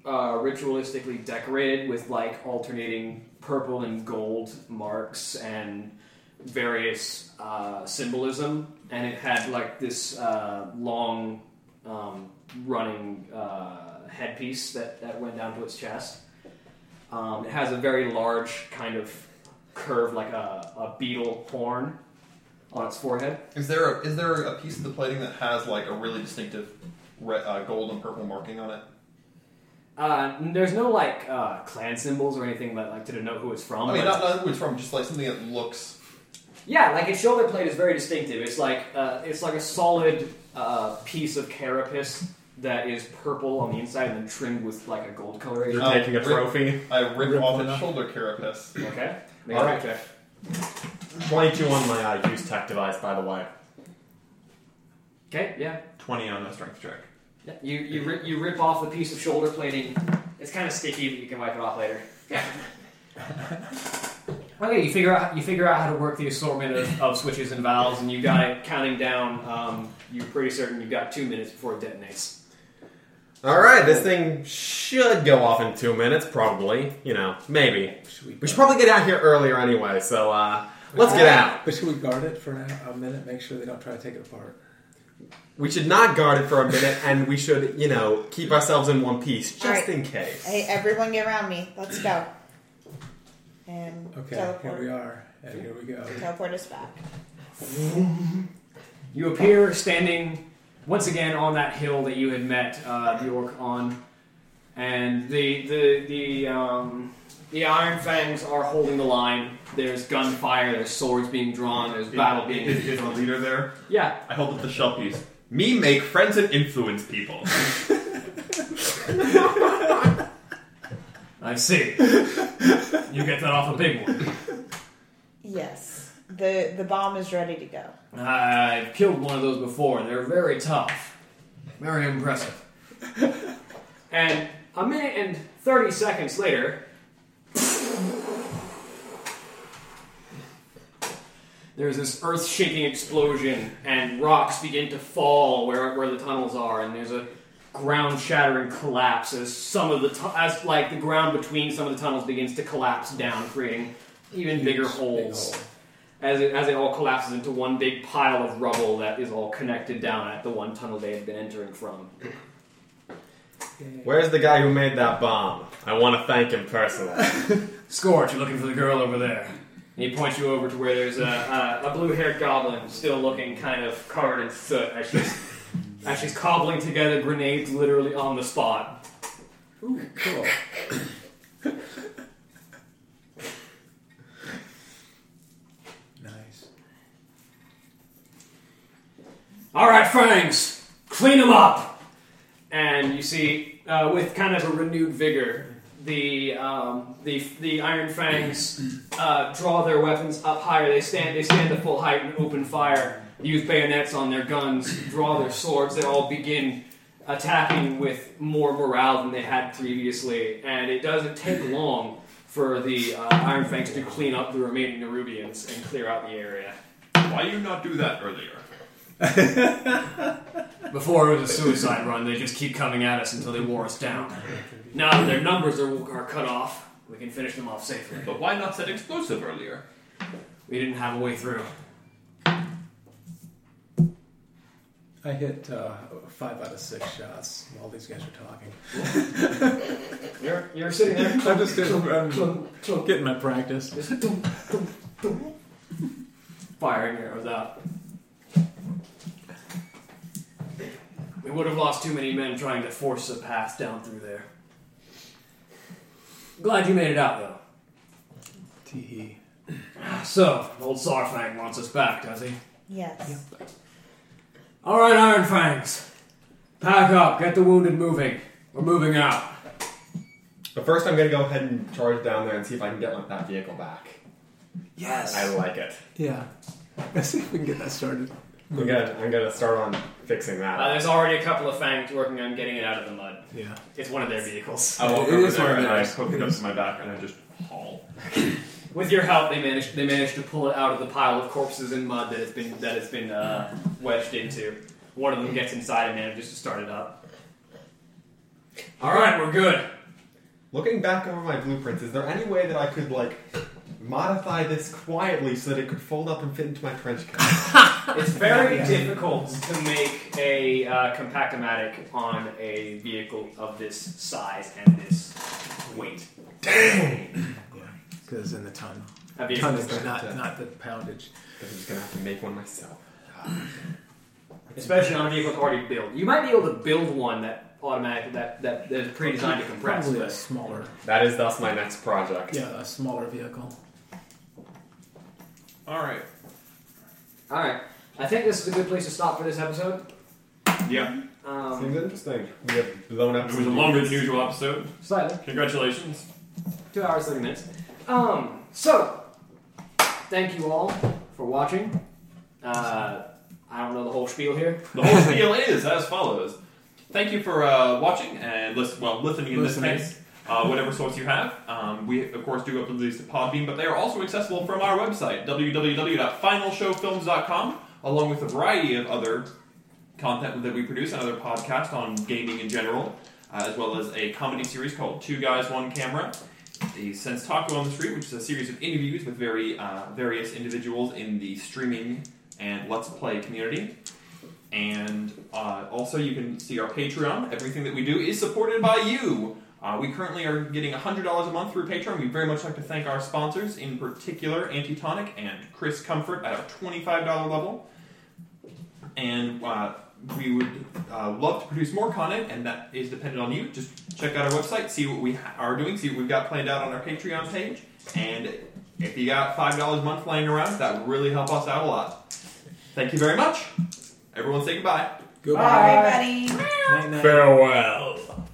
uh, ritualistically decorated with like alternating purple and gold marks and various uh, symbolism, and it had like this uh, long um, running uh, headpiece that, that went down to its chest. Um, it has a very large kind of curve, like a, a beetle horn on its forehead. Is there a, is there a piece of the plating that has like a really distinctive re- uh, gold and purple marking on it? Uh, n- there's no like uh, clan symbols or anything that like to denote who it's from. I mean, not, but- not who it's from, just like something that looks. Yeah, like its shoulder plate is very distinctive. It's like uh, it's like a solid uh, piece of carapace that is purple on the inside and then trimmed with like a gold coloration. You're Um, taking a rip- trophy. I rip, Rip off one its up. shoulder carapace. Okay, make All a right. check. 22 on my uh, use tech device, by the way. Okay, yeah, Twenty on a strength check. Yeah, You you rip, you rip off the piece of shoulder plating. It's kind of sticky, but you can wipe it off later. Yeah. okay, you figure out you figure out how to work the assortment of, of switches and valves, and you got it counting down. Um, you're pretty certain you've got two minutes before it detonates. All right, this thing should go off in two minutes, probably. You know, maybe. Should we, We should probably get out here earlier anyway, so uh, let's get out. But should we guard it for an, a minute? Make sure they don't try to take it apart. We should not guard it for a minute, and we should, you know, keep ourselves in one piece just All right. in case. Hey, everyone get around me. Let's go. And Okay, here we teleport, are, and here we go. teleport us back. You appear standing once again on that hill that you had met uh, Bjork on, and the the the um, the Iron Fangs are holding the line. There's gunfire. There's swords being drawn. There's battle being. Is, is the leader there? Yeah, I held up the shell piece. Me make friends and influence people. I see. you get that off a big one. Yes. The the bomb is ready to go. I've killed one of those before. They're very tough, very impressive. and a minute and 30 seconds later, there's this earth shaking explosion, and rocks begin to fall where, where the tunnels are, and there's a ground shattering collapse as some of the tu- as like the ground between some of the tunnels begins to collapse down creating even bigger Huge, big holes hole. as it, as it all collapses into one big pile of rubble that is all connected down at the one tunnel they had been entering from. Where's the guy who made that bomb? I want to thank him personally. Scorch, you're looking for the girl over there. And he points you over to where there's a, a, a blue-haired goblin still looking kind of covered in soot as she's, as she's cobbling together grenades literally on the spot. Ooh, cool. nice. All right, Fangs, clean them up. And you see, uh, with kind of a renewed vigor, the um, the the Iron Fangs uh, draw their weapons up higher. They stand they stand to full height and open fire. Use bayonets on their guns. Draw their swords. They all begin attacking with more morale than they had previously. And it doesn't take long for the uh, Iron Fangs to clean up the remaining Nerubians and clear out the area. Why you not do that earlier? Before it was a suicide run, they just keep coming at us until they wore us down. Now that their numbers are, are cut off, we can finish them off safely. But why not set explosive earlier? We didn't have a way through. I hit uh, five out of six shots while these guys are talking. You're, you're sitting there. I'm just I'm Clunk, clunk, getting my practice. just dum, dum, dum. Firing arrows out. We would have lost too many men trying to force a path down through there. Glad you made it out, though. Tee hee. So, old Sarfang wants us back, does he? Yes. All right, Iron Fangs. Pack up, get the wounded moving. We're moving out. But first, I'm gonna go ahead and charge down there and see if I can get like, that vehicle back. Yes. I like it. Yeah. Let's see if we can get that started. I'm gonna, I'm gonna start on fixing that. Uh, there's already a couple of fangs working on getting it out of the mud. Yeah. It's one of their vehicles. Oh, I walk It over is there one of and I theirs. hook It it up is. to my back and I just haul. With your help, they managed they managed to pull it out of the pile of corpses and mud that it's been that it's been uh, wedged into. One of them gets inside and manages to start it up. All right, we're good. Looking back over my blueprints, is there any way that I could like modify this quietly so that it could fold up and fit into my trench coat? It's very difficult to make a uh, compactomatic on a vehicle of this size and this weight. Yeah. Because in the ton. A vehicle Ton this is not, not the poundage. I'm just gonna have to make one myself. especially on a vehicle that's already built. You might be able to build one that automatic that that, that is pre-designed to compress. Probably a But smaller. That is thus my next project. Yeah, a smaller vehicle. All right. all right, I think this is a good place to stop for this episode. Yeah. Um, Seems interesting. We have blown up. It some was a dudes. longer than usual episode. slightly, Congratulations. two hours thirty minutes. Um, so thank you all for watching. Uh, I don't know the whole spiel here. The whole spiel is as follows. Thank you for uh, watching and listen, well, listening in Listening. this case. Uh, whatever source you have. Um, we, of course, do upload these to Podbean, but they are also accessible from our website, www.finalshowfilms.com, along with a variety of other content that we produce and other podcasts on gaming in general, uh, as well as a comedy series called Two Guys, One Camera. The Sense Taco on the Street, which is a series of interviews with very uh, various individuals in the streaming and Let's Play community. And uh, also, you can see our Patreon. Everything that we do is supported by you. Uh, we currently are getting $100 a month through Patreon. We'd very much like to thank our sponsors, in particular Antitonic and Chris Comfort at our $25 level. And uh, we would uh, love to produce more content, and that is dependent on you. Just check out our website, see what we ha- are doing, see what we've got planned out on our Patreon page. And if you got $5 a month lying around, that would really help us out a lot. Thank you very much. Everyone say goodbye. Goodbye. Bye, everybody. Night, night. Farewell.